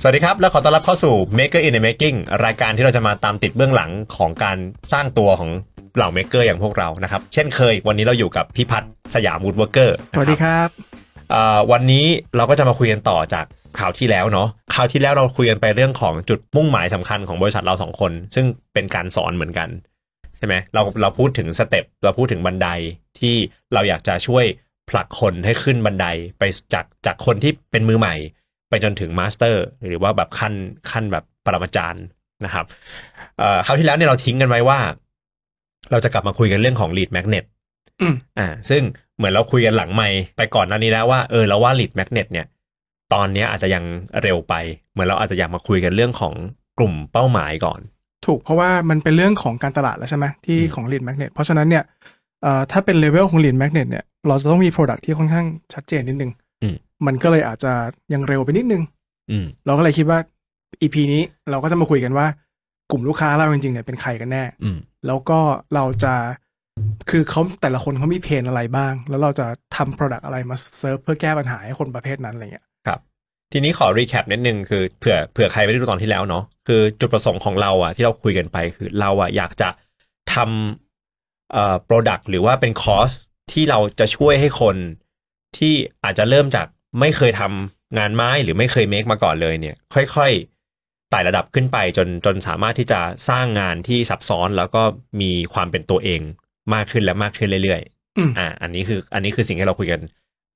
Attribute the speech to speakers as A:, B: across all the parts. A: สวัสดีครับ และขอต้อนรับเข้าสู่ Maker in the Making รายการที่เราจะมาตามติดเบื้องหลังของการสร้างตัวของเหล่าเมเกอร์อย่างพวกเรานะครับ เช่นเคย วันนี้เราอยู่กับพี่พัฒน์สยามวูดเวิร์กเกอร์
B: สวัสดีครับ
A: วันนี้เราก็จะมาคุยกันต่อจากข่าวที่แล้วเนาะข่าวที่แล้วเราคุยกันไปเรื่องของจุดมุ่งหมายสำคัญของบริษัทเราสองคน ซึ่งเป็นการสอนเหมือนกัน ใช่ไหมเราเราพูดถึงสเต็ปเราพูดถึงบันไดที่เราอยากจะช่วยผลักคนให้ขึ้นบันไดไปจากจากคนที่เป็นมือใหม่ ไปจนถึงมาสเตอร์ หรือว่าแบบขั้นขั้นแบบปรมาจารย์นะครับเอ่อคราวที่แล้วเนี่ยเราทิ้งกันไว้ว่า เราจะกลับมาคุยกันเรื่องของ lead magnet
B: อืม
A: อ่าซึ่งเหมือนเราคุยกันหลังไม่ไปก่อนหน้านี้แล้วว่าเออเราว่า lead magnet เนี่ย ตอนเนี้ยอาจจะยังเร็วไป เหมือนเราอาจจะอยากมาคุยกันเรื่องของกลุ่มเป้าหมายก่อน
B: ถูกเพราะว่ามันเป็นเรื่องของการตลาดแล้วใช่ไหมที่
A: อืม
B: ของ lead magnet เพราะฉะนั้นเนี่ยเอ่อถ้าเป็นเลเวลของ lead magnet เนี่ยเราจะต้องมี product ที่ค่อนข้างชัดเจนนิดนึงมันก็เลยอาจจะยังเร็วไปนิดนึง
A: อืม
B: เราก็เลยคิดว่า EP นี้เราก็จะมาคุยกันว่ากลุ่มลูกค้าเราจริงๆเนี่ยเป็นใครกันแน่
A: อืม
B: แล้วก็เราจะคือเขาแต่ละคนเขามีเพนอะไรบ้าง แล้วเราจะทำ product อะไรมาเซิร์ฟเพื่อแก้ปัญหาให้คนประเภทนั้นอะไรเงี้ย
A: ทีนี้ขอรีแคปนิดนึงคือเผื่อเผื่อใครไม่ได้ดูตอนที่แล้วเนาะคือจุดประสงค์ของเราอะที่เราคุยกันไปคือเราอะอยากจะทำเอ่อโปรดักต์หรือว่าเป็นคอร์สที่เราจะช่วยให้คนที่อาจจะเริ่มจากไม่เคยทำงานไม้หรือไม่เคยเมคมาก่อนเลยเนี่ย ค่อยๆไต่ระดับขึ้นไปจนจนสามารถที่จะสร้างงานที่ซับซ้อนแล้วก็มีความเป็นตัวเองมากขึ้นและมากขึ้นเรื่อย
B: อืม
A: ๆอ่าอันนี้คืออันนี้คือสิ่งที่เราคุยกัน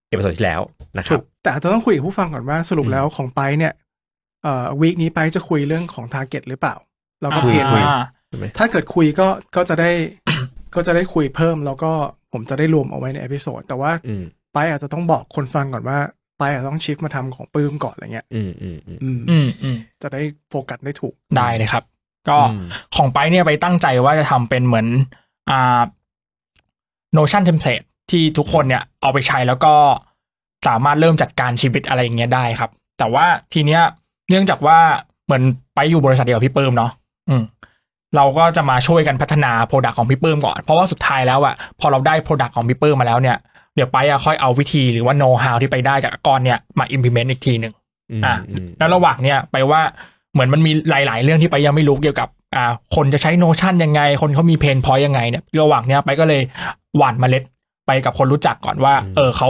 A: เอพิโซดที่แล้วนะค
B: ถู
A: รับ
B: กแต่อาจจะต้องคุยกับผู้ฟังก่อนว่าสรุป
A: อืม
B: แล้วของไปเนี่ยเอ่อวีคนี้ไปจะคุยเรื่องของ t a r g e t หรือเปล่า เราก็
A: คุ
B: เพ
A: ย
B: น
A: คุ
B: ไว้
A: ย
C: อ่า
B: ถ้าเกิดคุยก็ก็จะได้ ก็จะได้คุยเพิ่ม แล้วก็ผมจะได้รวมเอาไว้ในเอพิโซดแต่ว่า
A: อืม
B: ไปอาจจะต้องบอกคนฟังก่อนว่าไปอาจจะต้องชิฟมาทำของปื้มก่อนอะไรเงี้ย
A: อืมอืมอืม
B: อืม
C: อืมอืม
B: จะได้โฟกัสได้ถูก
C: ได้เลยครับ ก็
A: อืม
C: ของไปเนี่ยไปตั้งใจว่าจะทำเป็นเหมือนอ่า Notion template ที่ทุกคนเนี่ยเอาไปใช้แล้วก็สามารถเริ่มจัดการชีวิตอะไรอย่างเงี้ยได้ครับ แต่ว่าทีเนี้ยเนื่องจากว่าเหมือนไปอยู่บริษัทเดียวกับพี่เปิมเนาะอืม เราก็จะมาช่วยกันพัฒนาโปรดักต์ของพี่เปิมก่อน เพราะว่าสุดท้ายแล้วอะพอเราได้โปรดักต์ของพี่เปิมมาแล้วเนี่ยเดี๋ยวไปอะค่อยเอาวิธีหรือว่า know how ที่ไปได้จากก้อนเนี่ยมา implement อีกทีหนึ่ง
A: อืม
C: อ่ะ
A: อืม
C: แล้วระหว่างเนี่ยไปว่าเหมือนมันมีหลาย ๆ เรื่องที่ไปยังไม่รู้เกี่ยวกับอ่าคนจะใช้โนชั่นยังไง คนเขามีเพนพอยยังไงเนี่ยระหว่างเนี้ยไปก็เลยหว่านเมล็ดไปกับคนรู้จักก่อนว่า เออเขา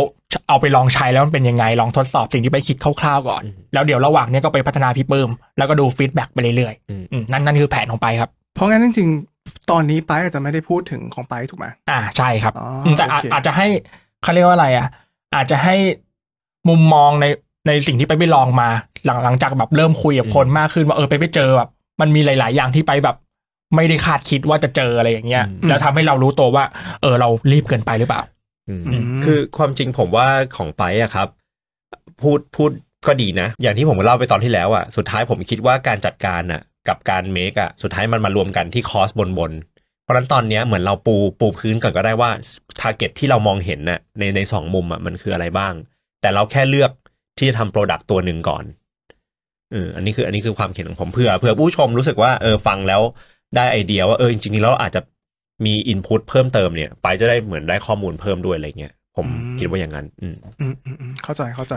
C: เอาไปลองใช้แล้วมันเป็นยังไง ลองทดสอบสิ่งที่ไปคิดคร่าวๆก่อน แล้วเดี๋ยวระหว่างเนี้ยก็ไปพัฒนาพี่เปิมแล้วก็ดูฟีดแบ็กไปเรื่อยๆอืมนั่นนั่นคือแผนของไปครับ
B: เพราะงั้นจริงๆ ตอนนี้ไปอาจจะไม่ได้พูดถึงของไปถูกไหม
C: อ่าใช่ครับ
B: อ๋อ
C: มแต่อาจ
B: โอเค
C: อาจจะให้เขาเรียกว่าอะไรอ่ะ อาจจะให้มุมมองในในสิ่งที่ไปไปลองมา หลังหลังจากแบบเริ่มคุยกับคนมากขึ้นว่าเออไปไปเจอแบบมันมีหลาย ๆ อย่างที่ไปแบบ ไม่ได้คาดคิดว่าจะเจออะไรอย่างเงี้ย แล้วทำให้เรารู้ตัวว่า เออเรารีบเกินไปหรือเปล่า
A: อืม
B: อืม
A: คือความจริงผมว่าของไปอะครับ พูดพูดก็ดีนะ อย่างที่ผมเล่าไปตอนที่แล้วอะสุดท้ายผมคิดว่าการจัดการอะกับการเมคอะสุดท้ายมันมารวมกันที่คอสบนบนๆเพราะฉะนั้นตอนเนี้ยเหมือนเราปูปูพื้นก่อนก็ได้ว่าทาร์เก็ตที่เรามองเห็นน่ะในในสองมุมอะมันคืออะไรบ้าง แต่เราแค่เลือกที่จะทำโปรดักต์ตัวหนึ่งก่อนเอออันนี้คืออันนี้คือความเห็นของผมเพื่อเพื่อผู้ชมรู้สึกว่าเออฟังแล้วได้ไอเดียว่าเออจริงๆแล้วเราอาจจะมีอินพุตเพิ่มเติมเนี่ย ไปจะได้เหมือนได้ข้อมูลเพิ่มด้วยอะไรเงี้ยผม
B: อืม
A: คิดว่าอย่างนั้น อืม
B: อืมอืมอืมเข้าใจเข้าใจ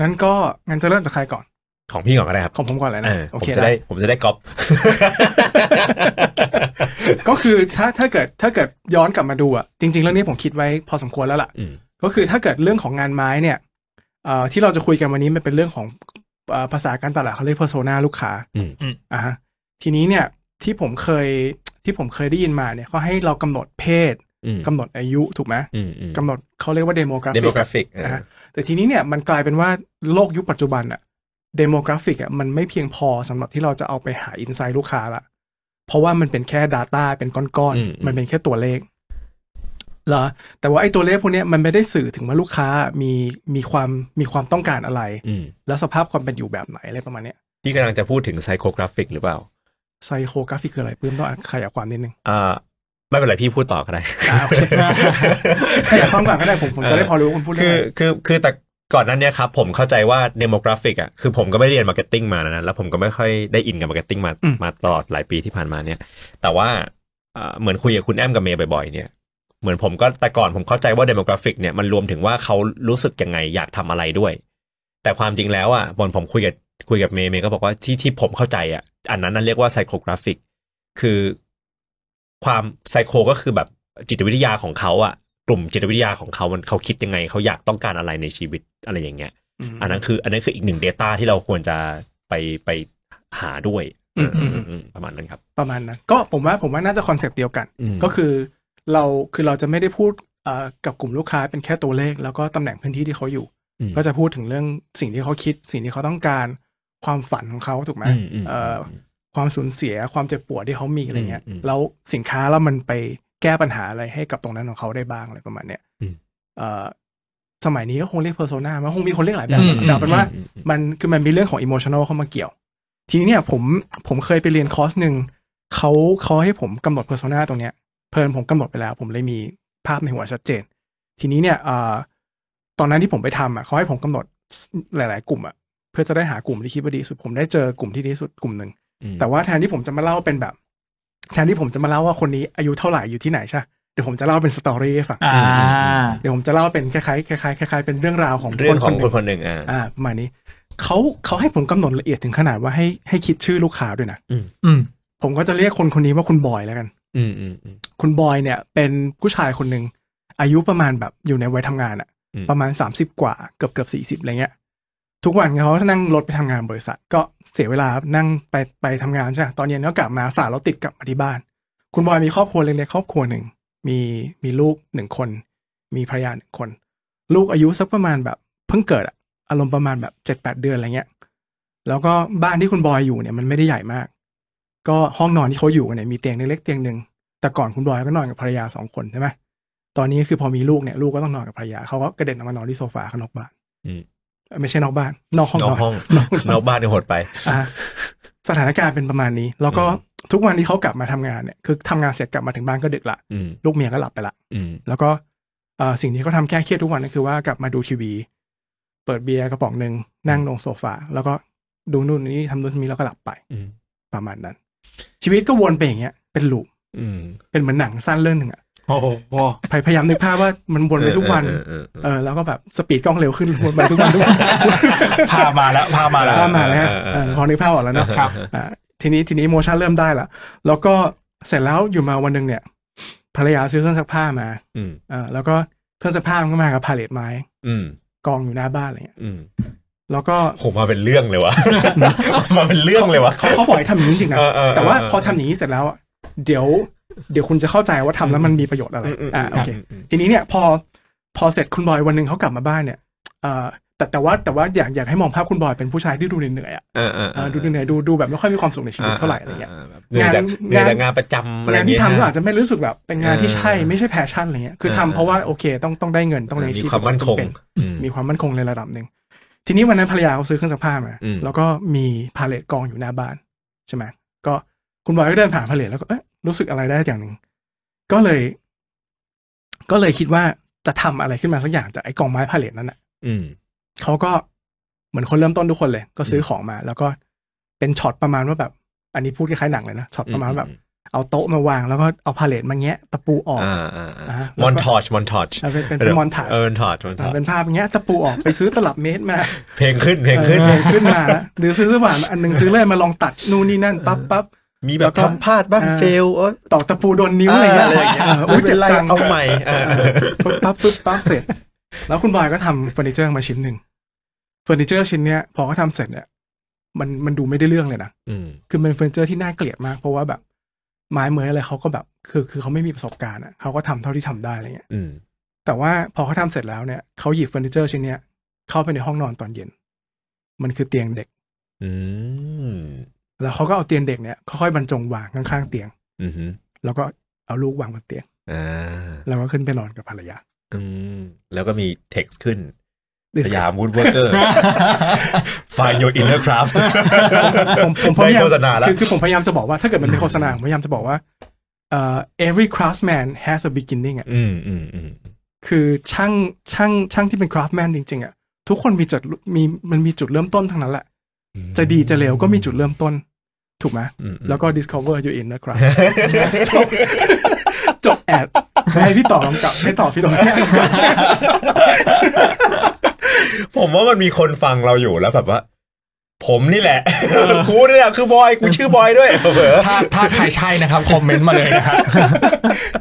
B: งั้นก็งั้นจะเริ่มจากใครก่อน
A: ของพี่ก่อนก็ได้ครับ
B: ของผมก่อนเลย
A: เอ
B: นะ
A: อ
B: โอ
A: ผม
B: เค
A: จะ
B: นะ
A: ได้ผมจะได้ก๊อป
B: ก็คือถ้าถ้าเกิดถ้าเกิดย้อนกลับมาดูอ่ะจริง ๆ เรื่องนี้ผมคิดไว้พอสมควรแล้วล่ะ
A: อืม
B: ก็คือถ้าเกิดเรื่องของงานไม้เนี่ยเอ่อที่เราจะคุยกันวันนี้มันเป็นเรื่องของเอ่อภาษาการตลาดเขาเรียก persona ลูกค้า
A: อืม
C: อืม
B: อ่ะฮะทีนี้เนี่ยที่ผมเคยที่ผมเคยได้ยินมาเนี่ยเขาให้เรากำหนดเพศ
A: อืม
B: กำหนดอายุถูกไหม
A: อืมอืม
B: กำหนดเขาเรียกว่า
A: เด
B: demographic
A: โมกราฟิก
B: นะฮะแต่ทีนี้เนี่ยมันกลายเป็นว่าโลกยุคปัจจุบันอะเดโมกราฟิกอะมันไม่เพียงพอสำหรับที่เราจะเอาไปหาอินไซต์ลูกค้าละเพราะว่ามันเป็นแค่ Data เป็นก้อนๆ มันเป็นแค่ตัวเลขเหรอแต่ว่าไอ้ตัวเลขพวกเนี้ยมันไม่ได้สื่อถึงว่าลูกค้ามีมีความมีความต้องการอะไร
A: อืม
B: แล้วสภาพความเป็นอยู่แบบไหนอะไรประมาณเนี้ย
A: ที่กำลังจะพูดถึงไซโคกราฟิกหรือเปล่า
B: ไซโคกราฟิกคืออะไรปื้มต้องขยายความนิด นึง
A: อ่า ไม่เป็นไรพี่พูดต่อก็ได้
B: อ่ะโอเค ขยายความก่อนก็ได้ผมผมจะได้พอรู้ว่าคุณพูดเรื่
A: คื
B: อ
A: อ
B: งอะไร
A: คือคือแต่ก่อนหนั้นเนี่ยครับผมเข้าใจว่าเดโมกราฟิกอ่ะคือผมก็ไม่ได้เรียนมาร์เก็ตติ้งมานะแล้วผมก็ไม่ค่อยได้อินกับมาร์เก็ตติ้งมามาตลอดหลายปีที่ผ่านมาเนี่ย แต่ว่าเอ่อเหมือนคุยกับคุณแอมกับเมย์บ่อยๆเนี่ยเหมือนผมก็แต่ก่อนผมเข้าใจว่าเดโมกราฟิกเนี่ยมันรวมถึงว่าเขารู้สึกยังไงอยากทำอะไรด้วย แต่ความจริงแล้วอ่ะบนผมคุยกับ คุยกับเมย์เมย์ก็บอกว่าที่ที่ผมเข้าใจอ่ะ อันนั้นนั่นเรียกว่าไซโคกราฟิก คือความไซโคก็คือแบบจิตวิทยาของเขาอ่ะ กลุ่มจิตวิทยาของเขามันเขาคิดยังไง เขาอยากต้องการอะไรในชีวิตอะไรอย่างเงี้ย
B: ม
A: อันนั้นคือ อันนั้นคืออีกหนึ่ง Data ที่เราควรจะไปไปหาด้วย
B: อืมอืมอืม
A: เออประมาณนั้นครับ
B: ประมาณนั้นก็ผมว่าผมว่าน่าจะคอนเซปต์เดียวกัน
A: อืม
B: ก็คือเราคือเราจะไม่ได้พูดเอ่อกับกลุ่มลูกค้าเป็นแค่ตัวเลข แล้วก็ตำแหน่งพื้นที่ที่เขาอยู่
A: อืม
B: ก็จะพูดถึงเรื่องสิ่งที่เขาคิด สิ่งที่เขาต้องการความฝันของเขาถูกไหม
A: อืมอืม
B: เอ่อความสูญเสียความเจ็บปวดที่เขามีอะไรเงี้ย
A: อืมอืม
B: แล้วสินค้าแล้วมันไปแก้ปัญหาอะไรให้กับตรงนั้นของเขาได้บ้างอะไรประมาณเนี้ย
A: อืม
B: เอ่อสมัยนี้ก็คงเรียกเพอร์โซนามันคงมีคนเรียกหลายแบบ
C: อืม
B: แต่เอาเป็นว่า
A: อืมอืม
B: มันคือมันมีเรื่องของอิโมชัน a ลเข้ามาเกี่ยว ทีนี้เนี่ยผมผมเคยไปเรียนคอร์สหนึ่งเขาเขาให้ผมกำหนดเพอร์โซนาตรงเนี้ยเพลินผมกำหนดไปแล้ว ผมเลยมีภาพในหัวชัดเจน ทีนี้เนี่ยเอ่อตอนนั้นที่ผมไปทำอ่ะเขาให้ผมกำหนดหลาย ๆ กลุ่มอ่ะเพื่อจะได้หากลุ่มที่คิดว่าดีที่สุดผมได้เจอกลุ่มที่ดีที่สุดกลุ่มหนึ่ง
A: อืม
B: แต่ว่าแทนที่ผมจะมาเล่าเป็นแบบ แทนที่ผมจะมาเล่าว่าคนนี้อายุเท่าไหร่อยู่ที่ไหนใช่ปะเดี๋ยวผมจะเล่าเป็นสตอรี่ให้ฟัง
C: อ่า
B: เดี๋ยวผมจะเล่าเป็นคล้ายๆคล้ายๆคล้ายๆเป็นเรื่องราวของ
A: เรื่อง
B: น
A: ข
B: ค
A: อง
B: นหนึ่ง
A: คนคนหนึ่งอ่า
B: อ่าประมาณนี้เขาเขาให้ผมกำหนดละเอียดถึงขนาดว่าให้ให้คิดชื่อลูกค้าด้วยนะ
C: อืม
B: ผมก็จะเรียกคนคนนี้ว่าคุณบอยแล้วกัน
A: อืมอืมอืม
B: คุณบอยเนี่ยเป็นผู้ชายคนหนึ่งอายุประมาณแบบอยู่ในวัยทำงานอะ
A: อืม
B: ประมาณ 30 กว่าเกือบเกือบสี่สิบอะไรเงี้ย ทุกวันเขานั่งรถไปทำงานบริษัท ก็เสียเวลานั่งไปไปทำงานใช่ไหมตอนเย็นก็กลับมาฝ่ารถติดกลับมาที่บ้าน คุณบอยมีครอบครัวเล็กๆครอบครัวหนึ่งมีมีลูกหนึ่งคน มีภรรยาหนึ่งคน ลูกอายุสักประมาณแบบเพิ่งเกิดอะอารมณ์ประมาณแบบเจ็ดแปดเดือนอะไรเงี้ย แล้วก็บ้านที่คุณบอยอยู่เนี่ยมันไม่ได้ใหญ่มาก ก็ห้องนอนที่เขาอยู่เนี่ยมีเตียงเล็กๆเตียงหนึ่ง แต่ก่อนคุณบอยก็นอนกับภรรยาสองคนใช่ไหมตอนนี้คือพอมีลูกเนี่ยลูกก็ต้องนอนกับภรรยาเขาก็กระเด็นออกมานอนที่โซฟาข้างนอกบ้าน
A: อืม
B: เอ้ยไม่ใช่นอกบ้าน นอกห้อง
A: น
B: น
A: อก
B: อน
A: ห้องนอกบ้านเนี่ยโหดไป
B: อ่ะสถานการณ์เป็นประมาณนี้ แล้วก็
A: อื
B: ทุกวันที่เขากลับมาทำงานเนี่ยคือทำงานเสร็จกลับมาถึงบ้านก็ดึกละ
A: อืม
B: ลูกเมียก็หลับไปละ
A: อืม
B: แล้วก็เอ่อสิ่งที่เขาทำแก้เครียดทุกวันก็คือว่ากลับมาดูทีวี เปิดเบียร์กระป๋องหนึ่งนั่งลงโซฟาแล้วก็ดูนู่นนี่ทำนู่นทำนี่แล้วก็หลับไป
A: อืม
B: ประมาณนั้น ชีวิตก็วนไปอย่างเงี้ยเป็นลูป
A: อืม
B: เป็นเหมือนหนังสั้นเรื่องหนึ่งอะ
C: โอ้โห
B: พยพยายามนึกภาพว่ามันวนไปทุกวัน
A: เออเออเออ
B: เออแล้วก็แบบสปีดกล้องเร็วขึ้นวนไปทุกวันทุกวัน
C: พามาแล้วพามาแล้ว
B: ภาพมาแล้วฮะเออพอนึกภาพออกแล้วเนาะ
C: ครับ
B: อ่าทีนี้ทีนี้โมชั่นเริ่มได้ละแล้วก็เสร็จแล้วอยู่มาวันหนึ่งเนี่ยภรรยาซื้อเครื่องซักผ้ามา
A: อืม
B: เออแล้วก็เครื่องซักผ้ามันก็มากับพาเลทไม้
A: อืม
B: กองอยู่หน้าบ้านอะไรเงี้ย
A: อืม
B: แล้วก็
A: ผมมาเป็นเรื่องเล ยวะ มาเป็นเรื่องเลยวะ
B: เขาเขาบอกให้ทำอย่างนี้จริงๆนะ
A: เออเออเออ
B: แต่ว่าพอทำอย่างนี้เสร็จแล้วอะเดี๋ยว เดี๋ยวคุณจะเข้าใจว่าทำแล้วมันมีประโยชน์อะไร
A: มม
B: อ่าโอเค
A: มม
B: ทีนี้เนี่ยพอพอเสร็จคุณบอยวันหนึ่งเขากลับมาบ้านเนี่ยเออแต่แต่ว่าแต่ว่าอยากอยากให้มองภาพคุณบอยเป็นผู้ชายที่ดูเหนื่อยๆอ่ะ
A: เออเออ
B: เออดูเหนื่อยๆดูดูแบบไม่ค่อยมีความสุขในชีวิตเท่าไหร่อะไรเงี้ย
A: แบบเหนื่อยจากเหนื่อยจากงานประจำอะไร
B: งานที่
A: เงี้ย
B: ทำก็อาจ
A: ใช่ไหม
B: จะไม่รู้สึกแบบเป็นงานที่ใช่
A: เออ
B: ไม่ใช่แพชชั่นอะไรเงี้ยคือ
A: เออ
B: ทำเพราะว่า
A: เออ
B: โอเคต้องต้องได้เงินต้องเลี้ยง
A: มี
B: ชีพ
A: ความมั่นคง
B: จำเป็
A: อืม
B: มีความมั่นคงในระดับหนึ่งทีนี้วันนั้นภรรยาเขาซื้อเครื่องซักผ้ามา
A: อืม
B: แล้วก็มีพาเลทกองอยู่หน้าบ้านใช่ไหมก็คุณบอยก็เดินผ่านพาเลทแล้วก็เอ๊ะรู้สึกอะไรได้อย่างหนึ่งก็เลย ก็เลยคิดว่าจะทำอะไรขึ้นมาสักอย่างจากไอ้กองไม้พาเลทนั้นน่ะ
A: อืม
B: เขาก็เหมือนคนเริ่มต้นทุกคนเลย ก็ซื้อของมา แล้วก็เป็นช็อตประมาณว่าแบบ อันนี้พูดคล้ายๆหนังเลยนะช็อตประมาณว่าแบบ
A: อืม
B: เอาโต๊ะมาวางแล้วก็เอาพาเลทมาแงะตะปูออก
A: อ่าอ่าอ่า
B: อ่าฮะ
A: มอนทอชมอนทอช
B: เอาเป็นเป็นเป็นมอนทาจ
A: เออมอนทอชมอนทอช
B: เป็นภาพแงะตะปูออกไปซื้อตลับเมตรมา
A: เพลงขึ้นเพลงขึ้น
B: ออขึ้นมานะหรือซื้อสว่านอันหนึงซื้อเลยมาลองตัดนู่นนี่นั่นปั๊บปั๊บ
A: มีแบบ
B: แล้วก็
A: ทำพลาดบ้างเฟลเออ
B: ตอกตะปูโดนนิ้วอะไรเงี้ยเออ
A: ไม่
B: อุ้ย
A: เป็
B: เจ็
A: น
B: บ
A: ไร
B: จัง
A: เอาใหม่เออเออ
B: ปึ๊บปั๊บปึ๊บปั๊บเสร็จ แล้วคุณบอยก็ทำเฟอร์นิเจอร์มาชิ้นหนึ่งเฟอร์นิเจอร์ชิ้นเนี้ยพอเขาทำเสร็จเนี่ยมันมันดูไม่ได้เรื่องเลยนะ
A: อืม
B: คือเป็นเฟอร์นิเจอร์ที่น่าเกลียดมาก เพราะว่าแบบไม้เมยอะไรเขาก็แบบคือคือเขาไม่มีประสบการณ์อ่ะเขาก็ทำเท่าที่ทำได้อะไรเงี้ย
A: อืม
B: แต่ว่าพอเขาทำเสร็จแล้วเนี่ยเขาหยิบเฟอร์นิเจอร์ชิ้นเนี้ยเข้าไปในห้องนอนตอนเย็น มันคือเตียงเด็ก
A: อืม
B: แล้วเขาก็เอาเตียงเด็กเนี่ยค่อยๆบรรจงวางข้างๆเตียง
A: อืมฮึ
B: แล้วก็เอาลูกวางบนเตียง
A: อ่า
B: แล้วก็ขึ้นไปนอนกับภรรยา
A: อืมแล้วก็มีเท็กซ์ขึ้น
B: ดิ
A: ส
B: ส
A: ยามวูดเวิร์ กเกอร์ find your inner craft
B: ผมผม
A: ได้
B: พยายาม
A: โฆษณาแล้ว
B: คือคือผมพยายามจะบอกว่าถ้าเกิดมันเป็นโฆษณาผมพยายามจะบอกว่าเอ่อ every craftsman has a beginning อ่ะ
A: อืมอืมอืม
B: คือช่างช่างช่างที่เป็นคราฟแมนจริงๆอ่ะทุกคนมีจุดมีมันมีจุดเริ่มต้นทั้งนั้นแหละ จะดีจะเลวก็มีจุดเริ่มต้น ถูกไหม
A: อืมอืม
B: แล้วก็ discover your inner craft จบจบแอดให้พี่ต่อลองกลับให้ต่อพี่ต่อแค่
A: ผมว่ามันมีคนฟังเราอยู่แล้วแบบว่า ผมนี่แหละ กูนี่แหละคือบอยกูชื่อบอย ด้วยเผลอ
C: ถ้าถ้าใครใช่นะครับคอมเมนต์มาเลยนะครับ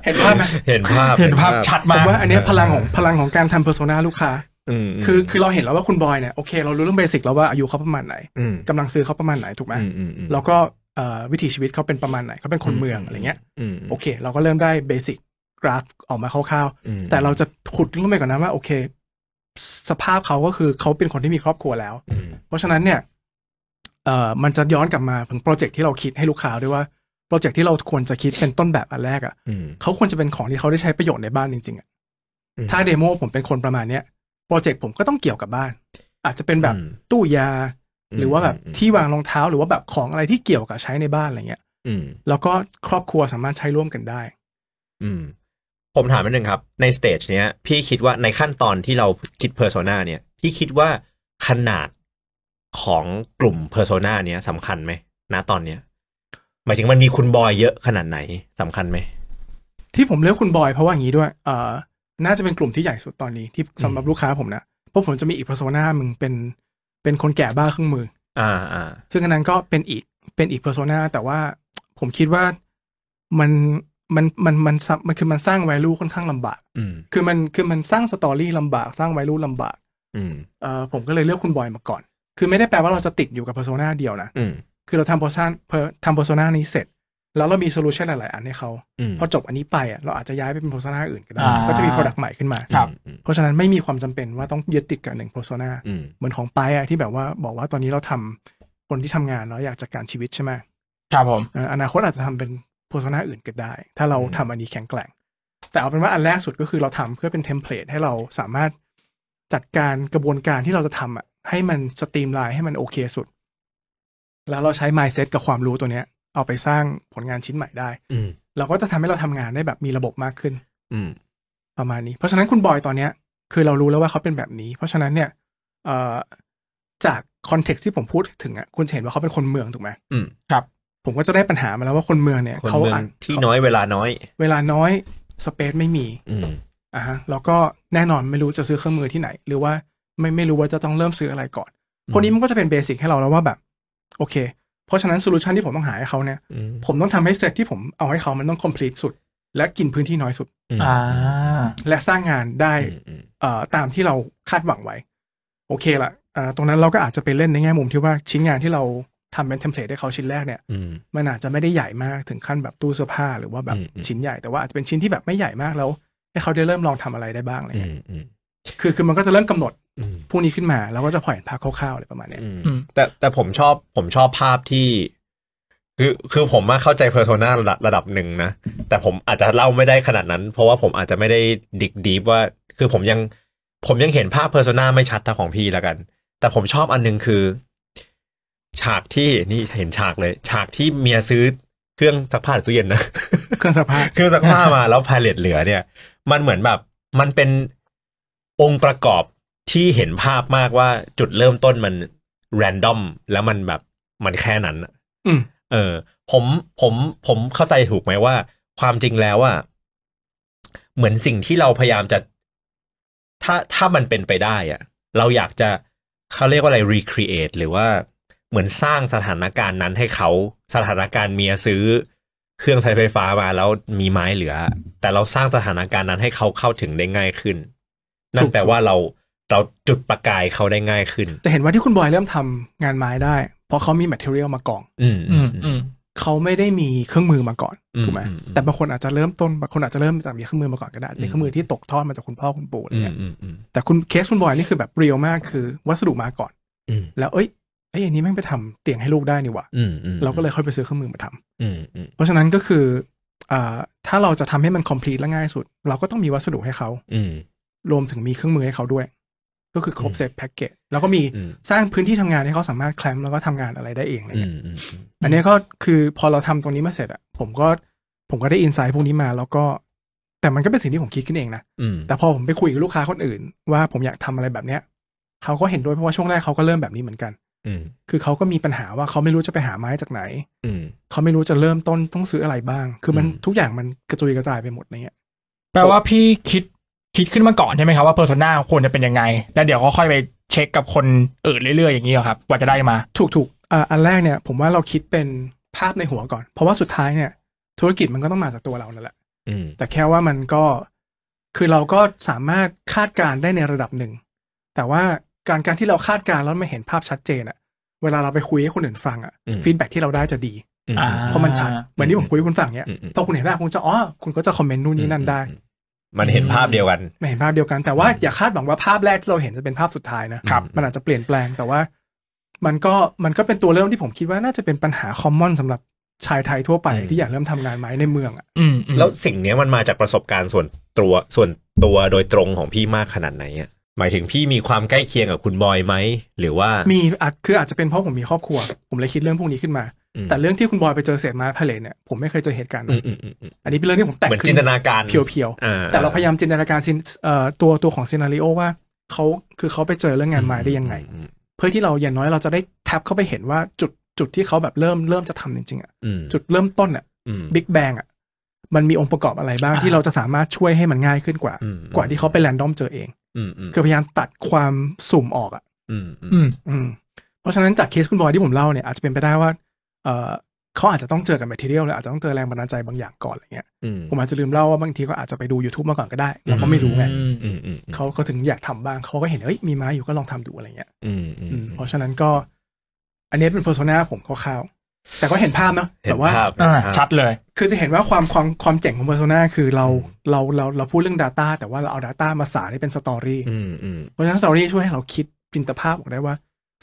B: เห็นภาพไหม
A: ๆเห็นภาพ
C: เห็นภาพชั
B: ผม
C: ดาม ก
B: ว่าอันเนี้ยพลังของพลังของการทำเพอร์โซนาลูกค้า
A: อืม
B: คือคือเราเห็นแล้วว่าคุณบอยเนี่ยโอเคเรารู้เรื่องเบสิกแล้วว่าอายุเขาประมาณไหน
A: อืม
B: กำลังซื้อเขาประมาณไหนถูกไหม
A: อืมอืมอืม
B: แล้วก็เอ่อวิถีชีวิตเขาเป็นประมาณไหนเขาเป็นคนเมืองอะไรเงี้ย
A: ม
B: โอเค เราก็เริ่มได้เบสิกกราฟออกมาคร่าว
A: อืม
B: ๆแต่เราจะขุดลึกลงไปกว่อนนะว่าโอเค สภาพเขาก็คือเขาเป็นคนที่มีครอบครัวแล้ว
A: อืม
B: เพราะฉะนั้นเนี่ยเอ่อมันจะย้อนกลับมาถึงโปรเจกต์ที่เราคิดให้ลูกค้าด้วยว่าโปรเจกต์ที่เราควรจะคิดเป็นต้นแบบอันแรกอะ
A: อืม
B: เขาควรจะเป็นของที่เขาได้ใช้ประโยชน์ในบ้านจริงๆอะ
A: อืม
B: ถ้าเดโมผมเป็นคนประมาณเนี้ยโปรเจกต์ผมก็ต้องเกี่ยวกับบ้าน อาจจะเป็นแบบ
A: อืม
B: ตู้ยา หรือว่าแบบที่วางรองเท้าหรือว่าแบบของอะไรที่เกี่ยวกับใช้ในบ้านอะไรเงี้ย
A: อืม
B: แล้วก็ครอบครัวสามารถใช้ร่วมกันได้
A: อืมผมถามนิดนึงครับ ในสเตจเนี้ย พี่คิดว่าในขั้นตอนที่เราคิดเพอร์โซนาเนี่ย พี่คิดว่าขนาดของกลุ่มเพอร์โซนาเนี้ยสำคัญไหมณตอนเนี้ยหมายถึงมันมีคุณบอยเยอะขนาดไหนสำคัญไหม
B: ที่ผมเลือกคุณบอยเพราะว่าอย่างนี้ด้วยเอ่อน่าจะเป็นกลุ่มที่ใหญ่สุดตอนนี้ที่สำหรับลูกค้าผมนะเพราะผมจะมีอีก p พ r s o โซนามึงเป็นเป็นคนแก่บ้าเครื่องมือ
A: อ่าอ่า
B: ซึ่งอันนั้นก็เป็นอีกเป็นอีกเพอร์โซนาแต่ว่าผมคิดว่ามันมันมันมันซับมันคือมันสร้างไวลูค่อนข้างลำบาก
A: อืม
B: คือมันคือมันสร้างสตอรี่ลำบากสร้างไวลูลำบาก
A: อืม
B: เอ่อผมก็เลยเลือกคุณบอยมาก่อน คือไม่ได้แปลว่าเราจะติดอยู่กับเพอร์โซนาเดียวนะ
A: อืม
B: คือเราทำโพสชั่นทำโพสชั่นนี้เสร็จ แล้วเรามีโซลูชันหลาย ๆ อันให้เขา
A: อืม
B: พอจบอันนี้ไปอ่ะเราอาจจะย้ายไปเป็นโพสชั่นอื่นก็ได้
C: อ่า
B: ก็จะมีโปรดักต์ใหม่ขึ้นมา
C: ครับ
A: อืม
B: เพราะฉะนั้นไม่มีความจำเป็นว่าต้องยึดติดกับหนึ่งโพสชั่น
A: อืม
B: เหมือนของไปายอ่ะที่แบบว่าบอกว่าตอนนี้เราทำคนที่ทำงานแล้วอยากจัดการชีวิตใช่ไหม
C: ครับผม
B: เอ่ออนาคตอาจจะทำเป็นโพสนาอื่นก็ได้ ถ้าเราทำอันนี้แข็งแกร่ง แต่เอาเป็นว่าอันแรกสุดก็คือเราทำเพื่อเป็นเทมเพลตให้เราสามารถจัดการกระบวนการที่เราจะทำอ่ะให้มันสตรีมไลน์ให้มันโอเคสุด แล้วเราใช้ mindset กับความรู้ตัวเนี้ย เอาไปสร้างผลงานชิ้นใหม่ได้
A: อืม
B: เราก็จะทำให้เราทำงานได้แบบมีระบบมากขึ้น
A: อืม
B: ประมาณนี้ เพราะฉะนั้นคุณบอยตอนเนี้ยคือเรารู้แล้วว่าเขาเป็นแบบนี้ เพราะฉะนั้นเนี่ยเอ่อจากคอนเท็กซ์ที่ผมพูดถึงอ่ะคุณจะเห็นว่าเขาเป็นคนเมืองถูกไหม
A: อืม
B: ผมก็จะได้ปัญหามาแล้วว่าคนเมืองเนี่ย
A: คน
B: เขา
A: เมือ
B: อ่าง น
A: ที่
B: เขา
A: น้อยเวลาน้อย
B: เวลาน้อยสเปซไม่มี
A: อืม
B: อ่ะฮะแล้วก็แน่นอนไม่รู้จะซื้อเครื่องมือที่ไหน หรือว่าไม่ไม่รู้ว่าจะต้องเริ่มซื้ออะไรก่อน
A: อืม
B: พวกนี้มันก็จะเป็นเบสิกให้เราแล้วว่าแบบ โอเค เพราะฉะนั้นโซลูชันที่ผมต้องหาให้เขาเนี่ย
A: อืม
B: ผมต้องทำให้เซตที่ผมเอาให้เขามันต้อง complete สุด และกินพื้นที่น้อยสุด
A: อืม
C: อ่า
B: และสร้างงานได้
A: อืมอืม
B: เอ่อตามที่เราคาดหวังไว้ โอเคละเอ่อตรงนั้นเราก็อาจจะไปเล่นในแง่มุมที่ว่าชิ้นงานที่เราทำเป็นเทมเพลตให้เขาชิ้นแรกเนี่ย
A: อืม
B: มันอาจจะไม่ได้ใหญ่มากถึงขั้นแบบตู้เสื้อผ้าหรือว่าแบบ
A: อืมอืม
B: ชิ้นใหญ่แต่ว่าอาจจะเป็นชิ้นที่แบบไม่ใหญ่มากแล้วให้เขาได้เริ่มลองทำอะไรได้บ้างอะไร
A: อืม
B: เงี้ย
A: อืม
B: คือคือมันก็จะเริ่มกำหนด
A: อืม
B: พวกนี้ขึ้นมา แล้วก็จะผ่อนภาพคร่าวๆอะไรประมาณเนี้ย
A: อืม
C: อืม
A: แต่แต่ผมชอบผมชอบภาพที่ คือคือผมมาเข้าใจเพอร์โซนาระดับระดับหนึ่งนะ แต่ผมอาจจะเล่าไม่ได้ขนาดนั้น เพราะว่าผมอาจจะไม่ได้ดิกดีฟว่า คือผมยังผมยังเห็นภาพเพอร์โซนาไม่ชัดเท่าของพี่ละกัน แต่ผมชอบอันหนึงคือ ฉากที่นี่เห็นฉากเลย ฉากที่เมียซื้อเครื่องซักผ้าหรือตู้เย็นนะ
B: เครื่องซักผ้า
A: เครื่องซักผ้ามาแล้วพาเลตเหลือเนี่ย มันเหมือนแบบ มันเป็นองค์ประกอบที่เห็นภาพมากว่าจุดเริ่มต้นมันแรนดอมแล้วมันแบบมันแค่นั้นอะ
B: อืม
A: เออ ผมผมผมเข้าใจถูกไหมว่า ความจริงแล้วอะเหมือนสิ่งที่เราพยายามจะ ถ้าถ้ามันเป็นไปได้อะเราอยากจะเขาเรียกว่าอะไร recreate หรือว่าเหมือนสร้างสถานการณ์นั้นให้เขาสถานการณ์เมียซื้อ เครื่องใช้ไฟฟ้ามาแล้วมีไม้เหลือ แต่เราสร้างสถานการณ์นั้นให้เขาเข้าถึงได้ง่ายขึ้น นั่นแปลว่าเราเราจุดประกายเขาได้ง่ายขึ้น
B: จะเห็นว่าที่คุณบอยเริ่มทำงานไม้ได้ เพราะเขามี material มากอง
A: อืม
C: อืมอืม
B: เขาไม่ได้มีเครื่องมือมาก่อน
A: อื
B: ถูกไหม
A: อือื
B: แต่บางคนอาจจะเริ่มต้นบางคนอาจจะเริ่มจากมีเครื่องมือมาก่อนก็ได้มีเครื่องมือที่ตกทอดมาจากคุณพ่อคุณปู่อะไร
A: อืม
B: เงี้ย
A: อืมอืม
B: แต่คุณเคสคุณบอยนี่คือแบบเรียลมากคือวัสดุมาก่อน
A: อืม
B: แล้วเอ้ยไอ้ยอันนี้แม่งไปทำเตียงให้ลูกได้นี่หว่า
A: อืมอืม
B: เราก็เลยค่อยไปซื้อเครื่องมือมาทำ
A: อืมอืม
B: เพราะฉะนั้นก็คืออ่าถ้าเราจะทำให้มัน complete และง่ายสุด เราก็ต้องมีวัสดุให้เขา
A: อืม
B: รวมถึงมีเครื่องมือให้เขาด้วย ก็คือครบ
A: อืม
B: เซตแพ็กเกจแล้วก็มี
A: อืม
B: สร้างพื้นที่ทำงานให้เขาสามารถแคลมป์แล้วก็ทำงานอะไรได้เองอะไร
A: อื
B: เลย
A: มอืมอืม
B: อันเนี้ยก็คือพอเราทำตรงนี้มาเสร็จอะผมก็ผมก็ได้อินไซต์พวกนี้มา แล้วก็แต่มันก็เป็นสิ่งที่ผมคิดขึ้นเองนะ
A: อืม
B: แต่พอผมไปคุยกับลูกค้าคนอื่น ว่าผมอยากทำอะไรแบบเนี้ยเขาก็เห็นด้วยเพราะว่าช่วงแรกเขาก็เริ่มแบบนี้เหมือนกัน
A: อืม
B: คือเขาก็มีปัญหาว่าเขาไม่รู้จะไปหาไม้จากไหน
A: อืม
B: เขาไม่รู้จะเริ่มต้นต้องซื้ออะไรบ้าง คือมัน
A: อืม
B: ทุกอย่างมันกระจุยกระจายไปหมดในเงี้ย
C: แปลว่าพี่คิดคิดขึ้นมาก่อนใช่ไหมครับว่าเพอร์ซนาควรจะเป็นยังไง แล้วเดี๋ยวก็ค่อยไป เช็คกับคนอื่นเรื่อยๆอย่างนี้เหรอครับกว่าจะได้มา
B: ถูกถูกอ่าอันแรกเนี่ย ผมว่าเราคิดเป็นภาพในหัวก่อน เพราะว่าสุดท้ายเนี่ย ธุรกิจมันก็ต้องมาจากตัวเรานั่นแหละ
A: อืม
B: แต่แค่ว่ามันก็คือเราก็สามารถคาดการณ์ได้ในระดับหนึ่ง แต่ว่าการการที่เราคาดการณ์แล้วไม่เห็นภาพชัดเจนอะเวลาเราไปคุยให้คนอื่นฟังอะ
A: อืม
B: ฟีดแบ็ที่เราได้จะดี
A: อืม
C: อ่า
B: เพราะมันชัดเหมือนที่ผมคุยให้คุณฟังเนี่ย
A: อืมอืม
B: พอคุณเห็นหน้าคุณจะอ๋อคุณก็จะคอมเมนต์นู่นนี่นั่นได้
A: มันเห็นภาพเดียวกัน
B: ไม่เห็นภาพเดียวกันแต่ว่าอย่าคาดหวังว่าภาพแรกที่เราเห็นจะเป็นภาพสุดท้ายนะครับ มันอาจจะเปลี่ยนแปลงแต่ว่า มันก็มันก็เป็นตัวเริ่มที่ผมคิดว่าน่าจะเป็นปัญหาคอมมอนสำหรับชายไทยทั่วไป
A: อืม
B: ที่อยากเริ่มทำงานไม้ในเมืองอะ
C: อืมอืม
A: แล้วสิ่งเนี้ยมันมาจากประสบการณ์ส่วนตัวส่วนตัวโดยตรงของพี่มากขนาดไหนอ่ะหมายถึงพี่มีความใกล้เคียงกับคุณบอยไหมหรือว่า
B: มีอาจคืออาจจะเป็นเพราะผมมีครอบครัว ผมเลยคิดเรื่องพวกนี้ขึ้นมา
A: อืม
B: แต่เรื่องที่คุณบอยไปเจอเศษไม้พะเลเนี่ยผมไม่เคยเจอเหตุการณ์
A: อื
B: นั้
A: ม
B: น
A: อืมอืมอืม
B: อันนี้เป็นเรื่องที่ผมแต่ง
A: เหมือน
B: ขึ้
A: จินตนาการ
B: เพียว
A: อ่
B: ๆแต่เราพยายามจินตนาการซินเอ่อตัวตัวของซีนารีโอว่าเขาคือเขาไปเจอเรื่องงานไม้ได้ยังไง
A: อืม
B: เพื่อที่เราอย่างน้อยเราจะได้แท็บเข้าไปเห็นว่าจุดจุดที่เขาแบบเริ่มเริ่มจะทำจริงๆอะ
A: อืม
B: จุดเริ่มต้นอ่ะ
A: อืม
B: บิ๊กแบงอ่ะมันมีองค์ประกอบอะไรบ้าง
C: อ่า
B: ที่เราจะสามารถช่วยให้มันง่ายขึ้นกว่า
A: อืม
B: กว่าที่เขาไปแรนดอมเจอเอง
A: อืมอืม
B: คือพยายามตัดความสุ่มออกอ่ะ
A: อืมอืม
C: อืม
B: อืมเพราะฉะนั้นจากเคสคุณบอยที่ผมเล่าเนี่ยอาจจะเป็นไปได้ว่าเออเขาอาจจะต้องเจอกับแมทเทียลแล้วอาจจะต้องเจอแรงบันดาลใจบางอย่างก่อนอะไรเงี้ย
A: อืม
B: ผมอาจจะลืมเล่าว่าบางทีก็อาจจะไปดู YouTube มาก่อนก็ได้เราก็ไม่รู้ไง
C: อืม
A: อืมอืมอืม
B: เขาก็ถึงอยากทำบ้างเขาก็เห็นเอ้ยมีไม้อยู่ก็ลองทำดูอะไรเงี้ย
A: อืมอืม
B: อืมเพราะฉะนั้นก็ อันนี้เป็นโพสนาผมคร่าวๆแต่ก็เห็นภาพเนอะ
A: เห็
B: แบ
A: น
B: บว่า
A: ภาพ
C: อ่า
A: เห็นภาพ
C: ชัดเลย
B: คือจะเห็นว่าความความความเจ๋งของ Persona คือเรา
A: อืม
B: เราเราเราพูดเรื่อง Data แต่ว่าเราเอา Data มาสานให้เป็นสตอรี่
A: อืมอืม
B: เพราะฉะนั้นสตอรี่ช่วยให้เราคิดจินตภาพออกได้ว่า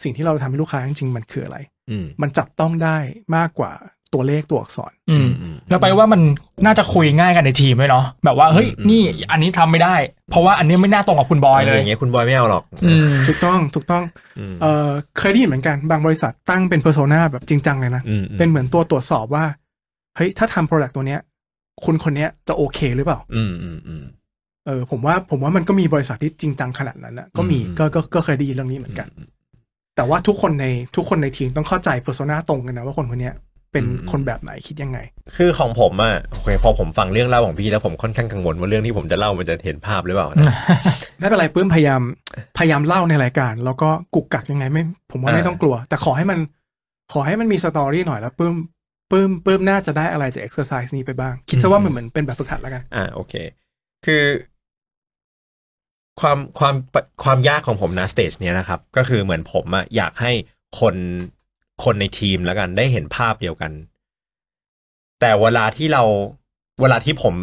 B: สิ่งที่เราทำให้ลูกค้าจริงๆ มันคืออะไร
A: อืม
B: มันจับต้องได้มากกว่าตัวเลขตัวอักษร
C: อื
A: อื
C: ม
A: มอืม
C: แล้วไปว่ามันน่าจะคุยง่ายกันในทีมด้วยเนาะแบบว่าเฮ้ย
A: อืม
C: นี่อันนี้ทำไม่ได้ เพราะว่าอันนี้ไม่น่าตรงกับคุณบอยเล
A: อย ย่างเงี้ยคุณบอยไม่เอาหรอก
C: อืม
B: ถูกต้องถูกต้อง
A: ม
B: เออเคยได้ยินเหมือนกันบางบริษัทตั้งเป็น Persona แบบจริงจังเลยนะ
A: มม
B: เป็นเหมือนตัวตรวจสอบว่า เฮ้ย ถ้าทำ Product ตัวเนี้ยคุณคนเนี้ยจะโอเคหรือเปล่า
A: อืมอืมอืม
B: เออผมว่าผมว่ามันก็มีบริษัทที่จริงจังขนาดนั้นนะก็มี
A: อืม
B: ก็ก็ก็เคยได้ยินเรื่องนี้เหมือนกัน แต่ว่าทุกคนในทุกคนในทีมต้องเข้าใจเพอร์โซนาตรงกันนะว่าคนคนเนี้ยเป็น
A: อืม
B: คนแบบไหนคิดยังไง
A: คือของผมอะโอเคพอผมฟังเรื่องเล่าของพี่แล้วผมค่อนข้างกังวลว่าเรื่องที่ผมจะเล่ามันจะเห็นภาพหรือเปล่านะ
B: ไม่เป็นไรปื้มพยายามพยายามเล่าในรายการ แล้วก็กุกกักยังไงไม่ ผมว่า
A: อ่า
B: ไม่ต้องกลัว แต่ขอให้มัน ขอให้มันมีสตอรี่หน่อยแล้วปื้มปื้มปื้มน่าจะได้อะไรจากเอ็กซ์เซอร์ไซส์นี้ไปบ้าง คิดซะว่ามันเหมือนเป็นแบบฝึกหัดแล้วกัน
A: อ่าโอเค คือ ความความความยากของผมนะสเตจเนี้ยนะครับ ก็คือเหมือนผมอะอยากให้คนคนในทีมแล้วกัน ได้เห็นภาพเดียวกัน แต่เวลาที่เราเวลาที่ผม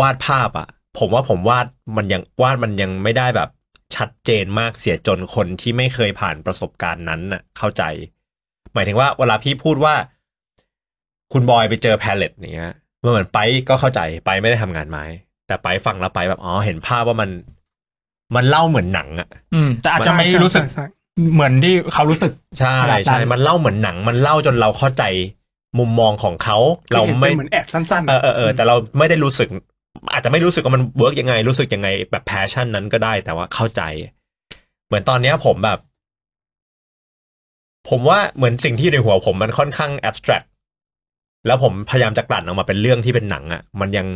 A: วาดภาพอะผมว่าผมวาดมันยังวาดมันยังไม่ได้แบบชัดเจนมากเสียจนคนที่ไม่เคยผ่านประสบการณ์นั้นน่ะ เข้าใจ หมายถึงว่าเวลาพี่พูดว่า คุณบอยไปเจอแพลเลตอย่างเงี้ยมันเหมือนไปก็เข้าใจไปไม่ได้ทำงานไม้ แต่ไปฟังแล้วไปแบบอ๋อเห็นภาพว่ามัน มันเล่าเหมือนหนังอะ
C: อืม แต่อาจจะไม่รู้สึกเหมือนที่เขารู้สึก
A: ใช่
C: ขนาดนั้น
A: ใช่ มันเล่าเหมือนหนัง มันเล่าจนเราเข้าใจมุมมองของเขา เรา
B: เราไม่
A: ไม่
B: เหมือนแอดสั้นๆ
A: เออเออเออแต่เราไม่ได้รู้สึก อาจจะไม่รู้สึกว่ามันเวิร์กยังไง รู้สึกยังไง แบบแพชชั่นนั้นก็ได้ แต่ว่าเข้าใจ เหมือนตอนเนี้ยผมแบบ ผมว่าเหมือนสิ่งที่อยู่ในหัวผมมันค่อนข้างแอบสแตรกแล้วผมพยายามจะกลั่นออกมาเป็นเรื่องที่เป็นหนังอะ่ะ มันยัง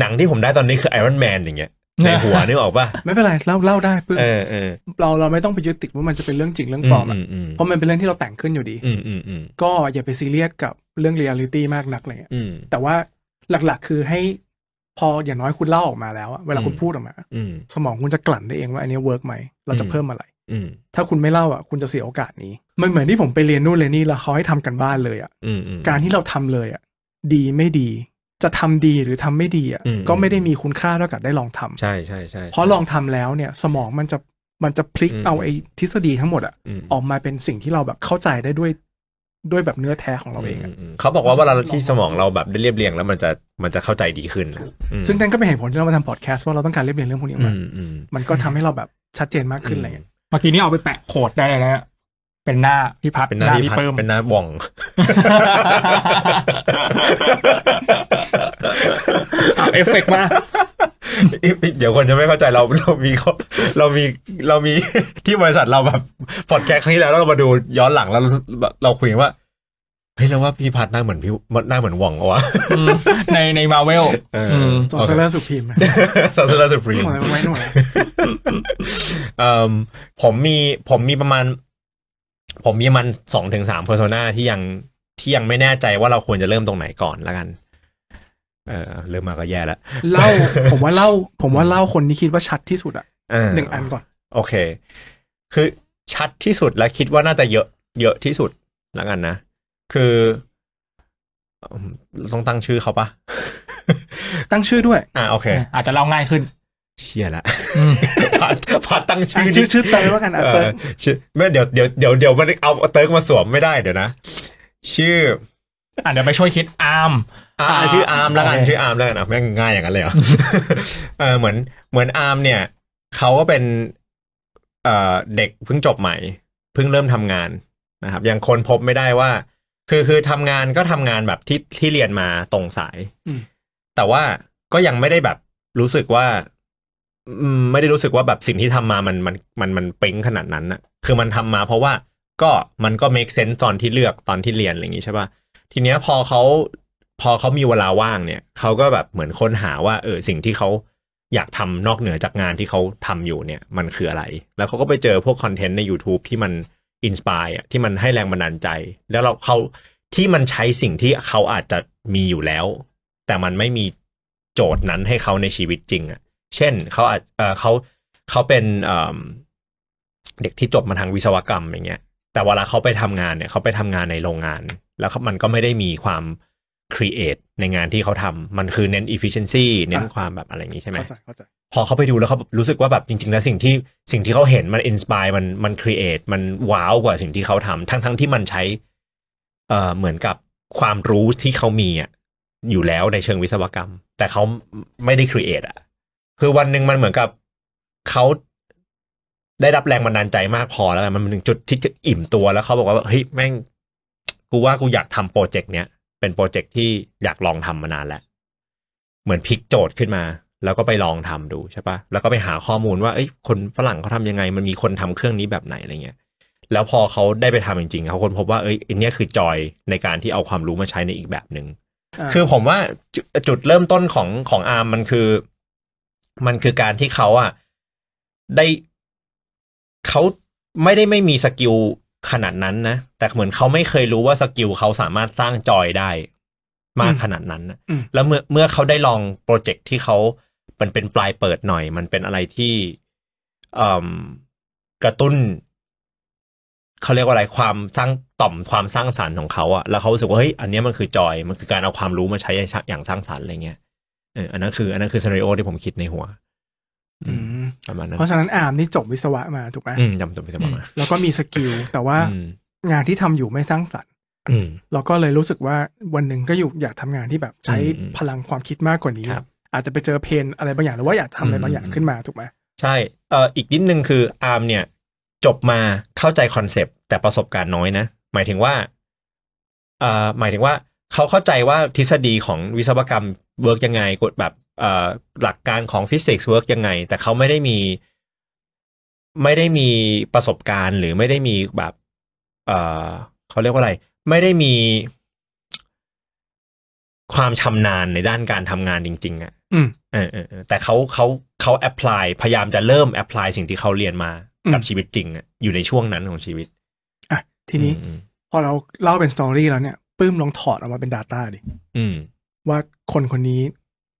A: หนังที่ผมได้ตอนนี้คือไอรอนแมนอย่างเงี้ยในหัวนึกออกป่ะ
B: ไม่เป็นไรเล่ าเล่าได้ปื้ม
A: เออเออ
B: เราเราไม่ต้องไปยึดติดว่ามันจะเป็นเรื่องจริงเรื่องปลอมอะ
A: อืม
B: เพราะมันเป็นเรื่องที่เราแต่งขึ้นอยู่ดี
A: อืมอืมอืม
B: ก็อย่าไปซีเรียสกับเรื่องเรียลิตี้มากนักอะไรเลย
A: อืม
B: แต่ว่าหลักๆ คือให้พออย่างน้อยคุณเล่าออกมาแล้วอะเวลาคุณ
A: อืม
B: พูดออกมา
A: อืม
B: สมองคุณจะกลั่นได้เองว่าอันนี้เวิร์กไหมเราจะ
A: อืม
B: เพิ่มอะไร
A: อืม
B: ถ้าคุณไม่เล่าอ่ะคุณจะเสียโอกาสนี้ มันเหมือนที่ผมไปเรียนนู่นเรียนนี่แล้วเขาให้ทำกันบ้านเลยอ่ะ
A: อืมอืม
B: การที่เราทำเลยอ่ะดีไม่ดี จะทำดีหรือทำไม่ดีอ่ะ
A: อืม
B: ก็ไม่ได้มีคุณค่าเท่ากับได้ลองทำ
A: ใช่ใช่ใช่
B: เพราะลองทำแล้วเนี่ย สมองมันจะมันจะพลิก
A: อืม
B: เอาไอ้ทฤษฎีทั้งหมดอ่ะ
A: ม
B: ออกมาเป็นสิ่งที่เราแบบเข้าใจได้ด้วยด้วยแบบเนื้อแท้ของเราเอง
A: ม
B: อะ
A: มมเขาบอกว่าเวลาที่
B: ลอง
A: สมองเราแบบได้เรียบเรียงแล้วมันจะมันจะเข้าใจดีขึ้นนะอืม
B: ซึ่งนั่นก็เป็นเหตุผลที่เรามาทำพอดแคสต์ว่าเราต้องการเรียบเรียงเรื่องพวกนี้ออก
A: อื
B: มา
A: มอืม
B: มันก็ทำให้เราแบบชัดเจนมากขึ้นอะไรเงี้ย
C: เมื่อกี้นี้เอาไปแปะโขดได้เลยนะเป็นหน้าพี่พัฒ
A: เป็นหน้าที่พัด
C: เปิ้ม
A: เป็นหน้า ว่อง
C: เอาเอฟเฟกต์มา
A: เดี๋ยวคนจะไม่เข้าใจเราเรามีข้อเรามีเรามี ที่บริษัทเราแบบพอดแคสต์ครั้งที่แล้วแล้วเรามาดูย้อนหลังแล้วเราเราคุยกันว่า เฮ้ยแล้วว่าพี่พัดหน้าเหมือนพี่หน้าเหมือนหว่องวะ
C: อืมในในมาเวล
A: เออ
C: ม
B: จอร์แดนสุพรีมนะ
A: ซาซาสุพรีม
B: หน่อยไว้หน่อย
A: เอ่มผมมีผมมีประมาณ ผมมีประมันสองถึงสามเพอร์โซนาที่ยังที่ยังไม่แน่ใจว่าเราควรจะเริ่มตรงไหนก่อนละกัน เออเริ่มมาก็แย่แล้ว
B: เล่า ผมว่าเล่า ผมว่าเล่าคนที่คิดว่าชัดที่สุดอะหนึ่งอันก่อน
A: โอเค คือชัดที่สุดและคิดว่าน่าจะเยอะเยอะที่สุดละกันนะ คืออืมต้องตั้งชื่อเขาปะ
B: ตั้งชื่อด้วย
A: อ่าโอเค
C: อาจจะเล่าง่ายขึ้น
A: เชียละ
C: อืม
A: พัดพัดตั้ง
B: อ่ะ
A: ชื่อดิ
B: ชื่อชื่อเติร์แล้วกันอ่ะ
A: เอ
B: เติ
A: อ
B: ร์
A: ชื่อไม่เดี๋ยวเดี๋ยวเดี๋ยวเดี๋ยวมันเอาเติร์กมาสวมไม่ได้เดี๋ยวนะ ชื่อ
C: อ่ะเดี๋ยวไปช่วยคิดอาร์ม
A: อ่า
C: อ่า
A: ชื่ออาร์มแล้วกัน
C: โอเค
A: ชื่ออาร์มแล้วกันอ่ะแม่งง่ายอย่างนั้นเลยเหรอ เออเหมือนเหมือนอาร์มเนี่ยเขาก็เป็นเอ่อเด็กเพิ่งจบใหม่ เพิ่งเริ่มทำงานนะครับ ยังคนพบไม่ได้ว่า คือคือทำงานก็ทำงานแบบที่ที่เรียนมาตรงสาย แต่ว่าก็ยังไม่ได้แบบรู้สึกว่าอืมไม่ได้รู้สึกว่าแบบสิ่งที่ทำมามันมันมันมันเป๊งขนาดนั้นน่ะ คือมันทำมาเพราะว่าก็มันก็ make sense ตอนที่เลือกตอนที่เรียนอะไรอย่างงี้ใช่ป่ะทีเนี้ยพอเขาพอเขามีเวลาว่างเนี่ยเขาก็แบบเหมือนค้นหาว่า เออสิ่งที่เขาอยากทำนอกเหนือจากงานที่เขาทำอยู่เนี่ย มันคืออะไร แล้วเขาก็ไปเจอพวกคอนเทนต์ใน YouTube ที่มันอินสปายอ่ะที่มันให้แรงบันดาลใจ แล้วเราเขาที่มันใช้สิ่งที่เขาอาจจะมีอยู่แล้ว แต่มันไม่มีโจทย์นั้นให้เขาในชีวิตจริงอะ่ะ เช่นเขาอาจเอ่อเขาเขาเป็นเอิ่มเด็กที่จบมาทางวิศวกรรมอย่างเงี้ย แต่เวลาเขาไปทำงานเนี่ยเขาไปทำงานในโรงงาน แล้วเขามันก็ไม่ได้มีความครีเอทในงานที่เขาทำมันคือเน้น efficiency เน้นความแบบอะไรอย่างงี้ใช่ไหม
B: เข้าใจเข้าใจ
A: พอเขาไปดูแล้วเขารู้สึกว่าแบบจริงๆแล้วสิ่งที่สิ่งที่เขาเห็นมันอินสปายมันมันครีเอทมันว้าวกว่าสิ่งที่เขาทำทั้งทั้งที่มันใช้เอ่อเหมือนกับความรู้ที่เขามีอ่ะอยู่แล้วในเชิงวิศวกรรม แต่เขาไม่ได้ครีเอทอ่ะ คือวันหนึ่งมันเหมือนกับเขาได้รับแรงบันดาลใจมากพอแล้วกันมันถึงจุดที่จะอิ่มตัวแล้วเขาบอกว่าเฮ้ยแม่ง กูว่ากูอยากทำโปรเจกต์เนี้ยเป็นโปรเจกต์ที่อยากลองทำมานานแล้ว เหมือนพลิกโจทย์ขึ้นมา แล้วก็ไปลองทำดูใช่ปะแล้วก็ไปหาข้อมูลว่าเอ้ยคนฝรั่งเขาทำยังไง มันมีคนทำเครื่องนี้แบบไหนอะไรเงี้ย แล้วพอเขาได้ไปทำจริงๆเขาคนพบว่าเอ้ยอันเนี้ยคือจอยในการที่เอาความรู้มาใช้ในอีกแบบหนึ่ง
B: อ่า
A: คือผมว่าจุจุดเริ่มต้นของของอาร์มมันคือ มันคือการที่เขาอะได้เขาไม่ได้ไม่มีสกิลขนาดนั้นนะ แต่เหมือนเขาไม่เคยรู้ว่าสกิลเขาสามารถสร้างจอยได้มากขนาดนั้นนะ
B: อืม
A: แล้วเมื่อเมื่อเขาได้ลองโปรเจกต์ที่เขามันเป็นปลายเปิดหน่อย มันเป็นอะไรที่เอิ่มกระตุ้น เขาเรียกว่าอะไรความสร้างต่อมความสร้างสารรค์ของเขาอะแล้วเขารู้สึกว่าเฮ้ยอันเนี้ยมันคือจอย มันคือการเอาความรู้มาใช้อย่างสร้างอย่างสร้างสารรค์อะไรเงี้ยเอออันนั้นคืออันนั้นคือซีนารีโอที่ผมคิดในหัว
B: อืม
A: ประมาณนั้น
B: เพราะฉะนั้นอาร์มนี่จบวิศวะมาถูกไหม
A: อืมจำตัวไปสมมา
B: แล้วก็มีสกิลแต่ว่า
A: อืม
B: งานที่ทำอยู่ไม่สร้างสรรค์
A: อืม
B: เราก็เลยรู้สึกว่าวันหนึ่งก็อยู่อยากทำงานที่แบบใช้
A: อืม
B: พลังความคิดมากกว่านี้
A: ครับ
B: อาจจะไปเจอเพนอะไรบางอย่างหรือว่าอยากทำอะไรบางอย่าง
A: อืม
B: ขึ้นมาถูกไหม
A: ใช่เอ่ออีกนิดนึงคืออาร์มเนี่ย จบมาเข้าใจคอนเซปต์แต่ประสบการณ์น้อยนะ หมายถึงว่าเอ่อหมายถึงว่าเขาเข้าใจว่าทฤษฎีของวิศวกรรมเวิร์กยังไงกฎแบบเอ่อหลักการของฟิสิกส์เวิร์กยังไง แต่เขาไม่ได้มี ไม่ได้มีประสบการณ์หรือไม่ได้มีแบบ เอ่อเขาเรียกว่าอะไร ไม่ได้มีความชำนาญในด้านการทำงานจริง ๆอะ
B: อืม
A: เออเออเออแต่เขาเขาเขาแอพพลายพยายามจะเริ่มแอพพลายสิ่งที่เขาเรียนมา
B: อืม
A: กับชีวิตจริงอะอยู่ในช่วงนั้นของชีวิต
B: อ่ะทีนี้
A: อืม
B: พอเราเล่าเป็นสตอรี่แล้วเนี่ยปื้มลองถอดออกมาเป็น Data ดิ
A: อืม
B: ว่าคนคนนี้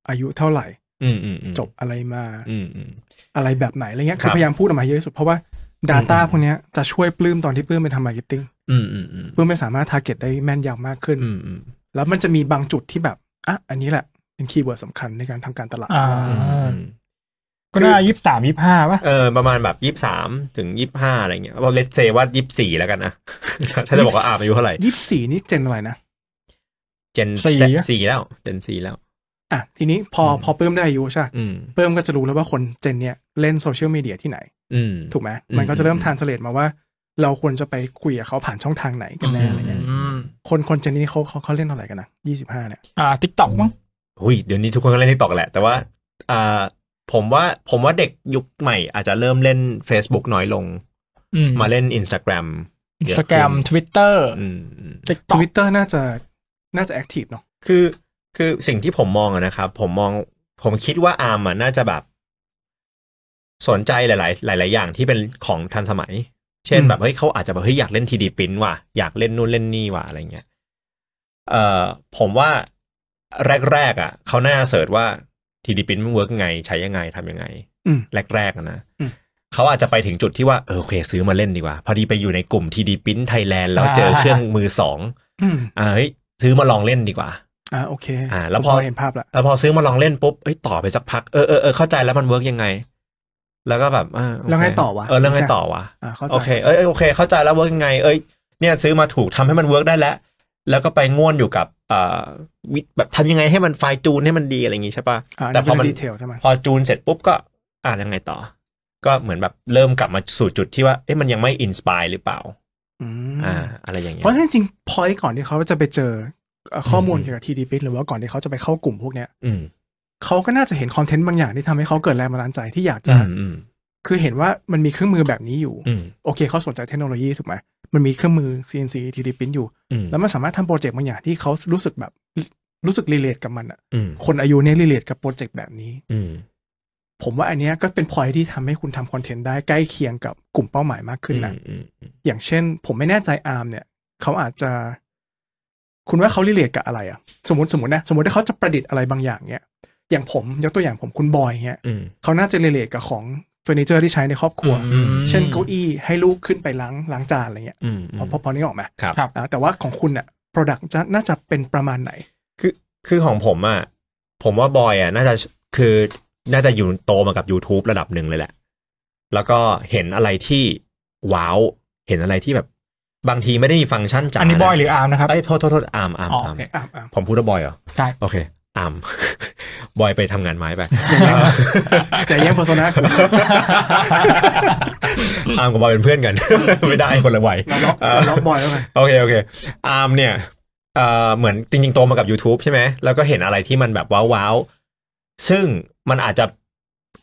B: อายุเท่าไหร่
A: อืมอืมอืม
B: จบอะไรมา
A: อืมอืม
B: อะไรแบบไหนอะไรเงี้ย
A: ครับ
B: คือพยายามพูดออกมาเยอะที่สุด เพราะว่า Data
A: อืม
B: พวกเนี้ยจะช่วยปลื้มตอนที่ปลื้มไปทำมาร์เก็ตติ้ง
A: อืมอืมอืม
B: ปลื้มไปสามารถทาร์เก็ตได้แม่นยำมากขึ้น
A: อืมอืม
B: แล้วมันจะมีบางจุดที่แบบอ่ะอันนี้แหละเป็นคีย์เวิร์ดสำคัญในการทำการตลาด
C: อ่า
B: ว่า
C: ก็น่ายี่สิบสามยี่ห้าป่ะ
A: เออประมาณแบบยี่สามถึงยี่ห้าอะไรเงี้ยเราเลตเซว่ายี่สี่แล้วกันนะ ถ้าจะบอกว่าอาบอายุเท่าไหร่
B: ยี่สิบสี่นี่เจนอะไรนะ
A: เจน
C: สี่
A: สี่แล้วเจนสี่แล้ว
B: อ่ะทีนี้พออ
A: ม
B: พอปลื้มได้อายุใช่ปะ
A: อืม
B: ปลื้มก็จะรู้แล้วว่าคนเจนเนี้ยเล่นโซเชียลมีเดียที่ไหน
A: อืม
B: ถูกไหม
A: อืม
B: มันก็จะเริ่ม
A: อืม
B: ทานสเลตมาว่า เราควรจะไปคุยกับเขาผ่านช่องทางไหนกันแน่อะไรเงี้ย
C: อืม
B: คนคนเจนนี้เขาเขาเขาเล่นอะไรกันนะยี่สิบห้าเนี่ย
C: อ่าทิกตอกมั้ง
A: อุ้ยเดี๋ยวนี้ทุกคนก็เล่นทิกตอกแหละ แต่ว่าอ่าผมว่าผมว่าเด็กยุคใหม่อาจจะเริ่มเล่น Facebook น้อยลง
C: อืม
A: มาเล่น Instagram เยอะขึ้น
C: สแกมทวิตเตอร์
A: อืมอืม
C: ติ๊ก
B: ท
C: ต็อก
B: วิตเตอร์น่าจะน่าจะแอคทีฟเนาะ
A: คือคือสิ่งที่ผมมองอะนะครับ ผมมองผมคิดว่าอาร์มอะน่าจะแบบ สนใจหลาย ๆ หลาย ๆ อย่างที่เป็นของทันสมัย เช่นแบบเฮ้ยเขาอาจจะแบบเฮ้ยอยากเล่นทีดีพิมพ์ว่ะอยากเล่นนู่นเล่นนี่ว่ะอะไรเงี้ยเอ่อผมว่าแรก ๆ อ่ะเขาน่าเสิร์ชว่าทีดีพิมพ์มันเวิร์กไง ใช้ยังไงทำยังไง
B: อืม
A: แรกๆอะนะ
B: อืม
A: เขาอาจจะไปถึงจุดที่ว่าเออโอเค ซื้อมาเล่นดีกว่า พอดีไปอยู่ในกลุ่มทีดีพิมพ์ไทยแลนด์แล้วเจอเครื่องมือสอง
B: อืม
A: อ่าเฮ้ยซื้อมาลองเล่นดีกว่า
B: อ่าโอเค
A: อ่าแล้วพอ
B: ผมเห็นภาพละ
A: แล้วพอซื้อมาลองเล่นปุ๊บ เอ้ยต่อไปสักพัก เออเออเออเข้าใจแล้วมันเวิร์กยังไง แล้วก็แบบอ่าโเค
B: แล้วไงต่อวะ
A: เออแล้วไงต่อวะ
B: อ่าเข้าใจ
A: โอเค เอ้ยเอ้ยโอเค เข้าใจแล้วเวิร์กยังไง เอ้ย เนี่ยซื้อมาถูกทำให้มันเวิร์กได้แล้ว แล้วก็ไปง่วนอยู่กับเอ่อวิแบบทำยังไงให้มันไฟจูนให้มันดีอะไรอย่างงี้ใช่ปะ
B: อ่า
A: แต่พ
B: แต่พ
A: อ
B: อ
A: มั
B: มัน นดีเทลใช่ไหม
A: พอจูนเสร็จปุ๊บก็ อ่ายังไงต่อ ก็เหมือนแบบเริ่มกลับมาสู่จุดที่ว่า เอ๊ะมันยังไม่อินสปายหรือเปล่า
B: อืม
A: อ่า อะไรอย่างเงี้
B: เพ
A: ย
B: ราะฉะนั้นจริงพอยก่อนที่เขาจะไปเจอเอ่อข้อมูล
A: อืม
B: เกี่ยวกับทีดีพิหรือว่าก่อนที่เขาจะไปเข้ากลุ่มพวกเนี้ย
A: อืม
B: เขาก็น่าจะเห็นคอนเทนต์บางอย่างที่ทำให้เขาเกิดแรงบันดาลใจที่อยากจะ
A: อืมอืม
B: คือเห็นว่ามันมีเครื่องมือแบบนี้อยู่
A: อืม
B: โอเคเขาสนใจเทคโนโลยีถูกไหมมันมีเครื่องมือ CNC 3D print อยู่
A: อืม
B: แล้วมันสามารถทำโปรเจกต์บางอย่างที่เขารู้สึกแบบรู้สึกรีเลทกับมันอะ
A: อืม
B: คนอายุเนี้ยรีเลทกับโปรเจกต์แบบนี้
A: อืม
B: ผมว่าอันเนี้ยก็เป็นพอยที่ทำให้คุณทำคอนเทนต์ได้ใกล้เคียงกับกลุ่มเป้าหมายมากขึ้นนะ
A: อืมอืม
B: อย่างเช่น ผมไม่แน่ใจอาร์มเนี่ยเขาอาจจะ คุณว่าเขารีเลทกับอะไรอะสมมติสมมตินะสมมติถ้าเขาจะประดิษฐ์อะไรบางอย่างเนี่ยอย่างผมยกตัวอย่างผมคุณบอยเนี่ย
A: อืม
B: เขาน่าจะรีเลทกับของเฟอร์นิเจอร์ที่ใช้ในครอบครัว
A: อืม
B: เช่นเก้าอี้ให้ลูกขึ้นไปล้างล้างจานอะไรเงี้ย
A: อืม
B: พอพอพอนี้ออกไหม
A: ครับ
C: ครับ
B: อ่าแต่ว่าของคุณอะ product จะน่าจะเป็นประมาณไหน
A: คือคือของผมอ่ะผมว่าบอยอ่ะน่าจะคือน่าจะอยู่โตมากับ YouTube ระดับหนึ่งเลยแหละ แล้วก็เห็นอะไรที่ว้าว เห็นอะไรที่แบบบางทีไม่ได้มีฟังก์ชันจ๋า
C: อันนี้บอยหรืออาร์มนะครับ
A: ไอ้ยโทษโทษโทษอาร์มอาร์ม
C: อ๋อ
A: อาร์
C: โอ
A: ม
C: เค
B: อ่าอ่า
A: ผมพูดว่าบอยเหรอ
C: ใช่
A: โอเคอาร์ม บอยไปทำงานไม้ไป
B: แต่แย่งโฆษ ณากู
A: อาร์มกับบอยเป็นเพื่อน กัน ไม่ได้คนละวัย
B: เราล็อกเราล็อกบอยแล้วไง
A: โอเค โอเค อาร์มเนี่ยเอ่อเหมือนจริงๆโตมากับ YouTube ใช่ไหม แล้วก็เห็นอะไรที่มันแบบว้าวๆ ซึ่งมันอาจจะ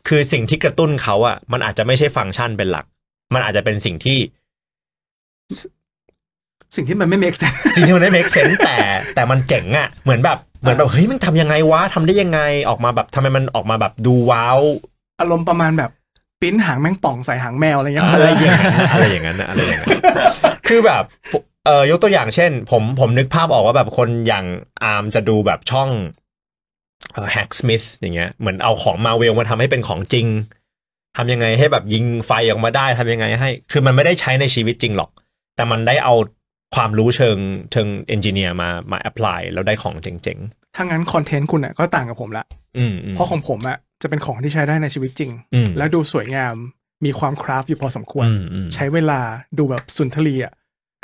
A: คือสิ่งที่กระตุ้นเขาอะมันอาจจะไม่ใช่ฟังก์ชันเป็นหลัก มันอาจจะเป็นสิ่งที่
B: สิ่งที่มันไม่ make sense
A: สิ่งที่มันไม่ make sense แต่แต่มันเจ๋งอะเหมือนแบบเหมือนแบบเฮ้ยมันทำยังไงวะทำได้ยังไงออกมาแบบทำไมมันออกมาแบบดูว้าว
B: อารมณ์ประมาณแบบปิ้นหางแมงป่องใส่หางแมวอะไรเงี้ย
A: อะไรอย่างนั้นนะ อะไรอย่างนั้นนะอะไรอย่างนั้น คือแบบเอ่อยกตัวอย่างเช่น ผมผมนึกภาพออกว่าแบบคนอย่างอาร์มจะดูแบบช่องเอ่อแฮกสมิธอย่างเงี้ยเหมือนเอาของมาเวลมาทำให้เป็นของจริงทำยังไงให้แบบยิงไฟออกมาได้ทำยังไงให้ คือมันไม่ได้ใช้ในชีวิตจริงหรอก แต่มันได้เอาความรู้เชิงเชิงเอนจิเนียร์มามาแอพพลายแล้วได้ของเจ๋ง
B: ถ้างั้นคอนเทนต์คุณอ่ะก็ต่างกับผมละ
A: ๆอืมม
B: เพราะของผมอ่ะจะเป็นของที่ใช้ได้ในชีวิตจริง
A: อืม
B: แล้วดูสวยงามมีความคราฟอยู่พอสมควร
A: อืมอืม
B: ใช้เวลาดูแบบสุนทรีย์อ่ะ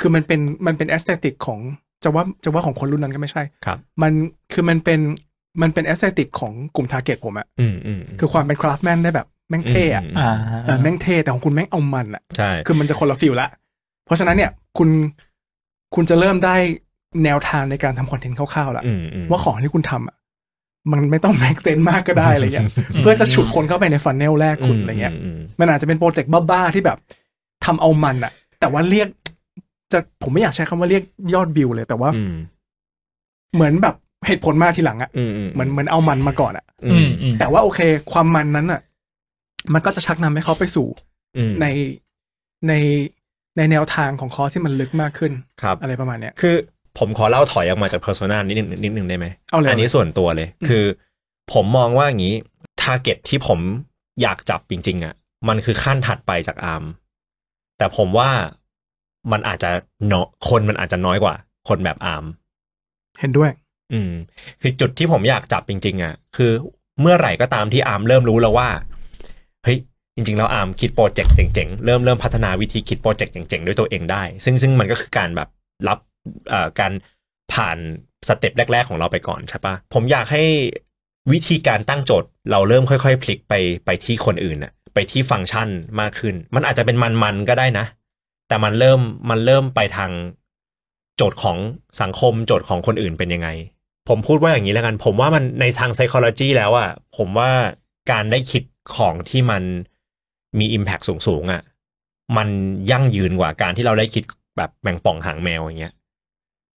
B: คือมันเป็นมันเป็นแอสเตติกของจะว่าจะว่าของคนรุ่นนั้นก็ไม่ใช่
A: ครับ
B: มันคือมันเป็นมันเป็นแอสเตติกของกลุ่มทาร์เก็ตผมอ่ะ
A: อืมอืม
B: คือความเป็นคราฟแมนได้แบบแม่งเท่อ่ะ
A: ม
C: อ่า
B: เออแม่งเท่แต่ของคุณแม่งเอามันอ่ะ
A: ใช่
B: คือมันจะคนละฟิลละ เพราะฉะนั้นเนี่ยคุณคุณจะเริ่มได้แนวทางในการทำคอนเทนต์คร่าวๆละ
A: มม
B: ว่าของที่คุณทำอ่ะมันไม่ต้องแม็กเซนมากก็ได้อะไร เงี้ย
A: อืม
B: เพื่อจะฉุดคนเข้าไปในฟันเนลแรกคุณอะไรเงี้ย
A: มม
B: มันอาจจะเป็นโปรเจกต์บ้าๆที่แบบทำเอามันอ่ะ แต่ว่าเรียกจะผมไม่อยากใช้คำว่าเรียกยอดวิวเลย แต่ว่า
A: อืม
B: เหมือนแบบเหตุผลมาทีหลังอ่ะ
A: อืม
B: เหมือนเหมือนเอามันมาก่อนอ่ะ
A: อืม
C: อืม
B: แต่ว่าโอเค ความมันนั้นอ่ะ มันก็จะชักนำให้เขาไปสู่
A: อืม
B: ในในในแนวทางของคอร์สที่มันลึกมากขึ้น
A: ครับ
B: อะไรประมาณเนี้ย
A: คือผมขอเล่าถอยออกมาจากเพอร์โซนานิดนึงนิดนึงได้ไหม
B: เอาเลย
A: นนี้ส่วนตัวเลย คือผมมองว่าอย่างนี้ทาร์เก็ตที่ผมอยากจับจริง ๆ อ่ะ มันคือขั้นถัดไปจากอาร์มแต่ผมว่ามันอาจจะเนาะคนมันอาจจะน้อยกว่า คนแบบอาร์ม
B: เห็นด้วย
A: อืมคือจุดที่ผมอยากจับจริงๆอ่ะคือเมื่อไหร่ก็ตามที่อาร์มเริ่มรู้แล้วว่าเฮ้ยจริงๆแล้วอาร์มคิดโปรเจกต์เจ๋งๆเริ่มเริ่มพัฒนาวิธีคิดโปรเจกต์เจ๋งๆด้วยตัวเองได้ ซึ่งซึ่งมันก็คือการแบบรับเอ่อการผ่านสเต็ปแรก ๆ ของเราไปก่อนใช่ปะผมอยากให้วิธีการตั้งโจทย์เราเริ่มค่อยๆ พลิกไปไปที่คนอื่นน่ะไปที่ฟังก์ชันมากขึ้น มันอาจจะเป็นมันๆก็ได้นะ แต่มันเริ่มมันเริ่มไปทางโจทย์ของสังคมโจทย์ของคนอื่นเป็นยังไง ผมพูดว่าอย่างนี้แล้วกัน ผมว่ามันในทาง psychology แล้วอะผมว่าการได้คิดของที่มันมี impact สูงๆอะมันยั่งยืนกว่าการที่เราได้คิด แบบแมงป่องหางแมวอย่างเงี้ย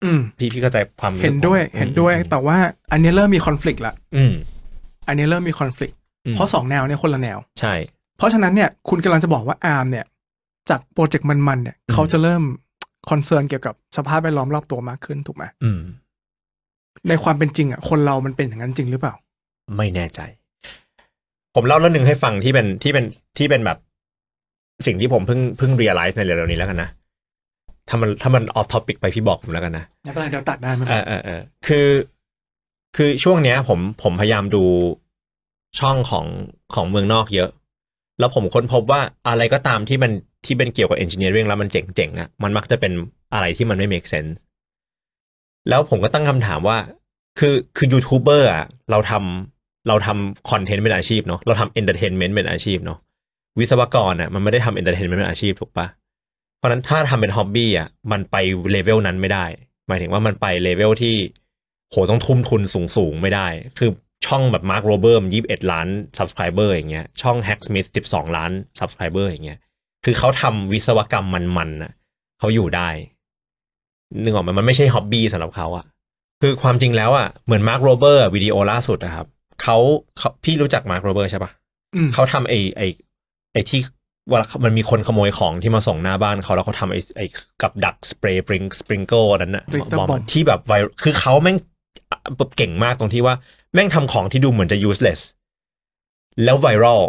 B: อืม
A: พี่พี่เข้าใจความรู้สึก
B: เห็นด้วย
A: ผม
B: เห็นด้วย แต่ว่าอันนี้เริ่มมีคอน FLICT ละ
A: อืม
B: อันนี้เริ่มมีคอน FLICT
A: ม
B: เพราะสองแนวเนี่ยคนละแนว
A: ใช่
B: เพราะฉะนั้นเนี่ยคุณกำลังจะบอกว่าอาร์มเนี่ย จากโปรเจกต์มันๆเนี่ย
A: อืม
B: เขาจะเริ่มคอนเซิร์นเกี่ยวกับสภาพแวดล้อมรอบตัวมากขึ้นถูกไหม
A: อืม
B: ในความเป็นจริงอ่ะคนเรามันเป็นอย่างนั้นจริงหรือเปล่า
A: ไม่แน่ใจ ผมเล่าเรื่องหนึ่งให้ฟังที่เป็นที่เป็นที่เป็นแบบ สิ่งที่ผมเพิ่งเพิ่งเรียลไลซ์ในเร็วๆนี้แล้วกันนะ ถ้ามันถ้ามันออฟท็อปิกไปพี่บอกผมแล้วกันนะ
B: ไม่เป็นไรเดี๋ยวตัดได้ไหมค
A: เอ
B: รับ
A: อเออเออคือ คือช่วงเนี้ย ผมผมพยายามดูช่องของของเมืองนอกเยอะ แล้วผมค้นพบว่าอะไรก็ตามที่มันที่เป็นเกี่ยวกับเอนจิเนียริงแล้วมันเจ๋งๆอะมันมักจะเป็นอะไรที่มันไม่ make sense แล้วผมก็ตั้งคำถามว่า คือคือยูทูบเบอร์อะเราทำเราทำคอนเทนต์เป็นอาชีพเนาะเราทำเอนเตอร์เทนเมนต์เป็นอาชีพเนาะวิศวกรอะมันไม่ได้ทำเอนเตอร์เทนเมนต์เป็นอาชีพถูกปะเพราะฉะนั้นถ้าทำเป็นฮ็อบบี้อะมันไปเลเวลนั้นไม่ได้ หมายถึงว่ามันไปเลเวลที่โหต้องทุ่มทุนสูงสูงๆไม่ได้ คือช่องแบบมาร์คโรเบิร์มยี่สิบเอ็ดล้าน subscriber อย่างเงี้ยช่องแฮกสมิธสิบสองล้าน subscriber อย่างเงี้ย คือเขาทำวิศวกรรมมันๆน่ะเขาอยู่ได้ นึกออกไหมมันไม่ใช่ฮ็อบบี้สำหรับเขาอะคือความจริงแล้วอะเหมือนมาร์คโรเบอร์วิดีโอล่าสุดนะครับเขาเขาพี่รู้จักมาร์คโรเบอร์ใช่ปะ
B: อืม
A: เขาทำไอ้ไอ้ไอ้ที่เวลามันมีคนขโมยของที่มาส่งหน้าบ้านเขาแล้วเขาทำไอ้ไอ้กับดักสเปรย์ปริงสปริงเกิลนั้นนะ
B: Sprinkle
A: บอม
B: bomb
A: ที่แบบไวรัลคือเขาแม่งแบบเก่งมากตรงที่ว่าแม่งทำของที่ดูเหมือนจะ useless แล้วไวรัล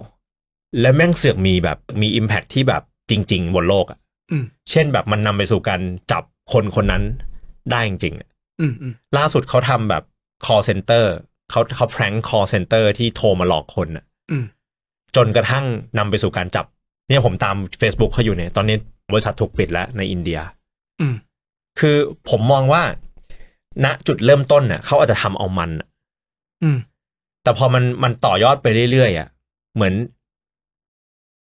A: แล้วแม่งเสือกมีแบบมี impact ที่แบบจริง ๆ บนโลกอะ
B: อืม
A: เช่นแบบมันนำไปสู่การจับคนคนนั้นได้จริงๆอะ
B: อืมอืม
A: ล่าสุดเขาทำแบบ call center เขาเขา prank call center ที่โทรมาหลอกคนน่ะ
B: อืม
A: จนกระทั่งนำไปสู่การจับ เนี่ยผมตาม Facebook เขาอยู่เนี่ย ตอนนี้บริษัทถูกปิดแล้วในอินเดีย
B: อืม
A: คือผมมองว่า ณจุดเริ่มต้นน่ะเขาอาจจะทำเอามันน่ะ
B: อืม
A: แต่พอมันมันต่อยอดไปเรื่อยๆอ่ะเหมือน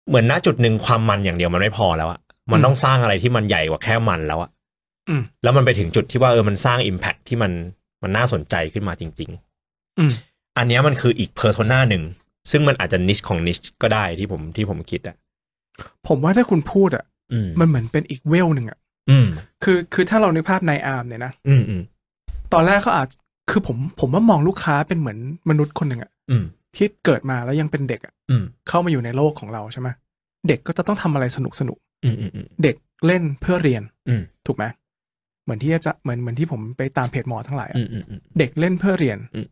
A: เหมือนณจุดหนึ่งความมันอย่างเดียวมันไม่พอแล้วอ่ะมันต้องสร้างอะไรที่มันใหญ่กว่าแค่มันแล้วอ่ะ
B: อืม
A: แล้วมันไปถึงจุดที่ว่าเออมันสร้าง Impact ที่มันมันน่าสนใจขึ้นมาจริง ๆ
B: อืม
A: อันเนี้ยมันคืออีกเพอร์โซนาหนึ่ง ซึ่งมันอาจจะนิชของนิชก็ได้ที่ผมที่ผมคิดอ่ะ
B: ผมว่าถ้าคุณพูดอ่ะ
A: อืม
B: มันเหมือนเป็นอีกเวลหนึ่งอ่ะ
A: อืม
B: คือคือถ้าเรานึกภาพนายอาร์มเนี่ยนะ
A: อืมอืม
B: ตอนแรกเขาอาจคือผมผมว่ามองลูกค้าเป็นเหมือนมนุษย์คนหนึ่งอ่ะ
A: อืม
B: ที่เกิดมาแล้วยังเป็นเด็กอ่ะ
A: อืม
B: เข้ามาอยู่ในโลกของเราใช่ไหมเด็กก็จะต้องทำอะไรสนุกสนุก
A: อืมอืมอืม
B: เด็กเล่นเพื่อเรียน
A: อืม
B: ถูกไหมเหมือนที่อาจะเหมือนเหมือนที่ผมไปตามเพจหมอทั้งหลายอะ
A: อืมอืมอืม
B: เด็กเล่นเพื่อเรียน
A: อืม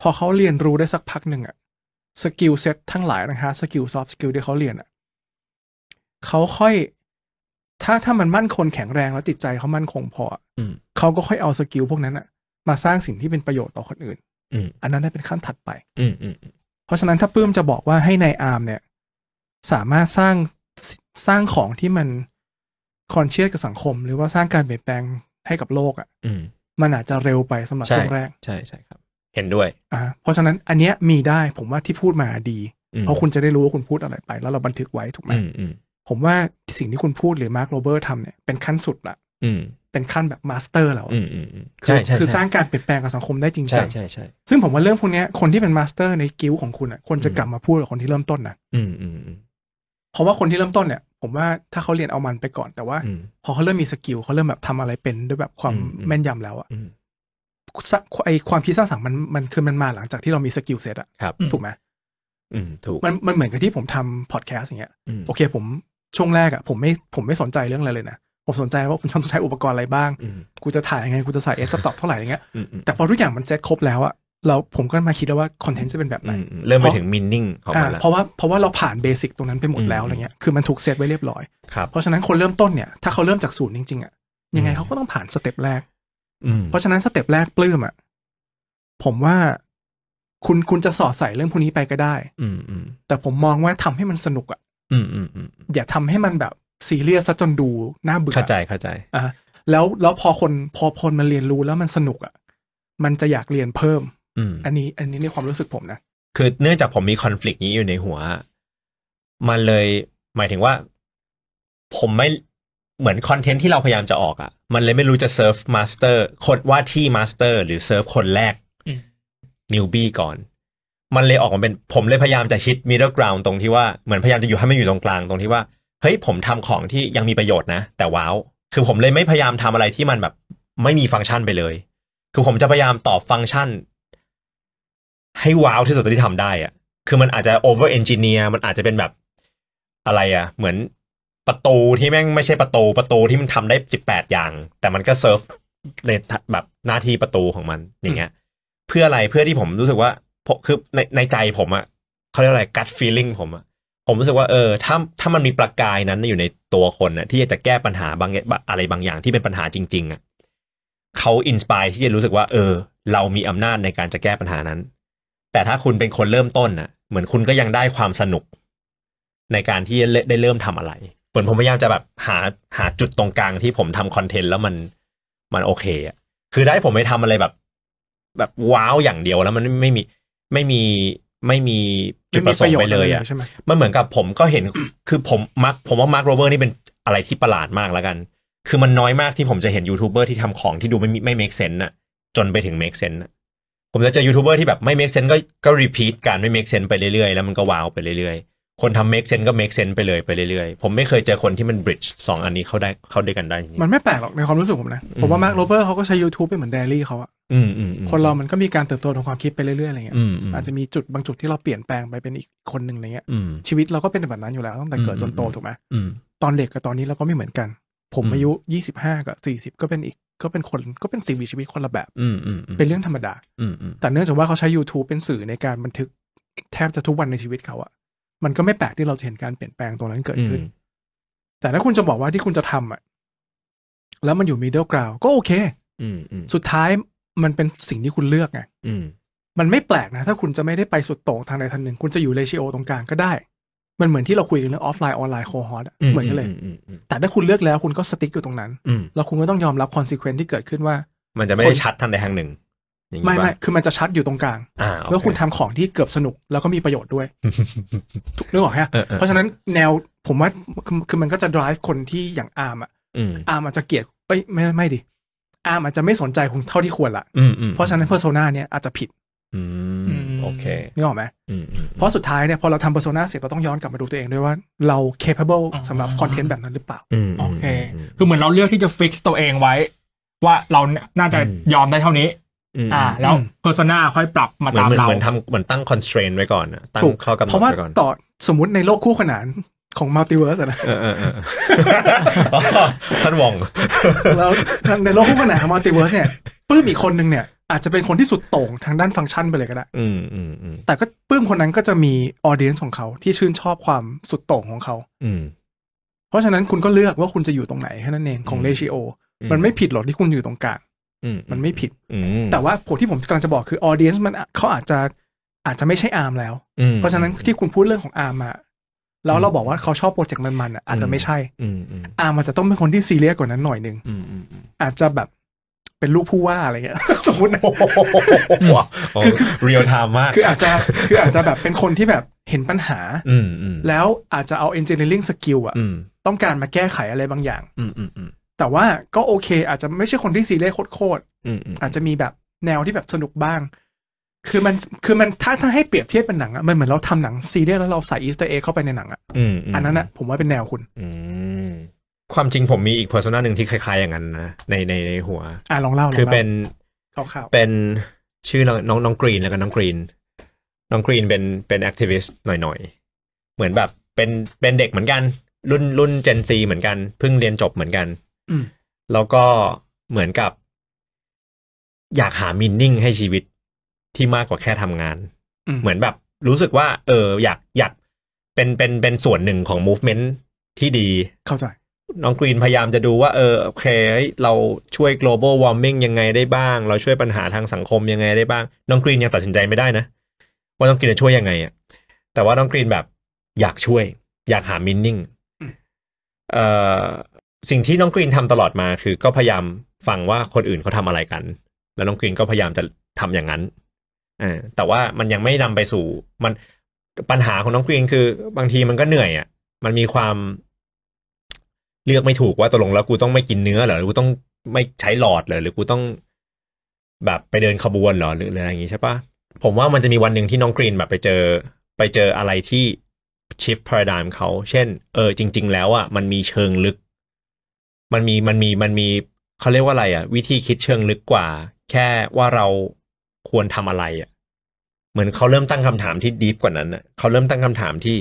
B: พอเขาเรียนรู้ได้สักพักหนึ่งอะสกิลเซ็ตทั้งหลายนะฮะสกิลซอฟต์สกิลที่เขาเรียนอะเขาค่อย ถ้าถ้ามันมั่นคงแข็งแรงแล้วจิตใจเขามั่นคงพออะ
A: อืม
B: เขาก็ค่อยเอาสกิลพวกนั้นอะมาสร้างสิ่งที่เป็นประโยชน์ต่อคนอื่น
A: อืม
B: อันนั้นน่ะเป็นขั้นถัดไป
A: อืมอืม
B: เพราะฉะนั้นถ้าปื้มจะบอกว่าให้ในายอาร์มเนี่ย สามารถสร้างสร้างของที่มันคอนเชียสกับสังคม หรือว่าสร้างการเปลี่ยนแปลงให้กับโลกอะ่ะ
A: อืม
B: มันอาจจะเร็วไปสำหรับ
A: ใช่
B: ช่วงแรก
A: ใช่ใช่ครับ เห็นด้วย
B: อ่าเพราะฉะนั้นอันเนี้ยมีได้ผมว่าที่พูดมาดี
A: อืม
B: เพราะคุณจะได้รู้ว่าคุณพูดอะไรไป แล้วเราบันทึกไว้ถูกไหม
A: อืมอืม
B: ผมว่าสิ่งที่คุณพูดหรือมาร์คโรเบอร์ทำเนี่ยเป็นขั้นสุดละ
A: อืม
B: เป็นขั้นแบบมาสเตอร์แล้วอะ
A: อืมอืมอืม
B: คื
A: ใช่ใช่
B: คือ
A: ใช่
B: สร้างการเปลี่ยนแปลงกับสังคมได้จริง
A: ใช่
B: จัง
A: ใช่ใช่
B: ซึ่งผมว่าเรื่องพวกเนี้ยคนที่เป็นมาสเตอร์ในกิลด์ของคุณอ่ะควรจะกลับมาพูดกับคนที่เริ่มต้นนะ
A: อืมอืมอืม
B: เพราะว่าคนที่เริ่มต้นเนี่ย ผมว่าถ้าเขาเรียนเอามันไปก่อนแต่ว่า
A: อืม
B: พอเขาเริ่มมีสกิลเขาเริ่มแบบทำอะไรเป็นด้วยแบบความ
A: อืมอืม
B: แม่นยำแล้วอะ
A: อืม
B: สะไอความคิดสร้างสรรค์มันมันคือมันมาหลังจากที่เรามีสกิลเซ็ตอะ
A: ครับ
B: ถูกไหม
A: อืมถูก
B: มันมันเหมือนกับที่ผมทำพอดแคสต์อย่างเงี้ย
A: อืม
B: โอเคผมช่วงแรกอะผมไม่ผมไม่สนใจเรื่องอะไรเลยนะ ผมสนใจว่า ผมต้องใช้อุปกรณ์อะไรบ้าง
A: อืม
B: กูจะถ่ายยังไงกูจะใส่เอสต็อปเท่าไหร่อย่างเงี้ย
A: อืมอืม
B: แต่พอทุกอย่างมันเซ็ตครบแล้วอะเราผมก็มาคิดแล้วว่าคอนเทนต์จะเป็นแบบไหน
A: อืมอืมเริ่มไปถึงมินนิ่งของ
B: อ่า
A: มันแล้ว
B: เพราะว่าเพราะว่าเราผ่านเบสิกตรงนั้นไปหมด
A: อืม
B: แล้วอะไรเงี้ยคือมันถูกเซตไว้เรียบร้อย
A: ครับ
B: เพราะฉะนั้นคนเริ่มต้นเนี่ยถ้าเขาเริ่มจากศูนย์จริงๆอ่ะยังไง
A: อืม
B: เขาก็ต้องผ่านสเต็ปแรก
A: อืม
B: เพราะฉะนั้นสเต็ปแรกปลื้มอ่ะผมว่าคุณคุณจะสอดใส่เรื่องพวกนี้ไปก็ได้
A: อืมอืม
B: แต่ผมมองว่าทำให้มันสนุกอ่ะ
A: อืมอืมอืม
B: อย่าทำให้มันแบบซีเรียสซะจนดูน่าเบื่อ
A: เข้าใจเข้าใจ
B: อ่ะแล้วแล้วพอคนพอคนมันเรียนรู้แล้วมันสนุกอ่ะมันจะอยากเรียนเพิ่ม
A: อืม
B: อันนี้อันนี้ในความรู้สึกผมนะ
A: คือเนื่องจากผมมีคอน FLICT นี้อยู่ในหัว มันเลยหมายถึงว่า ผมไม่เหมือนคอนเทนต์ที่เราพยายามจะออกอะ่ะ มันเลยไม่รู้จะเซิร์ฟมาสเตอร์คนว่าที่มาสเตอร์หรือเซิร์ฟคนแรก
C: อืม
A: นิวบี้ก่อน มันเลยออกมาเป็นผมเลยพยายามจะฮิตมิดเดิลกราวน์ตรงที่ว่าเหมือนพยายามจะอยู่ให้มันอยู่ตรงกลางตรงที่ว่า เฮ้ยผมทำของที่ยังมีประโยชน์นะ แต่ว้าว คือผมเลยไม่พยายามทำอะไรที่มันแบบไม่มีฟังก์ชันไปเลย คือผมจะพยายามตอบฟังก์ชัน ให้ว้าวที่สุดเท่าที่ทำได้อะคือมันอาจจะโอเวอร์เอนจิเนียร์มันอาจจะเป็นแบบอะไรอะเหมือนประตูที่แม่งไม่ใช่ประตูประตูที่มันทำได้สิบแปดอย่าง แต่มันก็เซิร์ฟในแบบหน้าที่ประตูของมันอย่างเงี้ย เพื่ออะไรเพื่อที่ผมรู้สึกว่าผมคือในในใจผมอะเขาเรียกอะไร gut feeling ผมอะผมรู้สึกว่าเออถ้าถ้ามันมีประกายนั้นอยู่ในตัวคนอะที่จะแก้ปัญหาบางอย่างอะไรบางอย่างที่เป็นปัญหาจริง ๆอะเขาอินสปายที่จะรู้สึกว่า เออ เรามีอำนาจในการจะแก้ปัญหานั้น แต่ถ้าคุณเป็นคนเริ่มต้นอะเหมือนคุณก็ยังได้ความสนุก ในการที่จะได้เริ่มทำอะไรเหมือนผมพยายามจะแบบหาหาจุดตรงกลางที่ผมทำคอนเทนต์แล้วมันมันโอเคอะคือได้ผมไปทำอะไรแบบ แบบว้าวอย่างเดียวแล้วมันไม่ไม่มีไม่มีไม่มีจุดประสงค์ไปเลยอะ
B: ใช่ไหม
A: มันเหมือนกับผมก็เห็น คือผมมักผมว่ามาร์คโรเบอร์นี่เป็นอะไรที่ประหลาดมากแล้วกัน คือมันน้อยมากที่ผมจะเห็นยูทูบเบอร์ที่ทำของที่ดูไม่ไม่เมคเซนน่ะ จนไปถึงเมคเซนน่ะ ผมจะเจอยูทูบเบอร์ที่แบบไม่เมคเซนก็ก็รีพีทการไม่เมคเซนไปเรื่อยๆ แล้วมันก็ว้าวไปเรื่อยๆ คนทำเมคเซนก็เมคเซนไปเลยไปเรื่อยๆ ผมไม่เคยเจอคนที่มันบริดจ์สองอันนี้เข้าได้เข้าด้วยกันได้จริงๆ
B: มันไม่แปลกหรอกในความรู้สึกผมนะ
A: อืม
B: ผมว่ามาร์คโรเบอร์เขาก็ใช้ YouTube เป็นเหมือนไดอารี่เขาอะ
A: อืมอืมอื
B: คนเรามันก็มีการเติบโตทางความคิดไปเรื่อยๆอะไรเงี้ย
A: อืมอืม
B: อาจจะมีจุดบางจุดที่เราเปลี่ยนแปลงไปเป็นอีกคนหนึ่งอะไรเงี้ย
A: อืม
B: ชีวิตเราก็เป็นแบบนั้นอยู่แล้วตั้งแต่เกิด
A: อืม
B: จนโตถูกไหม
A: อืม
B: ตอนเด็กกับตอนนี้เราก็ไม่เหมือนกัน ผม
A: อืม
B: อายุยี่สิบห้ากับสี่สิบก็เป็นอีกก็เป็นคนก็เป็นสิ่งมีชีวิตคนละแบบ
A: อืมอืมอืม
B: เป็นเรื่องธรรมดา
A: อืมอืม
B: แต่เนื่องจากว่าเขาใช้ YouTube เป็นสื่อในการบันทึกแทบจะทุกวันในชีวิตเขาอะมันก็ไม่แปลกที่เราจะเห็นการเปลี่ยนแปลงตรงนั้นเกิด
A: อื
B: ขึ้น
A: ม
B: แต่ถ้าคุณจะบอกว่าที่คุณจะทำอะแล้วมันอยู่ middle ground ก็โอเค
A: อืมอืม
B: สุดท้ายมันเป็นสิ่งที่คุณเลือกไง
A: อืม
B: มันไม่แปลกนะ ถ้าคุณจะไม่ได้ไปสุดโต่งทางใดทางหนึ่ง คุณจะอยู่เลชิโอตรงกลางก็ได้ มันเหมือนที่เราคุยกันเรื่องออฟไลน์ออนไลน์โคฮอร์เหมือนกันเลย
A: อืมอืม
B: แต่ถ้าคุณเลือกแล้วคุณก็สติ๊กอยู่ตรงนั้น
A: อืม
B: แล้วคุณก็ต้องยอมรับคอนซเควนที่เกิดขึ้นว่า
A: มันจะไม่ได้ชัดทางใดทางหนึ่งอย่าง
B: ไม่
A: นี้
B: ไม่
A: ป่ะ
B: คือมันจะชัดอยู่ตรงกลาง
A: อ่าโอเ
B: แล้วคุณทำของที่เกือบสนุกแล้วก็มีประโยชน์ด้วย ถูกนึกออกไหมฮะ
A: เออเออ
B: เพราะฉะนั้นแนวผมว่าคือคือมันก็จะ drive คนที่อย่างอาร์มอะ
A: อืม
B: อาร์มอาจจะเกลียดเอ้ยไม่ไม่ดิอาร์มอาจจะไม่สนใจคุณเท่าที่ควรละ
A: อืมอืม
B: เพราะฉะนั้นเพอร์โซนาเนี่ยอาจจะผิด
A: อืมโอเค
B: นึกออกไหม
A: อืมอืม
B: เพราะสุดท้ายเนี่ยพอเราทำเพอร์โซนาเสร็จเราต้องย้อนกลับมาดูตัวเองด้วยว่าเรา capable
C: อ๋อ
B: สำหรับคอนเทนต์แบบนั้นหรือเปล่า
A: อืม
C: โอเค
A: อืม
C: คือเหมือนเราเลือกที่จะฟิกตัวเองไว้ ว่าเราเนี่ยน่าจะ
A: อืม
C: ยอมได้เท่านี้
A: ม
C: อ่า แล้ว
B: อืม
C: เพอร์ซนาค่อยปรับมา
A: เหมือ
C: ตานม
A: เหมือน
C: เรา
A: เหมือนทำเหมือนตั้ง constraint ไว้ก่อนอะตั้ง
B: ถูก
A: ข้อกำหนด
B: เพราะว่า
A: ไว้ก่อน
B: ต่อสมมติในโลกคู่ขนานของ multiverse อะนะ
A: เออเออเอออ๋อท่านวอง
B: แล้วในโลกคู่ขนานของ multiverse เนี่ยปื้มอีกคนนึงเนี่ยอาจจะเป็นคนที่สุดโต่งทางด้านฟังก์ชันไปเลยก็ได้
A: อืมอืมอืม
B: แต่ก็ปลื้มคนนั้นก็จะมีออเดียนของเขาที่ชื่นชอบความสุดโต่งของเขา
A: อืม
B: เพราะฉะนั้นคุณก็เลือกว่าคุณจะอยู่ตรงไหนแค่นั้นเองของ
A: อืม
B: เลชิโอมันไม่ผิดหรอกที่คุณอยู่ตรงกลาง
A: อือื
B: มันไม่ผิด
A: อืม
B: แต่ว่าผมที่ผมกำลังจะบอกคือออเดียนมันเขาอาจจะอาจจะไม่ใช่อาร์มแล้ว
A: อืม
B: เพราะฉะนั้นที่คุณพูดเรื่องของอาร์มอะแล้วเราบอกว่าเขาชอบโปรเจกต์มันๆอะอาจจะไม่ใช่
A: อืมอืม
B: อาร์มอาจจะต้องเป็นคนที่ซีเรียสกว่านั้นหน่อยหนึ่ง
A: อืมอืมอืม
B: อาจจะแบบเป็นลูกผู้ว่าอะไรเงี้ย สมมตินะ
A: โอ้เรียลไทม์มาก
B: คืออาจจะคืออาจจะแบบเป็นคนที่แบบเห็นปัญหา
A: อืมอืม
B: แล้วอาจจะเอา engineering skill อะ
A: อืม
B: ต้องการมาแก้ไขอะไรบางอย่าง
A: อืมอืมอืม
B: แต่ว่าก็โอเค อาจจะไม่ใช่คนที่ซีเรียสโคตร
A: อืมอืม
B: ๆอาจจะมีแบบแนวที่แบบสนุกบ้าง คือมันคือมันถ้าถ้าให้เปรียบเทียบเป็นหนังอะมันเหมือนเราทำหนังซีเรียสแล้วเราใส่อีสเตอร์เอเข้าไปในหนังอะ
A: อืมม
B: อันนั้นอะผมว่าเป็นแนวคุณ
A: อืมความจริงผมมีอีกเพอร์ n a นาหนึ่งที่คล้ายๆอย่างนั้นนะในในในหัว
B: อ่ะลองเล่าลง
A: คือ
B: ล่า
A: เป็น
B: คร่าว
A: เป็นชื่อน้องน้องน้องกรีนแล้วกันน้องกรีน น้องกรีนเป็นเป็นแอคทิวิสต์หน่อยๆ เหมือนแบบเป็นเป็นเด็กเหมือนกัน รุ่นรุ่นเจนซีเหมือนกันเพิ่งเรียนจบเหมือนกัน
B: ๆอืม
A: แล้วก็เหมือนกับ อยากหามินนิ่งให้ชีวิตที่มากกว่าแค่ทำงาน
B: ม
A: เหมือนแบบรู้สึกว่า เออ อยากอยากเป็นเป็นเป็นส่วนหนึ่งของ movement ที่ดี
B: เข้าใจ
A: น้องกรีนพยายามจะดูว่า เออโอเคเฮ้ยเราช่วย global warming ยังไงได้บ้าง เราช่วยปัญหาทางสังคมยังไงได้บ้าง น้องกรีนยังตัดสินใจไม่ได้นะ ว่าน้องกรีนจะช่วยยังไงอะแต่ว่าน้องกรีนแบบอยากช่วย อยากหามินนิ่ง
B: อืม
A: เอ่อสิ่งที่น้องกรีนทำตลอดมาคือก็พยายามฟังว่าคนอื่นเขาทำอะไรกัน แล้วน้องกรีนก็พยายามจะทำอย่างนั้นเออแต่ว่ามันยังไม่นำไปสู่มันปัญหาของน้องกรีนคือบางทีมันก็เหนื่อยอะ่ะ มันมีความ เลือกไม่ถูกว่าตกลงแล้วกูต้องไม่กินเนื้อเหรอหรือกูต้องไม่ใช้หลอดเหรอหรือกูต้อง แบบไปเดินขบวนเหรอหรืออะไรอย่างงี้ใช่ปะผมว่ามันจะมีวันหนึ่งที่น้องกรีนแบบไปเจอ ไปเจออะไรที่ชิฟพาราด m มเขา เช่น เออจริง ๆ แล้วอ่ะมันมีเชิงลึก มันมีมันมีมันมีเขาเรียกว่าอะไรอ่ะ วิธีคิดเชิงลึกกว่า แค่ว่าเราควรทำอะไรอ่ะ เหมือนเขาเริ่มตั้งคำถามที่ดีฟกว่านั้นอ่ะเขาเริ่มตั้งคำถามที่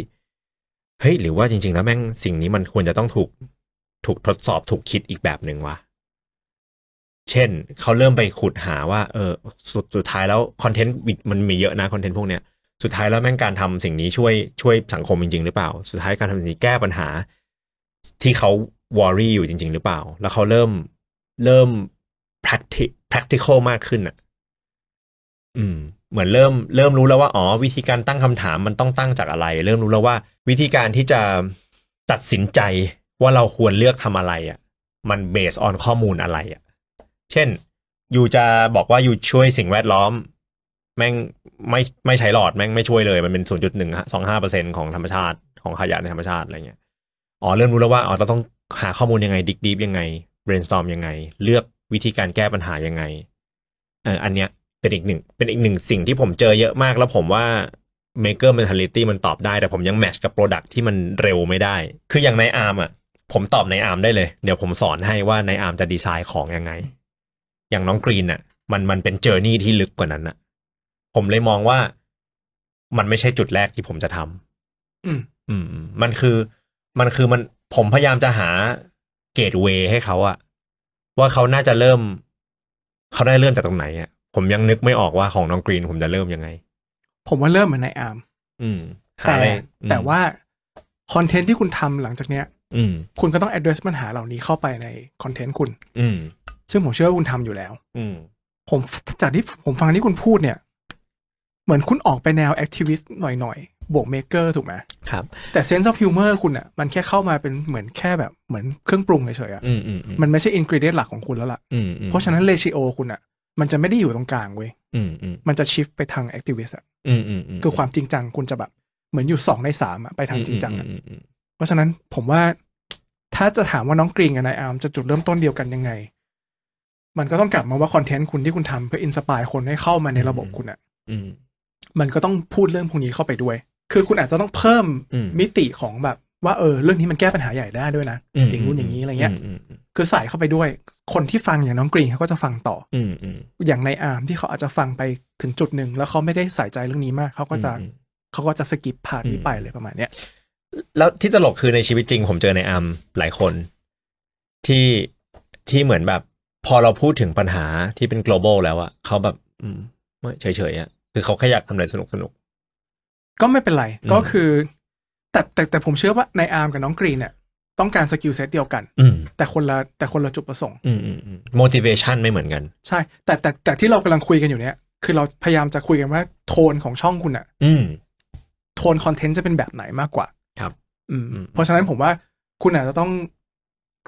A: เฮ้ยหรือว่าจริง ๆ แล้วแม่งสิ่งนี้มันควรจะต้องถูกถูกทดสอบถูกคิดอีกแบบหนึ่งวะเช่นเขาเริ่มไปขุดหาว่า เออสุดสุดท้ายแล้วคอนเทนต์มันมีเยอะนะคอนเทนต์พวกเนี้ย สุดท้ายแล้วแม่งการทำสิ่งนี้ช่วยช่วยสังคมจริง ๆ หรือเปล่า สุดท้ายการทำสิ่งนี้แก้ปัญหา ที่เขาวอรี่อยู่จริง ๆ หรือเปล่า แล้วเขาเริ่มเริ่ม practice practical มากขึ้นอ่ะ อืม เหมือนเริ่มเริ่มรู้แล้วว่าอ๋อวิธีการตั้งคำถามมันต้องตั้งจากอะไร เริ่มรู้แล้วว่า วิธีการที่จะตัดสินใจว่าเราควรเลือกทำอะไรอ่ะ มันเบสออนข้อมูลอะไรอ่ะ เช่นยูจะบอกว่ายูช่วยสิ่งแวดล้อม แม่งไม่ไม่ใช้หลอดแม่งไม่ช่วยเลย มันเป็นศูนย์จุดหนึ่งสองห้าเปอร์เซ็นของธรรมชาติของขยะในธรรมชาติอะไรเงี้ยอ๋อเริ่มรู้แล้วว่าอ๋อเราต้องหาข้อมูลยังไงดิกดีฟยังไง brainstorm ยังไง เลือกวิธีการแก้ปัญหายังไงเอออันเนี้ยเป็นอีกหนึ่งเป็นอีกหนึ่งสิ่งที่ผมเจอเยอะมากแล้วผมว่า maker mentality มันตอบได้ แต่ผมยังแมทช์กับ product ที่มันเร็วไม่ได้ คืออย่างในอาร์มอ่ะผมตอบในอาร์มได้เลย เดี๋ยวผมสอนให้ว่าในอาร์มจะดีไซน์ของยังไง อย่างน้องกรีนอ่ะ มันมันเป็นเจอร์นี่ที่ลึกกว่านั้นอ่ะ ผมเลยมองว่ามันไม่ใช่จุดแรกที่ผมจะทำ
B: อืม
A: อืมอืมมันคือมันคือมันผมพยายามจะหาเกตเวย์ให้เขาอะว่าเขาน่าจะเริ่ม เขาได้เริ่มจากตรงไหนอะผมยังนึกไม่ออกว่าของน้องกรีนผมจะเริ่มยังไง
B: ผมว่าเริ่มเหมือนในอาร์ม
A: อืมหา
B: แต่
A: อะไรอืม
B: แต่ว่าคอนเทนต์ที่คุณทำหลังจากเนี้ย
A: อืม
B: คุณก็ต้อง address ปัญหาเหล่านี้เข้าไปในคอนเทนต์คุณ
A: อืม
B: ซึ่งผมเชื่อว่าคุณทำอยู่แล้ว
A: อืม
B: ผมจากที่ผมฟังที่คุณพูดเนี่ย เหมือนคุณออกไปแนว activist หน่อยๆ บวก maker ถูกไหม
A: ครับ
B: แต่ sense of humor คุณอะ่ะ มันแค่เข้ามาเป็นเหมือนแค่แบบเหมือนเครื่องปรุงเฉยๆอะ่ะ
A: อืมอืมอืม
B: มันไม่ใช่ ingredient หลักของคุณแล้วล่ะ
A: อืมอืม
B: เพราะฉะนั้น ratio คุณอะ่ะ มันจะไม่ได้อยู่ตรงกลางเว้ย
A: อืมอืม
B: มันจะ shift ไปทาง activist อะ่ะ
A: อืมอืมอืม
B: คือความจริงจังคุณจะแบบเหมือนอยู่สองในสามอะไปทางจริงจังอะ
A: อืมอืมอืม
B: เพราะฉะนั้นผมว่าถ้าจะถามว่าน้องกรีนกับนายอาร์มจะจุดเริ่มต้นเดียวกันยังไง มันก็ต้องกลับมาว่าคอนเทนต์คุณที่คุณทำเพื่ออินสปายคนให้เข้ามาในระบบคุณอะ่ะ
A: อืม
B: มันก็ต้องพูดเรื่องพวกนี้เข้าไปด้วย คือคุณอาจจะต้องเพิ่ม
A: อืม
B: มิติของแบบ ว่าเออเรื่องนี้มันแก้ปัญหาใหญ่ได้ด้วยนะ
A: อืม
B: อย่างนู้นอย่างนี้อะไรเงี้ย
A: อืมอืม
B: คือใส่เข้าไปด้วย คนที่ฟังอย่างน้องกรีนเขาก็จะฟังต่อ
A: อืมอืม
B: อย่างในายอาร์มที่เขาอาจจะฟังไปถึงจุดหนึ่งแล้วเขาไม่ได้ใส่ใจเรื่องนี้มากเขาก็จะ
A: อืม
B: เขาก็จะสกิปผ่านนี้ไปเลยประมาณเนี้ย
A: แล้วที่ตลกคือในชีวิตจริง ผมเจอในอาร์มหลายคน ที่ที่เหมือนแบบ พอเราพูดถึงปัญหาที่เป็น global แล้วอะเขาแบบ อืมไม่เฉยๆอะคือเขาแค่อยากทำอะไรสนุกสนุก
B: ก็ไม่เป็นไร
A: อืม
B: ก็คือ แต่แต่แต่ผมเชื่อว่าในอาร์มกับน้องกรีนเนี่ยต้องการสกิลเซตเดียวกัน
A: อืม
B: แต่คนละแต่คนละจุดประสงค์
A: อืมอืมอืม motivation ไม่เหมือนกัน
B: ใช่ แต่แต่แต่ที่เรากำลังคุยกันอยู่เนี่ย คือเราพยายามจะคุยกันว่าโทนของช่องคุณอะ
A: อืม
B: โทนคอนเทนต์จะเป็นแบบไหนมากกว่า
A: ครับ
B: อืม
A: อืม
B: เพราะฉะนั้นผมว่าคุณอาจจะต้อง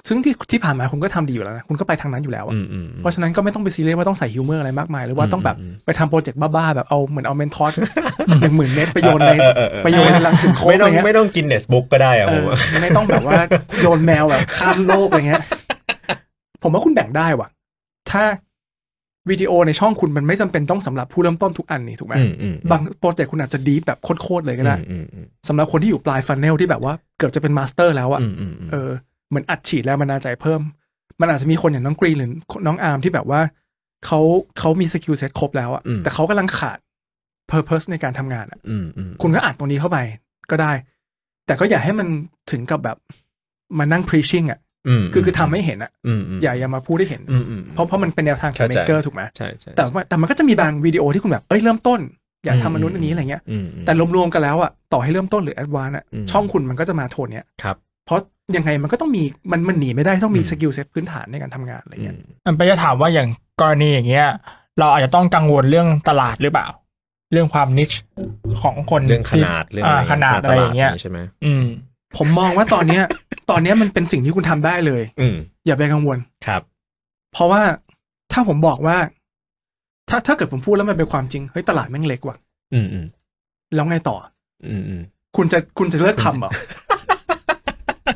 B: ซึ่งที่ที่ผ่านมาคุณก็ทำดีอยู่แล้วนะ คุณก็ไปทางนั้นอยู่แล้วอะ
A: อืมอืมอืม
B: เพราะฉะนั้นก็ไม่ต้องไปซีเรียสว่าต้องใส่ฮิวเมอร์อะไรมากมาย หรือว่าต้องแบบ
A: อืม
B: ไปทำโปรเจกต์บ้าๆแบบเอาเหมือนเอาเมนทอ สหนึ่งหมื่นเมตรไปโยนใน
A: เออเออเออ
B: ไปโยนในรังถึงโคก
A: ไม่ต้อง
B: ะรเงี้ย
A: ไม่ต้องกินเนสบุ๊กก็ได้อะผมว่า
B: เออไม่ต้องแบบว่า โยนแมวแบบข้ามโลกอะไรเงี้ย ผมว่าคุณแบ่งได้ว่ะ ถ้าวิดีโอในช่องคุณมันไม่จำเป็นต้องสำหรับผู้เริ่มต้นทุกอันนี่ถูกไหม
A: อืมอืม
B: บางโปรเจกต์คุณอาจจะดีฟแบบโคตรๆเลยก็ได้
A: อืมอืม
B: สำหรับคนที่อยู่ปลายฟันเนลที่แบบว่าเกือบจะเป็นมาสเตอร์แล้วอะ
A: อืมอืมอืม
B: เออเหมือนอัดฉีดแรงบันดาลใจเพิ่ม มันอาจจะมีคนอย่างน้องกรีนหรือน้องอาร์มที่แบบว่าเขาเขามีสกิลเซ็ตครบแล้วอะแต่เขากำลังขาดเพอร์เพสในการทำงานอะ
A: อืมอืม
B: คุณก็อัดตรงนี้เข้าไปก็ได้ แต่ก็อย่าให้มันถึงกับแบบมานั่ง preaching อ่ะ
A: ม
B: คือคือทำให้เห็นอ่ะ
A: อืมอืม
B: อย่าอย่ามาพูดให้เห็น
A: อืมอืม
B: เพราะเพราะมันเป็นแนวทางของ
A: เข้าใจ
B: maker ถูกไหม
A: ใช่ใช่
B: แต่ว่าแต่มันก็จะมีบางวิดีโอที่คุณแบบ เอ้ยเริ่มต้น อยากทำมนุษย์อันนี้อะไรเงี้ย
A: อืมอืม
B: แต่รวมๆกันแล้วอ่ะ ต่อให้เริ่มต้นหรือ advance อ่ะ
A: อืม
B: ช่องคุณมันก็จะมาโทนเนี้ย
A: ครับ
B: เพราะยังไงมันก็ต้องมี มันมันหนีไม่ได้ต้องมี
A: อืม
B: สกิลเซ็ตพื้นฐานในการทำงานอะไรเงี้ย
C: มันไปจะถามว่าอย่างกรณีอย่างเงี้ย เราอาจจะต้องกังวลเรื่องตลาดหรือเปล่า เรื่องความนิชของคน
A: เรื่องขนาดเรื่อง
C: อ่า
A: อะไร
C: ขนาดอะไรอย่างเงี้ย
A: ใช่ไหม
C: อืม
B: ผมมองว่าตอนเนี้ย ตอนเนี้ยมันเป็นสิ่งที่คุณทำได้เลย
A: อืม
B: อย่าไปกังวล
A: ครับ
B: เพราะว่าถ้าผมบอกว่า ถ้าถ้าเกิดผมพูดแล้วมันเป็นความจริงเฮ้ยตลาดแม่งเล็กว่ะ
A: อืมอืม
B: แล้วไงต่อ
A: อืมอืม
B: คุณจะคุณจะเลิกทำเหรอ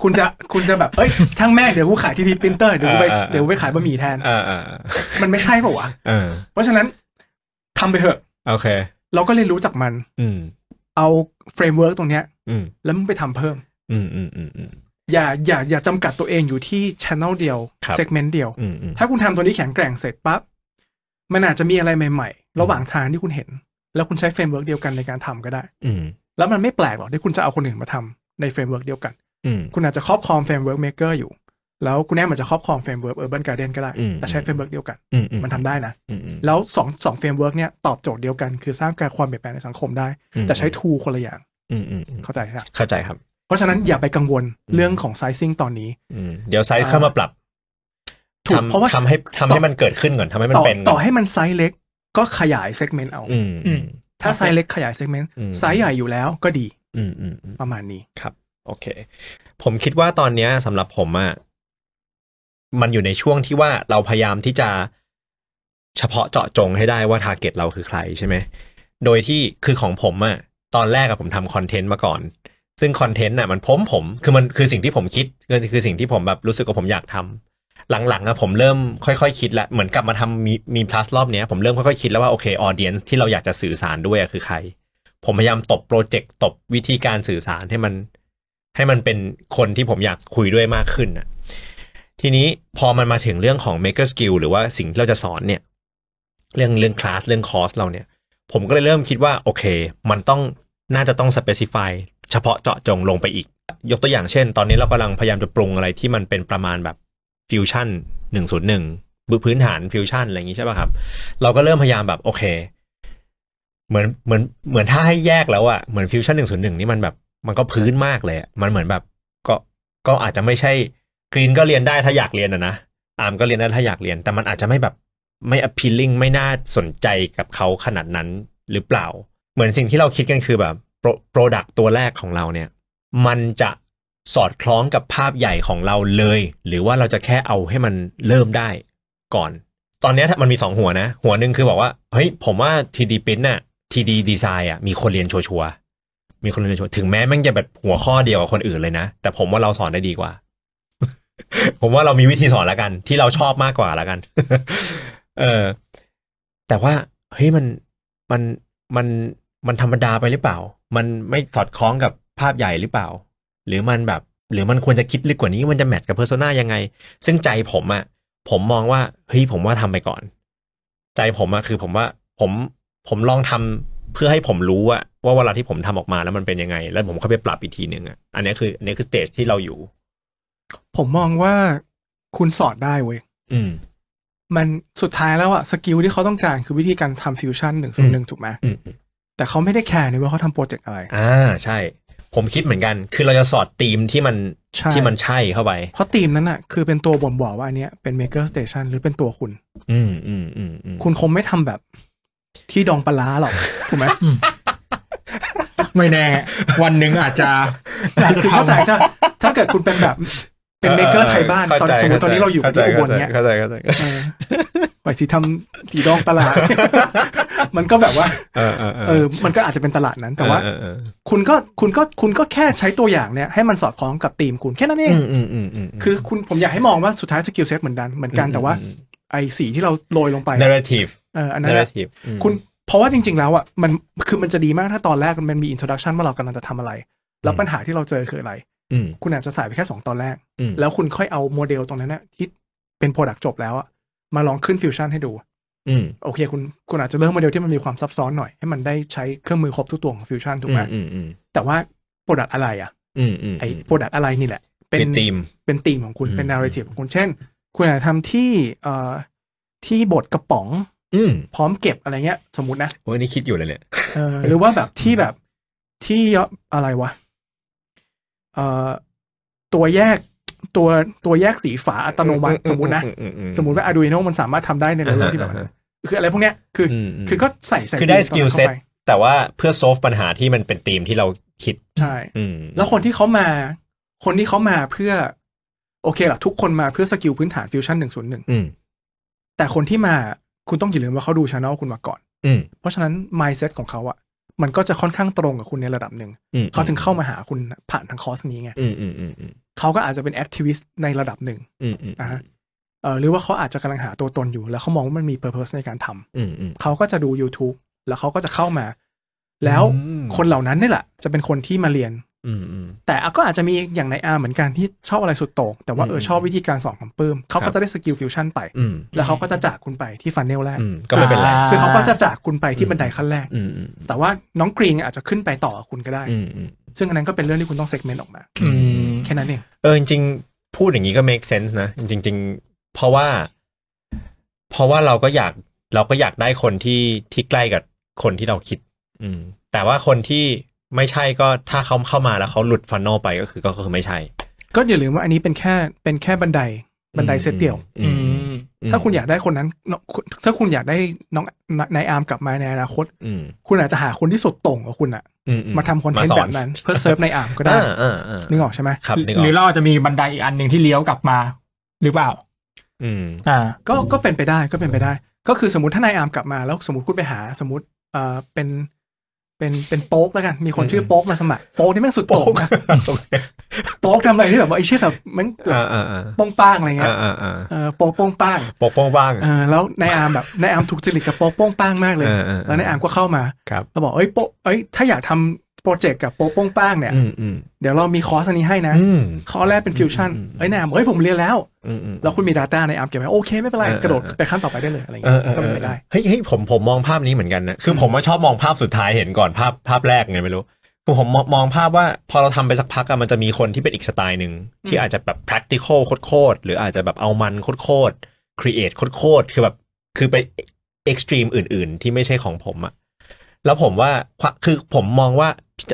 B: คุณจะคุณจะแบบเอ้ยช่างแม่งเดี๋ยวกูขายทีพีปรินเตอร์เดี๋ยวกูไป
A: อ่าอ่า
B: เดี๋ยวกูไปขายบะหมี่แทน
A: อ่าอ่า
B: มันไม่ใช่เปล่าวะ
A: อ่า
B: เพราะฉะนั้นทำไปเถอะ
A: โอเค
B: เราก็เรียนรู้จากมัน
A: อืม
B: เอาเฟรมเวิร์กตรงเนี้ย
A: อืม
B: แล้วมึงไปทำเพิ่ม
A: อืมอืมอืมอืม
B: อย่าอย่าอย่าจำกัดตัวเองอยู่ที่ช anel เดียว
A: ครับ
B: เซกเมนต์เดียว
A: อืมอืม
B: ถ้าคุณทำตัวนี้แข็งแกร่งเสร็จปั๊บ มันอาจจะมีอะไรใหม่ๆ ระหว่างทางที่คุณเห็น แล้วคุณใช้เฟรมเวิร์กเดียวกันในการทำก็ได้
A: อืม
B: แล้วมันไม่แปลกหรอกที่คุณจะเอาคนอื่นมาทำในเฟรมเวิร์กเดียวกัน
A: อืม
B: คุณอาจจะครอบครองเฟรมเวิร์กเมเกอร์อยู่ แล้วคุณแน่มันจะครอบครองเฟรมเวิร์กเออร์บันการ์เดนก็ได้
A: อืม
B: แต่ใช้เฟรมเวิร์กเดียวกัน
A: อือื
B: มันทำได้นะ
A: อืมอืม
B: แล้วสองสองเฟรมเวิร์กเนี่ยตอบโจทย์เดียวกัน คือสร้างการความเปลี่ยนแปลงในสังคมได้
A: อืม
B: แต่ใช้ทูคนละอย่าง
A: อืมอืมอืม
B: เข้าใจครับ
A: เข้าใจครับ
B: เพราะฉะนั้นอย่าไปกังวลเรื่องของไซซิ่งตอนนี้
A: อืมเดี๋ยวไซส์เข้ามาปรับ
B: ถูก
A: ทำ
B: เพราะว่า
A: ทำให้ทำให้มันเกิดขึ้นก่อนทำให้มัน
B: ต่อ
A: เป็นก่น
B: ต่อให้มันไซส์เล็กก็ขยายเซกเมนต์เอา
A: อืมอืม
B: ถ้าไซส์เล็กขยายเซกเมนต์
A: อืม
B: ไซส์ใหญ่อยู่แล้วก็ดี
A: อืมอืมอืม
B: ประมาณนี้
A: ครับ โอเค ผมคิดว่าตอนเนี้ยสำหรับผมอะมันอยู่ในช่วงที่ว่าเราพยายามที่จะเฉพาะเจาะจงให้ได้ว่า t a r g เก็ตเราคือใครใช่ไหม โดยที่คือของผมอะตอนแรกอะผมทำคอนเทนต์มาก่อน ซึ่งคอนเทนต์อะมันผมผม คือมันคือสิ่งที่ผมคิดคือคือสิ่งที่ผมแบบรู้สึกว่าผมอยากทำหลังๆอะผมเริ่มค่อยๆคิดละเหมือนกลับมาทำมีมี plus รอบเนี้ยผมเริ่มค่อยๆคิดแล้วว่าโอเคออเดียนที่เราอยากจะสื่อสารด้วยอะคือใคร ผมพยายามตบโปรเจกต์ตบวิธีการสื่อสารให้มัน ให้มันเป็นคนที่ผมอยากคุยด้วยมากขึ้นนะทีนี้พอมันมาถึงเรื่องของ maker skill หรือว่าสิ่งที่เราจะสอนเนี่ย เรื่องเรื่องคลาสเรื่องคอร์สเราเนี่ย ผมก็เลยเริ่มคิดว่า โอเค มันต้องน่าจะต้อง specify เฉพาะเจาะจงลงไปอีก ยกตัวอย่างเช่น ตอนนี้เรากำลังพยายามจะปรุงอะไรที่มันเป็นประมาณแบบฟิวชั่นหนึ่งศูนย์หนึ่งพื้นฐานฟิวชั่นอะไรอย่างนี้ใช่ป่ะครับ เราก็เริ่มพยายามแบบโอเค เหมือนเหมือนเหมือนถ้าให้แยกแล้วอะเหมือนฟิวชั่นหนึ่งศูนย์หนึ่งนี่มันแบบ มันก็พื้นมากเลยอะมันเหมือนแบบ ก็ก็อาจจะไม่ใช่กรีนก็เรียนได้ถ้าอยากเรียนอะนะอาร์มก็เรียนได้ถ้าอยากเรียน แต่มันอาจจะไม่แบบไม่ appealing ไม่น่าสนใจกับเขาขนาดนั้นหรือเปล่า เหมือนสิ่งที่เราคิดกันคือแบบโปรดักตัวแรกของเราเนี่ย มันจะสอดคล้องกับภาพใหญ่ของเราเลย หรือว่าเราจะแค่เอาให้มันเริ่มได้ก่อน ตอนเนี้ยถ้ามันมีสองหัวนะ หัวหนึ่งคือบอกว่าเฮ้ยผมว่า 3D print น่ะ 3D design อ่ะมีคนเรียนชัวร์ๆมีคนเรียนชัวร์ถึงแม้มันจะแบบหัวข้อเดียวกับคนอื่นเลยนะ แต่ผมว่าเราสอนได้ดีกว่า ผมว่าเรามีวิธีสอนละกัน ที่เราชอบมากกว่าละกัน เออ แต่ว่าเฮ้ยมันมันมันมันธรรมดาไปหรือเปล่า มันไม่สอดคล้องกับภาพใหญ่หรือเปล่า หรือมันแบบ หรือมันควรจะคิดลึกกว่านี้มันจะแมทกับเพอร์โซนายังไง ซึ่งใจผมอะผมมองว่าเฮ้ยผมว่าทำไปก่อน ใจผมอะคือผมว่าผมผมลองทำเพื่อให้ผมรู้ว่าว่าเวลาที่ผมทำออกมาแล้วมันเป็นยังไง แล้วผมค่อยไปปรับอีกทีหนึ่งอะอันนี้คืออันนี้คือสเตจที่เราอยู่
B: ผมมองว่าคุณสอนได้เว้ย
A: อืม
B: มันสุดท้ายแล้วอะสกิลที่เขาต้องการคือวิธีการทำฟิวชั่นหนึ่งส่วนหนึ่งถูกไหม
A: อืม
B: แต่เขาไม่ได้แคร์เลยว่าเขาทำโปรเจกต์อะไร
A: อ่าใช่ ผมคิดเหมือนกัน คือเราจะสอดธีมที่มัน
B: ใช่
A: ที่มันใช่เข้าไป
B: เพราะทีมนั้นอะคือเป็นตัวบ่งบอกว่าอันเนี้ยเป็น Maker Station หรือเป็นตัวคุณ
A: อืมอืมอืมอืม
B: คุณคงไม่ทำแบบที่ดองปลาร้าหรอกถูกไหม
C: ไม่แน่ วันหนึ่งอาจจะ
B: คือเข้าใจใช่ปะถ้าเกิดคุณเป็นแบบเป็น Maker ไทยบ้าน
A: เข้
B: ตอน
A: ใจ
B: สมมติตอนนี้เราอยู่
A: ข้ใจ
B: ที่อุบลเนี้ย
A: เข้าใจเข้าใจเข้าใจ
B: เออไหวสิทำสีดองตลา ด มันก็แบบว่า
A: เออเออ
B: เออ มันก็อาจจะเป็นตลาดนั้น แต่ว่า
A: เออเออ
B: คุณก็คุณก็คุณก็แค่ใช้ตัวอย่างเนี่ยให้มันสอดคล้องกับธีมคุณแค่นั้นเอ
A: เอง ออืมอืมอืมม
B: คือคุณผมอยากให้มองว่าสุดท้ายสกิลเซ็ตเหมือนกันเหมือนกัน
A: อืม
B: แต่ว่า
A: อืม
B: ไอสีที่เราโรยลงไป
A: narrative
B: เอออันนั้นอะ
A: narrative อืม
B: คุณเพราะว่าจริง ๆ แล้วอ่ะมันคือมันจะดีมากถ้าตอนแรกมันมีอินโทรดักชันว่าเรากำลังจะทำอะไร แล้วปัญหาที่เราเจอคืออะไร
A: อืม
B: คุณอาจจะใส่ไปแค่สองตอนแรก
A: อืม
B: แล้วคุณค่อยเอาโมเดลตรงนั้นนะที่เป็นโปรดักจบแล้วอะมาลองขึ้นฟิวชั่นให้ดู
A: อืม
B: โอเคคุณคุณอาจจะเลือกโมเดลที่มันมีความซับซ้อนหน่อยให้มันได้ใช้เครื่องมือครบทุกตัวของฟิวชั่นถูกไหม
A: อืมอืม
B: แต่ว่าโปรดักอะไรอะ
A: อืมอืม
B: ไอโปรดักอะไรนี่แหละ เป็น
A: คือธีม
B: เป็นธีมของคุณ
A: อืม
B: เป็นนาร์ทีฟของคุณเช่น คุณอาจจะทำที่เอ่อที่บทกระป๋อง
A: อืม
B: พร้อมเก็บอะไรเงี้ย สมมตินะ
A: โอ้ยนี่คิดอยู่เลยเนี่ย
B: เออหรือว่าแบบที่แบบที่อะไรวะเอ่อตัวแยกตัวตัวแยกสีฝาอัตโนมัติสมมตินะ สมมติว่า Arduino มันสามารถทำได้ในระดับที่แบบนั้นคืออะไรพวกเนี้ยคืออ
A: ม
B: คือก็ใส่ใส่
A: คือได้ส
B: ธี
A: กิล
B: ม
A: เซ็
B: ต
A: ต
B: รงนั้นข้าไป
A: แต่ว่าเพื่อ solve ปัญหาที่มันเป็นธีมที่เราคิด
B: ใช่
A: อืม
B: แล้วคนที่เขามา คนที่เขามาเพื่อ โอเคล่ะทุกคนมาเพื่อสกิลพื้นฐานฟิวชั่นหนึ่งศูนย์หนึ่ง
A: อืม
B: แต่คนที่มาคุณต้องอย่าลืมว่าเขาดูช anel คุณมาก่อน
A: อืม
B: เพราะฉะนั้น mindset ของเขาอะมันก็จะค่อนข้างตรงกับคุณในระดับหนึ่ง
A: อืม
B: เขาถึงเข้ามาหาคุณผ่านทางคอร์สนี้ไง
A: อืมอืมอืมอืม
B: เขาก็อาจจะเป็นแอคทิวิสต์ในระดับหนึ่ง
A: อืมอืม
B: นะฮะเออหรือว่าเขาอาจจะกำลังหาตัวตนอยู่ แล้วเขามองว่ามันมีเพอร์เพสในการทำ
A: อืมอืม
B: เขาก็จะดู YouTube แล้วเขาก็จะเข้ามา แล้ว
A: อืม
B: คนเหล่านั้นนี่แหละ จะเป็นคนที่มาเรียน
A: อืมอืม
B: แต่ก็อาจจะมีอย่างในอาร์เหมือนกันที่ชอบอะไรสุดโต่งแต่ว่าเออ
A: อืม
B: ชอบวิธีการสอนของปื้มเขา
A: ครั
B: ก็
A: บ
B: จะได้สกิลฟิวชั่นไป
A: อืม
B: แล้วเขาก็จะจากคุณไปที่ฟันเนลแรก
A: อืมก็ไม่เป็นไร
C: า
B: คือเขาก็จะจากคุณไปที่บันไดขั้นแรก
A: อืมอืม
B: แต่ว่าน้องกรีนอาจจะขึ้นไปต่อกับคุณก็ได้
A: อืมอืม
B: ซึ่งอันนั้นก็เป็นเรื่องที่คุณต้องเซกเมนต์ออกมา
C: อืม
B: แค่นั้นเอง
A: เออจริงๆ พูดอย่างนี้ก็ make sense นะ จริง ๆ เพราะว่า เพราะว่าเราก็อยากเราก็อยากได้คนที่ที่ใกล้กับคนที่เราคิด อืม แต่ว่าคนที่ไม่ใช่ก็ถ้าเขาเข้ามาแล้วเขาหลุดฟันนอลไปก็คือก็คือไม่ใช่
B: ก็อย่าลืมว่าอันนี้เป็นแค่เป็นแค่บันไดบันไดเซตเดียว
A: อืม
C: ม
A: ม
B: ถ้าคุณอยากได้คนนั้นน้องคุณถ้าคุณอยากได้น้องนายอาร์มกลับมาในอนาคต
A: อืม
B: คุณอาจจะหาคนที่สุดโต่งกว่าคุณอะ
A: อือื
B: มาทำคอนเทน
A: มาส
B: ต์แบบนั้น เพื่อเซิร์ฟนายอาร์มก็ได้
A: อ่าอ่าอ่า
B: นึกออกใช่ไหม
A: ครับนึกอ
C: หรือ
A: อก
C: เราอาจจะมีบันไดอีกอันหนึ่งที่เลี้ยวกลับมา หรือเปล่า
A: อืม
C: อ่า
B: ก็ก็เป็นไปได้ก็เป็นไปได้ ก็คือสมมติถ้านายอาร์มกลับมาแล้วสมมติคุณไปหาสมมติเอ่อเป็นเป็นเป็นโป๊กแล้วกันมีคนชื่อ
A: อืม
B: โป๊กมาสมัครโป๊กนี่แม่งสุดโต่งนะ โป๊กทำอะไรที่แบบว่าไอ้เชี่ยแบบแม่ง
A: อ่าอ่าอ่า
B: โป้งป้างอะไรเงี้ย
A: อ่าอ่า
B: เออโป๊กโป้งป้าง
A: ปกป้องบ้าง
B: เออแล้วนายอาร์มแบบนายอาร์มถูกจริตกับโป๊กโป้งป้างมากเลย
A: เออเออเออ
B: แล้วนายอาร์มก็เข้ามา
A: ครับ
B: แล้วบอกเอ้ยโป๊ะเอ้ยถ้าอยากทำโปรเจกต์กับโป๊กโป้งป้างเนี่ย
A: อืมอืม
B: เดี๋ยวเรามีคอร์สอันนี้ให้นะ
A: อืม
B: คอร์สแรกเป็นฟิวชั่น
A: อืมอืม
B: เอ้ยนายอาร์มบอกเฮ้ยผมเรียนแล้ว
A: อืมอืม
B: แล้วคุณมี Data ในอาร์มเก็บไว้โอเคไม่เป็นไร
A: เออเออ
B: กระโดดไปขั้นต่อไปได้เลยอะไร
A: เอ
B: เงี้
A: อย เออ
B: ก็
A: เอ
B: เป็น
A: อ
B: ไปได้
A: เฮ้ยเฮ้ยผมผมมองภาพนี้เหมือนกันนะ คือผมว่าชอบมองภาพสุดท้ายเห็นก่อนภาพภาพแรกไงไม่รู้คือผมมองมองภาพว่าพอเราทำไปสักพักอะมันจะมีคนที่เป็นอีกสไตล์หนึ่งที่
B: อืม
A: อาจจะแบบ practical โคตรๆหรืออาจจะแบบเอามันโคตรๆ create โคตรๆคือแบบคือไป extreme อื่น ๆ ที่ไม่ใช่ของผมอะแล้วผมว่าควคือผมมองว่า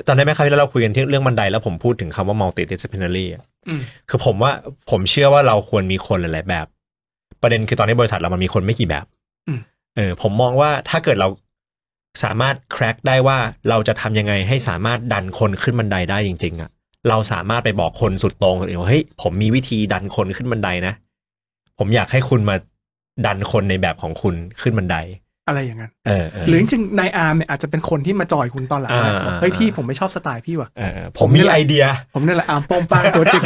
A: ตอนได้นไหมครับที่เราคุยกันที่เรื่องบันไดแล้วผมพูดถึงคำว่า multidisciplinary อะ
B: อืม
A: คือผมว่าผมเชื่อว่าเราควรมีคนหลาย ๆ แบบ ประเด็นคือตอนนี้บริษัทเรามันมีคนไม่กี่แบบ
B: อืม
A: เออผมมองว่าถ้าเกิดเราสามารถ crack ได้ว่าเราจะทำยังไงให้สามารถดันคนขึ้นบันไดได้จริง ๆอะเราสามารถไปบอกคนสุดโตรงคนอื่นว่าเฮ้ยผมมีวิธีดันคนขึ้นบันไดนะ ผมอยากให้คุณมาดันคนในแบบของคุณขึ้นบันได
B: อะไรอย่างนั้น
A: เออเออ
B: หรือจริงๆนายอาร์มเนี่ยอาจจะเป็นคนที่มาจอยคุณตอนหลังนะ
A: อ่าอ่า
B: เฮ้ยพี่ผมไม่ชอบสไตล์พี่ว่ะ
A: เออเออผมมีไอเดีย
B: ผมนี่แหละอาร์มโป้งป้างตัวจริง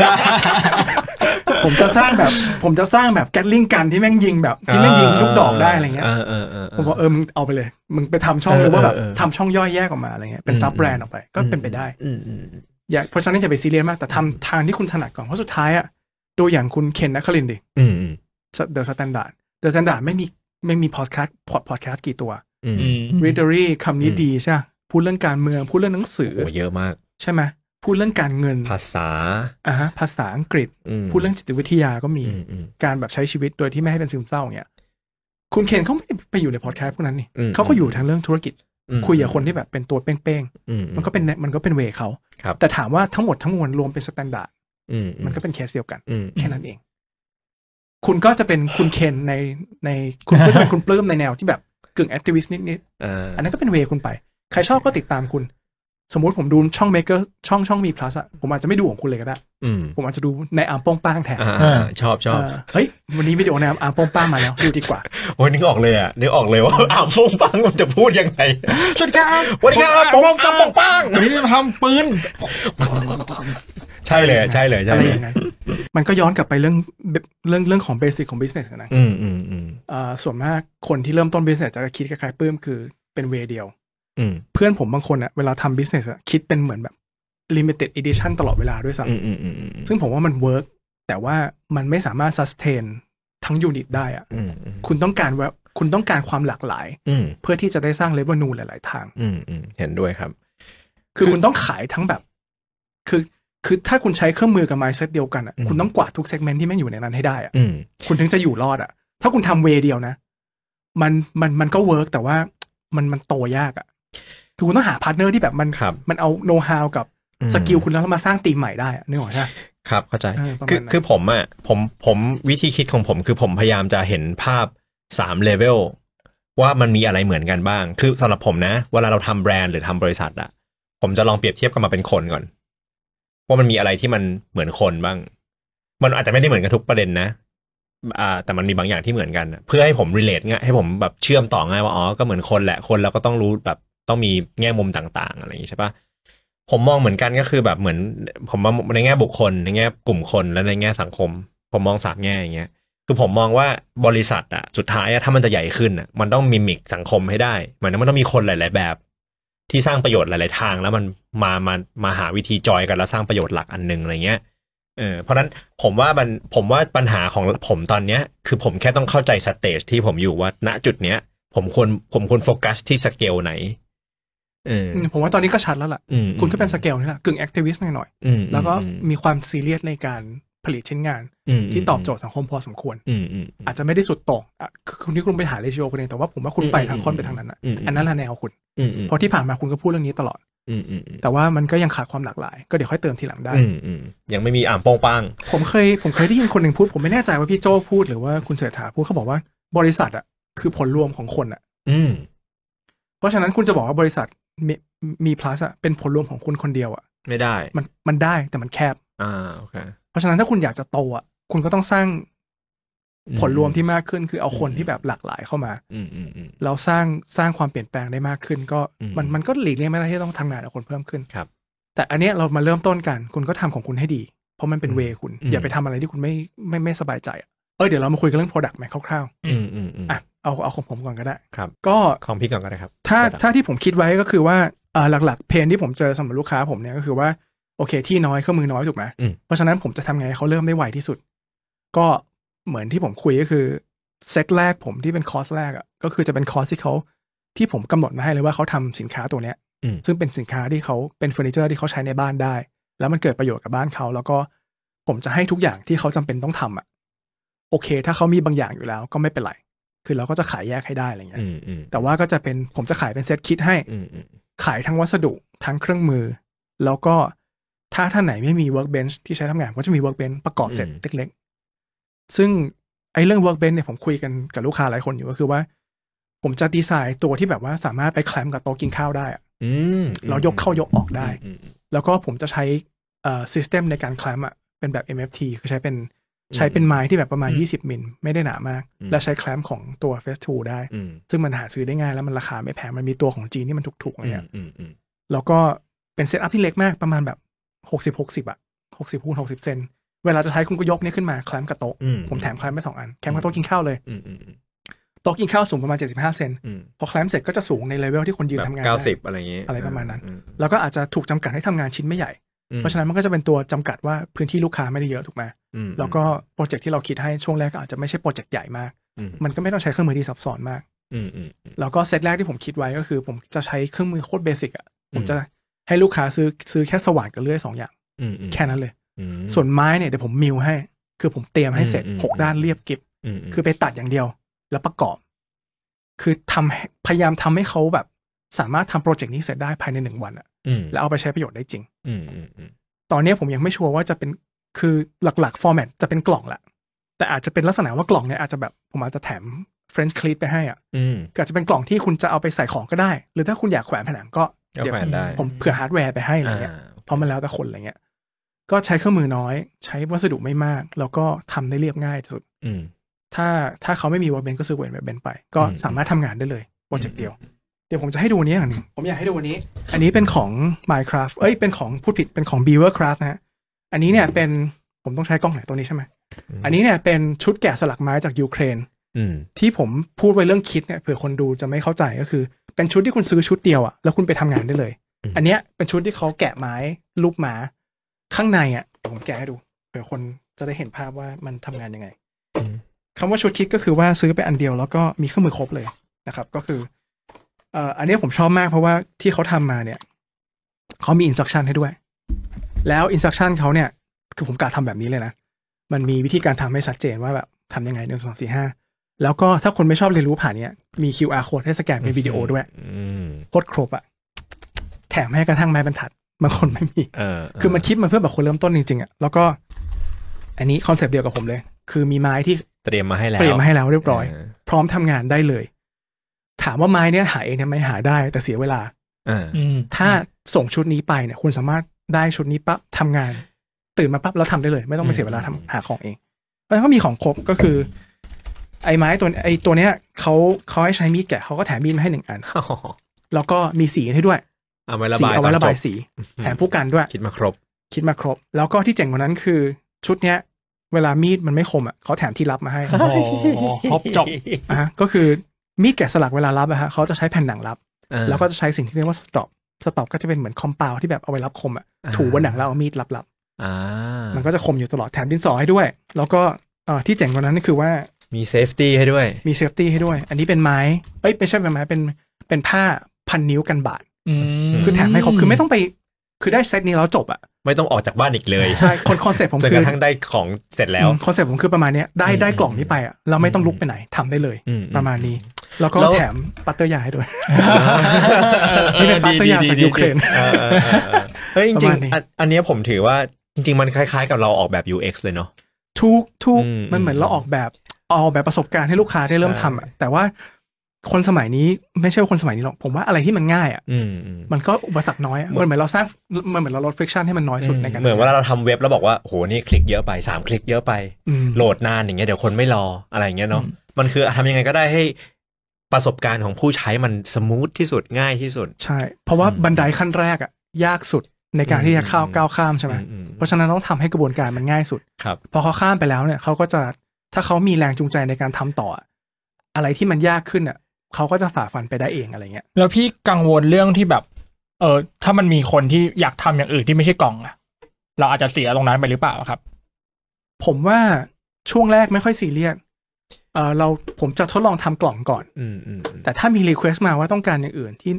B: ผมจะสร้างแบบ ผมจะสร้างแบบแกลลิงกันที่แม่งยิงแบบที่แม่งยิงลูกดอกได้อะไรเงี้ย
A: เออเออ
B: ผมบอกเออมึงเอาไปเลย มึงไปทำช่อง
A: เออ
B: หรือว่าแบบ
A: เออเออ
B: ทำช่องย่อยแยกออกมาอะไรเงี้ยเป็น
A: อืม
B: ซับแบรนด์ออกไป ก็เป็นไปได้
A: อืมอืมอืม
B: อย่าเพราะฉะนั้นอย่าไปซีเรียสมากแต่ทำทางที่คุณถนัดก่อน เพราะสุดท้ายอะดูอย่างคุณเคนนักคลินดิ
A: อืมอืม
B: เดอะสแตนดาร์ดเดอะสแตนดาร์ดไม่มีไม่มีพอดแคสต์พอดพอดแคสต์กี่ตัว
A: อืม
C: อืม
B: รีดเดอรี่คำนี้ดีใช่ปะพูดเรื่องการเมืองพูดเรื่องหนังสือ
A: โอ้เยอะมาก
B: ใช่ไหมพูดเรื่องการเงิน
A: ภาษา
B: อ่ะฮะภาษาอังกฤษ
A: อืม
B: พูดเรื่องจิตวิทยาก็มี
A: อืมอืม
B: การแบบใช้ชีวิตโดยที่ไม่ให้เป็นซึมเศร้าอย่างเงี้ยคุณเคนเขาไม่ได้ไปอยู่ในพอดแคสต์พวกนั้นนี่
A: อืม
B: เขาก็อยู่ทางเรื่องธุรกิจ
A: อืม
B: คุยกับคนที่แบบเป็นตัวเป้ง
A: อื
B: ๆ มันก็เป็นแนมันก็เป็นเวย์เขา
A: ครับ
B: แต่ถามว่าทั้งหมดทั้งมวลรวมเป็นสแตนดาร์ด
A: อืม
B: มันก็เป็นเคสเดียวกัน
A: อืม
B: แค่นั้นเอง คุณก็จะเป็นคุณเคนในในคุณก็จะเป็นคุณปลื้มในแนวที่แบบกึ่งแอคทิวิสต์นิด
A: อ่า
B: ๆ อันนั้นก็เป็นเวย์คุณไป ใครชอบก็ติดตามคุณ สมมติผมดูช่องเมกเกอร์ช่องช่องมีพลัสอะผมอาจจะไม่ดูของคุณเลยก็ได้
A: อืม
B: ผมอาจจะดูในอาร์มโป้งป้างแทน
A: อ่า
C: อ่า
A: ชอบชอบ
B: เออเฮ้ย วันนี้วิดีโอในอาร์มโป้งป้างมาแล้วดูดีกว่า
A: โอ้ยนึกออกเลยอ่ะนึกออกเลยว่า อ้าวฟงฟังมันจะพูด ยังไง
C: สวัสดีครับ
A: สวัสดีครับ
C: ผม
A: ปองปังปองปัง
C: วันนี้จะมาทำปืน
A: ใช่เลยใช่เลยใช่
B: อะไร
A: เล
B: อย ย่างนั้น มันก็ย้อนกลับไปเรื่องเรื่องเรื่องของเบสิกของบิสเนสนะ
A: อืมอืมอืม
B: เอ่อส่วนมากคนที่เริ่มต้นบิสเนสจะคิดคล้ายๆปื้มคือเป็นเวย์เดียว
A: อืม
B: เพื่อนผมบางคนอะเวลาทำบิสเนสอะคิดเป็นเหมือนแบบ limited edition ตลอดเวลาด้วย
A: อืม
B: ซ้ำ
A: อืมอืมอืมอืม
B: ซึ่งผมว่ามันเวิร์กแต่ว่ามันไม่สามารถ sustain ทั้งยูนิตได้อะ
A: อืมอืม
B: คุณต้องการว่าคุณต้องการความหลากหลาย
A: อืม
B: เพื่อที่จะได้สร้าง revenue หลาย ๆ ทาง
A: อืมอืมเห็นด้วยครับ
B: คือคุณต้องขายทั้งแบบ คือคือถ้าคุณใช้เครื่องมือกับ mindset เดียวกันอะ
A: อืม
B: คุณต้องกวาดทุก segment ที่แม่งอยู่ในนั้นให้ได้อะ
A: อืม
B: คุณถึงจะอยู่รอดอะถ้าคุณทำเวย์เดียวนะ มันมันมันก็เวิร์กแต่ว่ามันมันโตยากอะคือคุณต้องหาพาร์ทเนอร์ที่แบบมัน
A: ครับ
B: มันเอาโน้ตฮาวกับ
A: อืม
B: สกิลคุณแล้วมาสร้างทีมใหม่ได้อะนึกออกใช่ไหม
A: ครับเข้าใจ
B: เออประมาณ
A: คือ
B: นั้น
A: คือผมอ่ะผมผมวิธีคิดของผมคือผมพยายามจะเห็นภาพสามเลเวลว่ามันมีอะไรเหมือนกันบ้าง คือสำหรับผมนะ เวลาเราทำแบรนด์หรือทำบริษัทอ่ะ ผมจะลองเปรียบเทียบกันมาเป็นคนก่อน ว่ามันมีอะไรที่มันเหมือนคนบ้าง มันอาจจะไม่ได้เหมือนกันทุกประเด็นนะอ่าแต่มันมีบางอย่างที่เหมือนกันอะเพื่อให้ผม relate ง่ายให้ผมแบบเชื่อมต่อง่ายว่าอ๋อก็เหมือนคนแหละคนเราก็ต้องรู้แบบต้องมีแง่มุมต่าง ๆ อะไรอย่างนี้ใช่ปะ ผมมองเหมือนกันก็คือแบบเหมือน ผมมองในแง่บุคคล ในแง่กลุ่มคนและในแง่สังคม ผมมองสามแง่อย่างเงี้ย คือผมมองว่าบริษัทอะสุดท้ายอะถ้ามันจะใหญ่ขึ้นอะมันต้องมิมิกสังคมให้ได้เหมือนมันต้องมีคนหลาย ๆ แบบ ที่สร้างประโยชน์หลาย ๆ ทาง แล้วมันมามามาหาวิธีจอยกันแล้วสร้างประโยชน์หลักอันหนึ่งอะไรเงี้ยเออเพราะฉะนั้นผมว่ามันผมว่าปัญหาของผมตอนเนี้ย คือผมแค่ต้องเข้าใจสเตจที่ผมอยู่ว่าณจุดเนี้ย ผมควรผมควรโฟกัสที่สเกลไหนเออ
B: อืมผมว่าตอนนี้ก็ชัดแล้วล่ะ
A: อืม
B: คุณก็เป็นสเกลนี่แหละกึ่งแอคทีวิสต์หน่อย
A: อืม
B: ๆแล้วก็มีความซีเรียสในการผลิตชิ้นงาน
A: มม
B: ที่ตอบโจทย์สังคมพอสมควร
A: อืมอืมอืม
B: อาจจะไม่ได้สุดโต่งอ่ะคือคุณที่คุณไปหาเรชิโอคุณเองแต่ว่าผมว่าคุณไปทางคอนไปทางนั้นอ่ะ
A: อืมอืม
B: อันนั้นแหละแนวคุณ
A: อืมอืม
B: เพราะที่ผ่านมาคุณก็พูดเรื่องนี้ตลอด
A: อืมอืมอืม
B: แต่ว่ามันก็ยังขาดความหลากหลาย ก็เดี๋ยวค่อยเติมทีหลังได้
A: อืมอืมยังไม่มีอ่ามโป้งป้าง
B: ผมเคยผมเคยได้ยินคนหนึ่งพูด ผมไม่แน่ใจว่าพี่โจ้พูดหรือว่าคุณเสถาพูดเขาบอกว่าบริษัทอ่ะคือผลรวมของคนอ่ะ
A: อืม
B: เพราะฉะนั้นคุณจะบอกว่าบริษัทมีมี plus อ่ะเป็นผลรวมของคุณคนเดียวอ่ะ
A: ไม่ได้
B: มันมันได้แต่มันแคบ
A: อ่าโอเค
B: เพราะฉะนั้นถ้าคุณอยากจะโตอ่ะคุณก็ต้องสร้าง
A: อื
B: ผลรวมที่มากขึ้น คือเอาคนที่แบบหลากหลายเข้ามา
A: อืมอืมอืม
B: เราสร้างสร้างความเปลี่ยนแปลงได้มากขึ้น ก็
A: อืม
B: มันมันก็หลีกเลี่ยงไม่ได้ที่ต้องทำงานกับคนเพิ่มขึ้น
A: ครับ
B: แต่อันเนี้ยเรามาเริ่มต้นกัน คุณก็ทำของคุณให้ดี เพราะมันเป็น
A: อืม
B: เวคุณ
A: อืม
B: อย่าไปทำอะไรที่คุณไม่ไม่ไม่สบายใจอะเออเดี๋ยวเรามาคุยกันเรื่อง Product ไหมคร่าว
A: อืมอืมอืม
B: ๆอ่ะเอาเอาของผมก่อนก็ได้
A: ครับ
B: ก็
A: ของพี่ก่อนก็ได้ครับ
B: ถ้า
A: ครับ
B: ถ้าที่ผมคิดไว้ก็คือว่าเอ่อหลักๆเพนที่ผมเจอสำหรับลูกค้าผมเนี่ยก็คือว่าโอเค ที่น้อยเครื่องมือน้อยถูกไหม
A: อืม
B: เพราะฉะนั้นผมจะทำไงให้เขาเริ่มได้ไวที่สุด ก็เหมือนที่ผมคุยก็คือเซตแรกผมที่เป็นคอร์สแรกอะก็คือจะเป็นคอร์สที่เขาที่ผมกำหนดมาให้เลยว่าเขาทำสินค้าตัวเนี้ย
A: อืม
B: ซึ่งเป็นสินค้าที่เขาเป็นเฟอร์นิเจอร์ที่เขาใช้ในบ้านได้ แล้วมันเกิดประโยชน์กับบ้านเขา แล้วก็ผมจะให้ทุกอย่างที่เขาจำเป็นต้องทำอะโอเค ถ้าเขามีบางอย่างอยู่แล้วก็ไม่เป็นไร คือเราก็จะขายแยกให้ได้อะไรเงี้ย
A: อืมอืม
B: แต่ว่าก็จะเป็นผมจะขายเป็นเซตคิดให้
A: อืมอืม
B: ขายทั้งวัสดุทั้งเครื่องมือ แล้วก็ถ้าท่านไหนไม่มี workbench ที่ใช้ทำงาน ก็จะมี workbench ประกอบเสร็จเล็กๆ ซึ่งไอ้เรื่อง workbench เนี่ยผมคุยกันกับลูกค้าหลายคนอยู่ก็คือว่า ผมจะดีไซน์ตัวที่แบบว่าสามารถไปแคลมกับโต๊ะกินข้าวได้อะ
A: อืม
B: เรายกเข้ายกออกได้
A: อืมอืม
B: แล้วก็ผมจะใช้เอ่อ system ในการแคลมอ่ะเป็นแบบ MFT คือใช้เป็นใช้เป็นไม้ที่แบบประมาณ
A: อืม
B: 20 มิลไม่ได้หนามาก
A: อืม
B: และใช้แคลมของตัว f e s t 2ได้
A: อืม
B: ซึ่งมันหาซื้อได้ง่ายแล้วมันราคาไม่แพงมันมีตัวของจีนที่มันถูกๆอะไร
A: อืม
B: เงี้ย
A: อืมอืม
B: แล้วก็เป็นเซตอัพที่เล็กมากประมาณแบบหกสิบหกสิบอะหกสิบคูณหกสิบเซนเวลาจะใช้คุณก็ยกเนี่ยขึ้นมาแคลมกับโต๊ะ
A: อืม
B: ผมแถมแคลมไปสองอันแคลมกับโต๊ะกินข้าวเลย
A: อืมอืมอืม
B: โต๊ะกินข้าวสูงประมาณเจ็ดสิบห้าเซน
A: อืม
B: พอแคลมเสร็จก็จะสูงในเลเวลที่คนยืน
A: แบบ
B: ทำงาน
A: เก้า
B: ได้
A: สิบอะไรอย่างเงี้ย
B: อะไรประมาณนั้น
A: อื
B: แล้วก็อาจจะถูกจำกัดให้ทำงานชิ้นไม่ใหญ่
A: อืม
B: เพราะฉะนั้นมันก็จะเป็นตัวจำกัดว่าพื้นที่ลูกค้าไม่ได้เยอะถูกไหม
A: อืม
B: แล้วก็โปรเจกต์ที่เราคิดให้ช่วงแรกก็อาจจะไม่ใช่โปรเจกต์ใหญ่มาก
A: อืม
B: มันก็ไม่ต้องใช้เครื่องมือที่ซับซ้อนมาก
A: อืมอืมอืม
B: แล้วก็เซตแรกที่ผมคิดไว้ก็คือ ผมจะใช้เครื่องมือโคตรเบสิกอ่ะ
A: อืม
B: ผมจะให้ลูกค้าซื้อซื้อแค่สว่านกับเลื่อยสองอย่าง
A: อืมอืม
B: แค่นั้นเลย
A: อืม
B: ส่วนไม้เนี่ยเดี๋ยวผมมิวให้ คือผมเตรียมให้เสร็จ
A: อืม
B: หก
A: อืม
B: ด้านเรียบกิบ
A: มม
B: คือไปตัดอย่างเดียว แล้วประกอบ คือทำให้พยายามทำให้เขาแบบ สามารถทำโปรเจกต์นี้เสร็จได้ภายในหนึ่งวันอะ
A: อืม
B: แล้วเอาไปใช้ประโยชน์ได้จริง
A: อืมอืมอืม
B: ตอนเนี้ยผมยังไม่ชัวร์ว่าจะเป็นคือหลักๆฟอร์แมตจะเป็นกล่องแหละแต่อาจจะเป็นลักษณะว่ากล่องเนี่ยอาจจะแบบผมอาจจะแถม French c l i p ไปให้อ่ะ
A: อืม
B: ก็อาจจะเป็นกล่องที่คุณจะเอาไปใส่ของก็ได้ หรือถ้าคุณอยากแขวนผนังก็
A: ก็แขวนได้
B: ผมเผื่อฮาร์ดแวร์ไปให้อะไรเงี้ย
A: อ่า
B: เพราะมันแล้วแต่คนอะไรเงี้ย ก็ใช้เครื่องมือน้อย ใช้วัสดุไม่มาก แล้วก็ทำได้เรียบง่ายที่สุด
A: อืม
B: ถ้าถ้าเขาไม่มีวอลเบนก็ซื้อเวนเบนไป ก็
A: อืม
B: สามารถทำงานได้เลยโปรเจกต์เดียว เดี๋ยวผมจะให้ดูอันนี้อย่างหนึงผมอยากให้ดูวันนี้ อันนี้เป็นของ Minecraft เอ้ยเป็นของพูดผิดเป็นของ Beavercraft นะฮะอันนี้เนี่ยเป็นผมต้องใช้กล้องไหนตัวนี้ใช่ไหมอันนี้เนี่ยเป็นชุดแกะสลักไม้จากยูเครน
A: อืม
B: ที่ผมพูดไว้เรื่องคิดเนี่ยเผื่อคนดูจะไม่เข้าใจก็คือ เป็นชุดที่คุณซื้อชุดเดียวอะแล้วคุณไปทำงานได้เลย อันเนี้ยเป็นชุดที่เขาแกะไม้รูปหมา ข้างในอะเดี๋ยวผมแกะให้ดูเผื่อคนจะได้เห็นภาพว่ามันทำงานยังไงคำว่าชุดคิดก็คือว่าซื้อไปอันเดียวแล้วก็มีเครื่องมือครบเลยนะครับ ก็คือเอ่ออันเนี้ยผมชอบมากเพราะว่าที่เขาทำมาเนี่ยเขามีอินสต u ั t ชั่นให้ด้วย แล้วอินสต u ั t ชั่นเขาเนี่ย คือผมกะทำแบบนี้เลยนะ มันมีวิธีการทำให้ชัดเจนว่าแบบทำยังไงหนึ่งสองสี่ห้า แล้วก็ถ้าคนไม่ชอบเรียนรู้ผ่านเนี้ยมี QR code ให้สแกนเป็นวิดีโอด้วย
A: อืม
B: โคตรครบอะแถมให้กระทั่งไม้บรรทัดบางคนไม่มี
A: เออ
B: คือมันคิดมาเพื่อแบบคนเริ่มต้นจริงๆอะแล้วก็ อันนี้คอนเซปต์เดียวกับผมเลย คือมีไม้ที่
A: เตรียมมาให้แล้ว
B: เตรียมมาให้แล้วเรียบร้อย
A: า
B: พร้อมทำงานได้เลย ถามว่าไม้เนี้ยหาเองเนี่ยไม่หาได้แต่เสียเวลา
A: อ่า
C: อืม
B: ถ้าส่งชุดนี้ไปเนี่ย คุณสามารถได้ชุดนี้ปั๊บทำงาน ตื่นมาปั๊บแล้วทำได้เลย ไม่ต้องไปเสียเวลาทำ
A: อืม
B: หาของเองแล้วก็มีของครบก็คือ ไอ้ไม้ตัวไอ้ตัวเนี้ยเขาเขาให้ใช้มีดแกะเขาก็แถมมีดมาให้หนึ่งอัน แล้วก็มีสีให้ด้วย
A: เอาไว้ระ
B: สี
A: บาย
B: เอาไว้ระบาย
A: ตอนจ
B: สี แถมผู้กันด้วย
A: คิดมาครบ
B: คิดมาครบ แล้วก็ที่เจ๋งกว่านั้นคือ ชุดเนี้ย เวลามีดมันไม่คมอ่ะเขาแถมที่รับมาให้
C: โอ้โหครบจบ
B: อ่ะก็คือมีดแกะสลักเวลารับอะฮะเขาจะใช้แผ่นหนังรับ
A: อ่า
B: แล้วก็จะใช้สิ่งที่เรียกว่าสต็อปสต็อปก็จะเป็นเหมือนคอมเปลที่แบบเอาไว้รับคมอ่ะ
A: อ่า
B: ถูบนหนังแล้วเอามีดรับ
A: อ่า
B: ๆ มันก็จะคมอยู่ตลอดแถมดินสอให้ด้วย แล้วก็เอ่อที่เจ๋งกว่านั้นก็คือว่า
A: มีเซฟตี้ให้ด้วย
B: มีเซฟตี้ให้ด้วย อันนี้เป็นไม้เอ้ยไม่ใช่เป็นไม้เป็นเป็นผ้าพันนิ้วกันบาด
C: อืม
B: คือแถมให้ครบคือไม่ต้องไปคือได้เซตนี้แล้วจบอ่ะ
A: ไม่ต้องออกจากบ้านอีกเลย
B: ใช่คนคอนเซ็ปต์ผม
A: จน
B: คื
A: ก
B: อ
A: ระทั่งได้ของเสร็จแล้ว
B: อืมคอนเซ็ปต์ผมคือประมาณเนี้ยได้
A: อืม
B: ได้กล่องนี้ไปอ่ะเราไม่ต้องลุกไปไหนทำได้เลย
A: อืม
B: ประมาณนี้ แล้วก็
A: แล้ว
B: แถมปัตเตอร์ยาให้ด้วย
C: ออ
B: นี่เป็นปัตเตอร์ยาจากยูเครน
A: เออเออเออเออเฮ้ยจ
B: ป
A: ริง
B: ระมาณนี้
A: ๆอันอันเนี้ยผมถือว่าจริง ๆ มันคล้ายๆกับเราออกแบบ UX เลยเนาะ
B: ทุกทุก
A: อืม
B: มันเหมือนเราออกแบบเอาแบบประสบการณ์ให้ลูกค้าได้เริ่ม
A: ใช่
B: ทำอ่ะแต่ว่าคนสมัยนี้ไม่ใช่ว่าคนสมัยนี้หรอกผมว่าอะไรที่มันง่ายอ่ะ
A: อืมอืม
B: มันก็อุปสรรคน้อยอะ
A: เหมือน
B: มันเหมือนเราสร้างมันเหมือนเราลด friction ให้มันน้อยสุดในการ
A: เหมือนเวลาเราทำเว็บแล้วบอกว่าโหนี่คลิกเยอะไปสามคลิกเยอะไป
B: อืม
A: โหลดนานอย่างเงี้ยเดี๋ยวคนไม่รออะไรอย่างเงี้ยเนาะมันคือทำยังไงก็ได้ให้ประสบการณ์ของผู้ใช้มันสมูทที่สุดง่ายที่สุด
B: ใช่ เพราะว่าบันไดขั้นแรกอ่ะยากสุดในการที่จะข้าว
A: อืม
B: ก้าวข้ามใช่ไหม
A: อื
B: เพราะฉะนั้นต้องทำให้กระบวนการมันง่ายสุด
A: ครับ
B: พอเขาข้ามไปแล้วเนี่ยเขาก็จะถ้าเขามีแรงจูงใจในการทำต่อ อะไรที่มันยากขึ้นอ่ะเขาก็จะฝ่าฟันไปได้เองอะไรเงี้ย
C: แล้วพี่กังวลเรื่องที่แบบ เออถ้ามันมีคนที่อยากทำอย่างอื่นที่ไม่ใช่กล่องอะเราอาจจะเสียตรงนั้นไปหรือเปล่าครับ
B: ผมว่าช่วงแรกไม่ค่อยซีเรียสเออเราผมจะทดลองทำกล่องก่อน
A: อืมอืมอืม
B: แต่ถ้ามีรีเควสต์มาว่าต้องการอย่างอื่นที่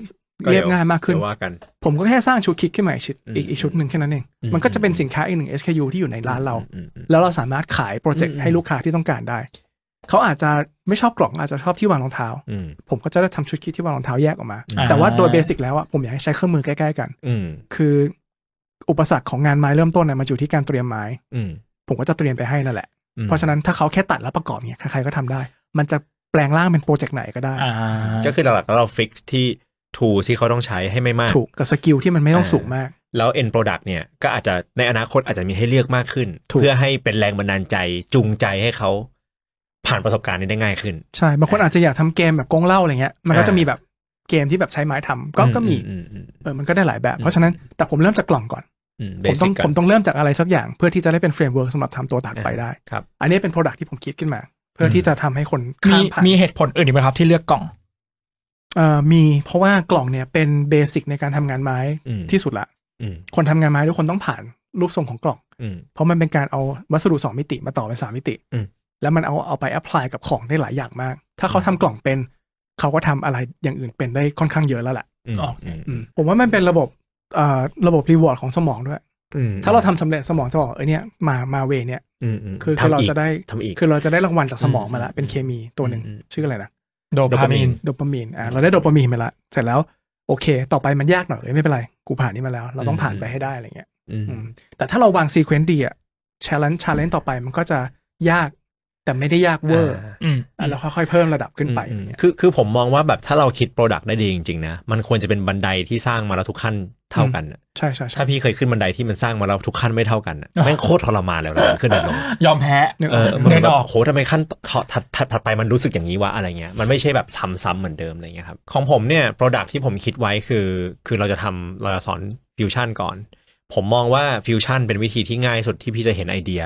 A: ดี๋ว
B: เรียบง่ายมากขึ้น
A: เดี๋วว่ากัน
B: ผมก็แค่สร้างชุดคิดขึ้นมาอีกชุด
A: อืม
B: อีกอีกชุดหนึ่งแค่นั้นเอง
A: อืม
B: มันก็จะเป็นสินค้าอีกหนึ่ง SKU ที่อยู่ในร้านเรา
A: อืมอืม
B: แล้วเราสามารถขายโปรเจก
A: อื
B: ต์
A: ม
B: ให้ลูกค้าที่ต้องการได้ เขาอาจจะไม่ชอบกล่องอาจจะชอบที่วางรองเท้า
A: อืม
B: ผมก็จะได้ทำชุดคิดที่วางรองเท้าแยกออกมา
A: อ่า
B: แต่ว่าโดยเบสิกแล้วอะผมอยากให้ใช้เครื่องมือใกล้ๆกัน
A: อืม
B: คืออุปสรรคของงานไม้เริ่มต้นเนี่ยมันอยู่ที่การเตรียมไม้
A: อืม
B: ผมก็จะเตรียมไปให้นั่นแหละ
A: อืม
B: เพราะฉะนั้นถ้าเขาแค่ตัดแล้วประกอบเนี่ยใครๆก็ทำได้ มันจะแปลงร่างเป็นโปรเจกต์ไหนก็ได้
C: อ่า
A: ก็คือหลักๆแล้วเราฟิกที่ทูที่เขาต้องใช้ให้ไม่มาก
B: ถูกกับสกิลที่มันไม่ต้องสูงมาก
A: แล้ว end product เนี่ยก็อาจจะในอนาคตอาจจะมีให้เลือกมากขึ้น
B: ถูก
A: เพื่อให้เป็นแรงบันดาลใจจูงใจให้เขาผ่านประสบการณ์นี้ได้ง่ายขึ้น
B: ใช่บางคนอาจจะอยากทำเกมแบบกงเหล้าอะไรเงี้ยมันก็จะ
A: อ่ามี
B: มีแบบเกมที่แบบใช้ไม้ทำก็ก็มี
A: อือืม
B: เออมันก็ได้หลายแบบ
A: อืม
B: เพราะฉะนั้นแต่ผมเริ่มจากกล่องก่อน
A: อืม
B: ผมต้อง
A: basic ก่น
B: ผมต้องเริ่มจากอะไรสักอย่างเพื่อที่จะได้เป็นเฟรมเวิร์กสำหรับทำตัวตัดไปได้
A: ครับ
B: อันนี้เป็นโปรดักที่ผมคิดขึ้นมา เพื่อที่จะทำให้คน
C: มี
B: ข้ามผ่าน
C: มีเหตุผลอื่นอีกไหมครับที่เลือกกล่อง
B: เอ่อมีเพราะว่ากล่องเนี่ยเป็นเบสิกในการทำงานไม้
A: อืม
B: ที่สุดละ
A: อืม
B: คนทำงานไม้ทุกคนต้องผ่านรูปทรงของกล่อง
A: อืม
B: เพราะมันเป็นการเอาวัสดุสองมิติมาต่อเป็นสามมิติ
A: อืม
B: แล้วมันเอาเอาไปแอพพลายกับของได้หลายอย่างมาก ถ้าเขาทำกล่องเป็น เขาก็ทำอะไรอย่างอื่นเป็นได้ค่อนข้างเยอะแล้วแหละ
A: อืม
C: อ๋อ
A: ม
B: อืมผมว่ามันเป็นระบบเอ่อระบบรีวอร์ดของสมองด้วย
A: อืม
B: ถ้าเราทำสำเร็จสมองจะบอกเออเนี่ยมามาเวเนี่ย
A: อืมม
B: คือคือเรา
A: ทำก
B: จะได้
A: ทำอีก
B: คือเราจะได้รางวัลจากสมองมาละเป็นเคมีตัวหนึ่ง
A: อืม
B: ชื่ออะไรนะ
C: โดพามีน
B: โดปามีน อ่า เราได้โดปามีนไปละ เสร็จแล้ว โอเค ต่อไปมันยากหน่อยเอ้ยไม่เป็นไร กูผ่านนี้มาแล้ว เราต้องผ่านไปให้ได้อะไรเงี้ย
A: อืม
B: อืม แต่ถ้าเราวางซีเควนต์ดีอะช l เลน g ์ช l เลน g ์ต่อไปมันก็จะยาก แต่ไม่ได้ยากเวอร์
A: า
C: อืม
B: อ่ะเราค่อยๆเพิ่มระดับขึ้นไปอะ
A: อื
B: ไร
A: ม
B: เงี้ย
A: คือคือผมมองว่าแบบถ้าเราคิดโปรดักต์ได้ดีจริงๆนะมันควรจะเป็นบันไดที่สร้างมาแล้วทุกขั้นเท่ากันน่ะ
B: ใช่ใช่ใช่
A: ถ้าพี่เคยขึ้นบันไดที่มันสร้างมาแล้วทุกขั้นไม่เท่ากัน น่ะแม่งโคตรทรมานแล้วเราขึ้นเดินลง
C: ยอมแพ้
B: นึก
A: เอ
B: ออ
A: อก มัน
C: เดิน
A: แบ
C: ออบ ก
A: โหทำไมขั้นถถัดถัดถัดไปมันรู้สึกอย่างนี้วะอะไรเงี้ยมันไม่ใช่แบบซ้ำซ้ำเหมือนเดิมอะไรเงี้ยครับของผมเนี่ยโปรดักที่ผมคิดไว้คือ คือเราจะทำเราจะสอนฟิวชั่นก่อน ผมมองว่าฟิวชั่นเป็นวิธีที่ง่ายสุดที่พี่จะเห็นไอเดีย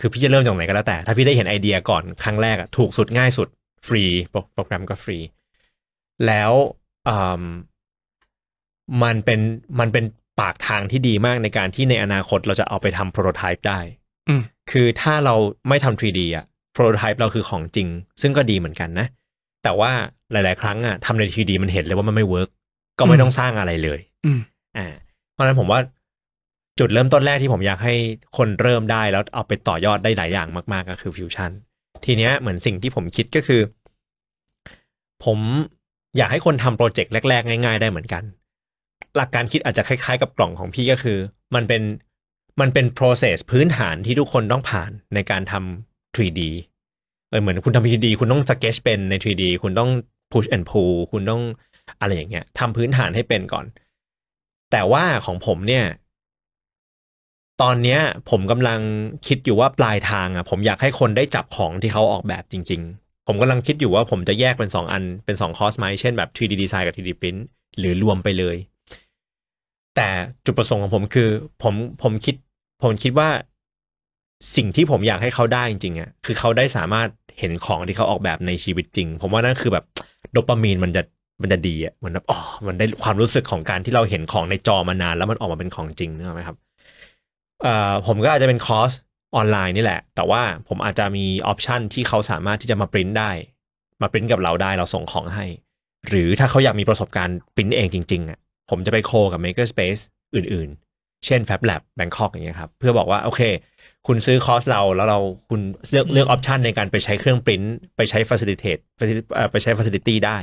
A: คือพี่จะเริ่มจากไหนก็แล้วแต่ ถ้าพี่ได้เห็นไอเดียก่อนครั้งแรกอะถูกสุดง่ายสุดฟรีโปรแกรมก็ฟรี แล้วอืมมันเป็นมันเป็นปากทางที่ดีมากในการที่ในอนาคตเราจะเอาไปทำโปรโตไทป์ได้
B: อืม
A: คือถ้าเราไม่ทำ 3D อะ prototype เราคือของจริง ซึ่งก็ดีเหมือนกันนะ แต่ว่าหลาย ๆ ครั้งอะทำใน 3D มันเห็นเลยว่ามันไม่เวิร์กก็ไม่
B: อืม
A: ต้องสร้างอะไรเลย
B: อืม
A: อ่า เพราะฉะนั้นผมว่าจุดเริ่มต้นแรกที่ผมอยากให้คนเริ่มได้แล้วเอาไปต่อยอดได้หลายอย่างมาก ๆ ก็คือฟิวชั่นทีเนี้ยเหมือนสิ่งที่ผมคิดก็คือ ผมอยากให้คนทำโปรเจกต์แรก ๆ ง่าย ๆ ได้เหมือนกัน หลักการคิดอาจจะคล้าย ๆ กับกล่องของพี่ก็คือ มันเป็นมันเป็น process พื้นฐานที่ทุกคนต้องผ่านในการทำ 3D เออเหมือนคุณทำ 3D คุณต้อง sketch เป็นใน 3D คุณต้อง push and pull คุณต้องอะไรอย่างเงี้ยทำพื้นฐานให้เป็นก่อน แต่ว่าของผมเนี่ย ตอนเนี้ย ผมกำลังคิดอยู่ว่าปลายทางอ่ะ ผมอยากให้คนได้จับของที่เขาออกแบบจริง ๆ ผมกำลังคิดอยู่ว่าผมจะแยกเป็นสองอันเป็นสองคอร์สไหมเช่นแบบ 3D design กับ 3D print หรือรวมไปเลย แต่จุดประสงค์ของผมคือ ผมผมคิด ผมคิดว่าสิ่งที่ผมอยากให้เขาได้จริงๆอ่ะคือเขาได้สามารถเห็นของที่เขาออกแบบในชีวิตจริง ผมว่านั่นคือแบบโดปามีนมันจะ มันจะดีอ่ะมันแบบอ๋อมันได้ความรู้สึกของการที่เราเห็นของในจอมานาน แล้วมันออกมาเป็นของจริงนึกออกไหมครับเอ่อผมก็อาจจะเป็นคอร์สออนไลน์นี่แหละ แต่ว่าผมอาจจะมีออปชันที่เขาสามารถที่จะมาปริ้นได้ มาปริ้นกับเราได้เราส่งของให้ หรือถ้าเขาอยากมีประสบการณ์ปริ้นเองจริงๆอ่ะผมจะไปโคกับ Maker Space อื่นๆ เช่น Fab Lab Bangkok อย่างเงี้ยครับ เพื่อบอกว่า โอเค คุณซื้อคอร์สเราแล้วเราคุณเลือกเลือกออปชันในการไปใช้เครื่องปริ้นไปใช้ facilitate facil- เอ่อไปใช้ facility ได้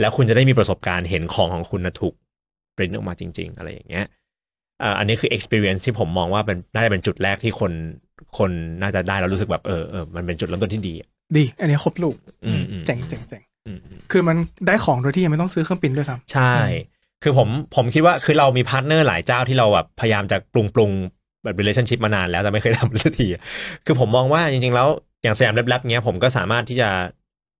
A: แล้วคุณจะได้มีประสบการณ์เห็นของของคุณนะถูกปริ้นออกมาจริง ๆ อะไรอย่างเงี้ยเอ่ออันนี้คือ experience ที่ผมมองว่าเป็นน่าจะเป็นจุดแรกที่คนคนน่าจะได้แล้วรู้สึกแบบเออเออมันเป็นจุดเริ่มต้นที่ดีอะ
B: ดี อันนี้ครบลูก
A: อืมอืม
B: เจ๋งเจ๋งเจ๋ง
A: อืมอืม
B: คือมันได้ของโดยที่ยังไม่ต้องซื้อเครื่องปริ้นด้วยซ้
A: ใช่ คือผมผมคิดว่าคือเรามีพาร์ทเนอร์หลายเจ้าที่เราแบบพยายามจะปรุงปรุงแบบ relationship มานานแล้วแต่ไม่เคยทำสักที คือผมมองว่าจริงๆแล้วอย่างสยามแลบๆเนี้ยผมก็สามารถที่จะ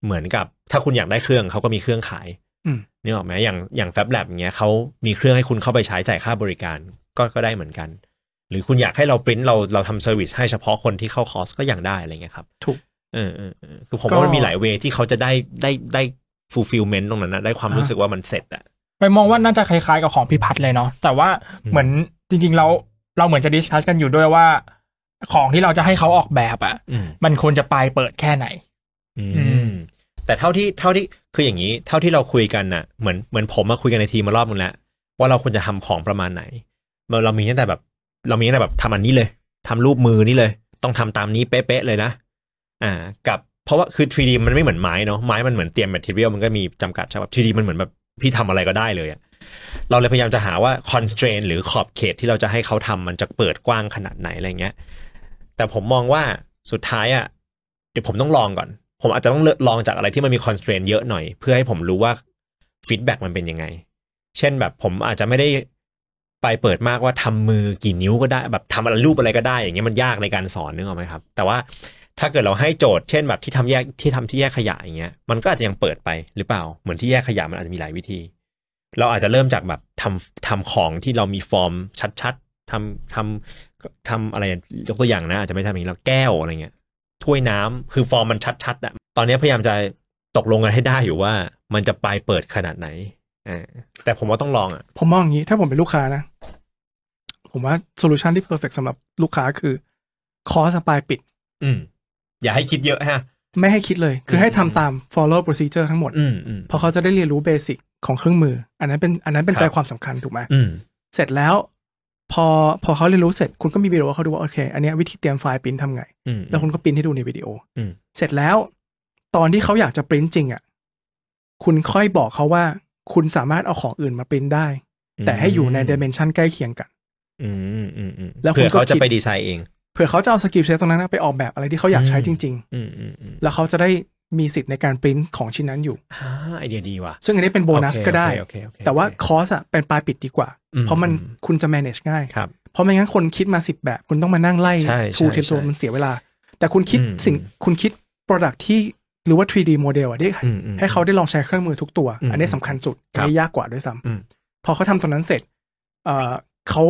A: เหมือนกับ ถ้าคุณอยากได้เครื่องเขาก็มีเครื่องขาย
B: ำอืม
A: นึกออกไหมอย่างอย่างแฟบแลบเนี้ยเขามีเครื่องให้คุณเข้าไปใช้จ่ายค่าบริการก็ก็ได้เหมือนกัน หรือคุณอยากให้เราปริ้นเราเราทำเซอร์วิสให้เฉพาะคนที่เข้าคอร์สก็ยังได้อะไรเงี้ยครับ
B: ถูก
A: เออเออเออคือผมว่ามันมีหลายเวที่เขาจะได้ได้ได้ fulfillment ตรงนั้นนะได้ความรู้
B: อ่า
A: สึกว่ามันเสร็จอะ
C: ไปมองว่าน่าจะคล้ายๆกับของพิพัฒน์เลยเนาะแต่ว่า
A: อืม
C: เหมือนจริงๆเราเราเหมือนจะดิสคัสกันอยู่ด้วยว่า ของที่เราจะให้เขาออกแบบอะ
A: อืม
C: มันควรจะปลายเปิดแค่ไหน
A: อื
C: อื
A: ม
C: ม
A: แต่เท่าที่เท่าที่คืออย่างนี้ เท่าที่เราคุยกันน่ะเหมือนเหมือนผมมาคุยกันในทีมมารอบนึงแล้วว่าเราควรจะทำของประมาณไหนเราเรามีตั้งแต่แบบ เรามีตั้งแต่แบบทำอันนี้เลยทำรูปมือนี่เลย ต้องทำตามนี้เป๊ะๆเลยนะ อ่า กับเพราะว่าคือ 3D มันไม่เหมือนไม้เนาะไม้มันเหมือนเตรียมแมทเทียลมันก็มีจำกัดใช่ป่ะ 3D มันเหมือนแบบพี่ทำอะไรก็ได้เลยอะเราเลยพยายามจะหาว่า constraint หรือขอบเขตที่เราจะให้เขาทำมันจะเปิดกว้างขนาดไหนอะไรเงี้ย แต่ผมมองว่าสุดท้ายอะ เดี๋ยวผมต้องลองก่อน ผมอาจจะต้องเลือกลองจากอะไรที่มันมีคอนส r a i n t เยอะหน่อย เพื่อให้ผมรู้ว่าฟีดแบ็กมันเป็นยังไง เช่นแบบผมอาจจะไม่ได้ไปเปิดมากว่าทำมือกี่นิ้วก็ได้ แบบทำอะไรรูปอะไรก็ได้อย่างเงี้ยมันยากในการสอนนึกออกไหมครับ แต่ว่าถ้าเกิดเราให้โจทย์เช่นแบบที่ทำแยกที่ทำที่แยกขยะอย่างเงี้ยมันก็อาจจะยังเปิดไปหรือเปล่า เหมือนที่แยกขยะมันอาจจะมีหลายวิธี เราอาจจะเริ่มจากแบบทำทำของที่เรามีฟอร์มชัดๆทำทำทำอะไรยกตัวอย่างนะอาจจะไม่ทำอย่างนี้แล้วแก้วอะไรเงี้ย ถ้วยน้ำคือฟอร์มมันชัดๆอะตอนนี้พยายามจะตกลงกันให้ได้อยู่ว่า มันจะปลายเปิดขนาดไหนอ่าแต่ผมว่าต้องลองอ่ะ
B: ผมมองอย่างนี้ ถ้าผมเป็นลูกค้านะ ผมว่าโซลูชันที่เพอร์เฟกสำหรับลูกค้าคือ คอสปายปิด
A: อืม อย่าให้คิดเยอะฮะ
B: ไม่ให้คิดเลย คือ
A: ม
B: ให้ทำตาม follow procedure ทั้งหมด
A: อืมอืม
B: เพราะเขาจะได้เรียนรู้เบสิกของเครื่องมือ อันนั้นเป็นอันนั้นเป็
A: ค
B: น
A: รับ
B: ใจความสำคัญถูกไหม
A: อืม
B: เสร็จแล้ว พอพอเขาเรียนรู้เสร็จคุณก็มีวิดีโอให้เขาดูว่าโอเค อันเนี้ยวิธีเตรียมไฟล์ปริ้นทำไง
A: อืม
B: แล้วคุณก็ปริ้นให้ดูในวิดีโออ
A: ม
B: เสร็จแล้ว ตอนที่เขาอยากจะปริ้นจริงอ่ะคุณค่อยบอกเขาว่า คุณสามารถเอาของอื่นมาปริ้นได้ แต่ให้อยู่ในดิเมนชันใกล้เคียงกัน
A: อืมอืมอืมอืม
B: แล้วคุณ
A: เผื่อเขา
B: ก็คิ
A: จะ
B: ด
A: ไปดีไซน์เอง
B: เผื่อเขาจะเอาสกิลเซตตรงนั้นนะไปออกแบบอะไรที่เขาอยากใช้
A: อืม
B: จริง
A: อืมอืมอืม
B: ๆ แล้วเขาจะได้มีสิทธิ์ในการปริ้นของชิ้นนั้นอยู่
A: อ่าไอเดียดีว่ะ
B: ซึ่งอันนี้เป็นโบนัส
A: อเค
B: ก็ได้
A: โอเคโอเคโอเค
B: แต่ว่าคอสอะเป็นปลายปิดดีกว่า
A: อืม
B: เพราะมัน
A: อืม
B: คุณจะ manage ง่าย
A: ครับ
B: เพราะไม่งั้นคนคิดมาสิบแบบ คุณต้องมานั่งไล่
A: ใช่
B: ทู
A: ใช่
B: เทียนตัว
A: ใช่
B: มันเสียเวลา แต่คุณคิด
A: อืม
B: สิ่ง
A: อืม
B: คุณคิด Product ที่หรือว่า 3D โมเดลอะที่
A: อืมอืม
B: ให้เขาได้ลองใช้เครื่องมือทุกตัว
A: อืม
B: อันนี้สำคัญสุด
A: ครับ
B: อันนี้ยากกว่าด้วยซ้
A: อืม
B: ำพอเขาทำตัวนั้นเสร็จเอ่อเขา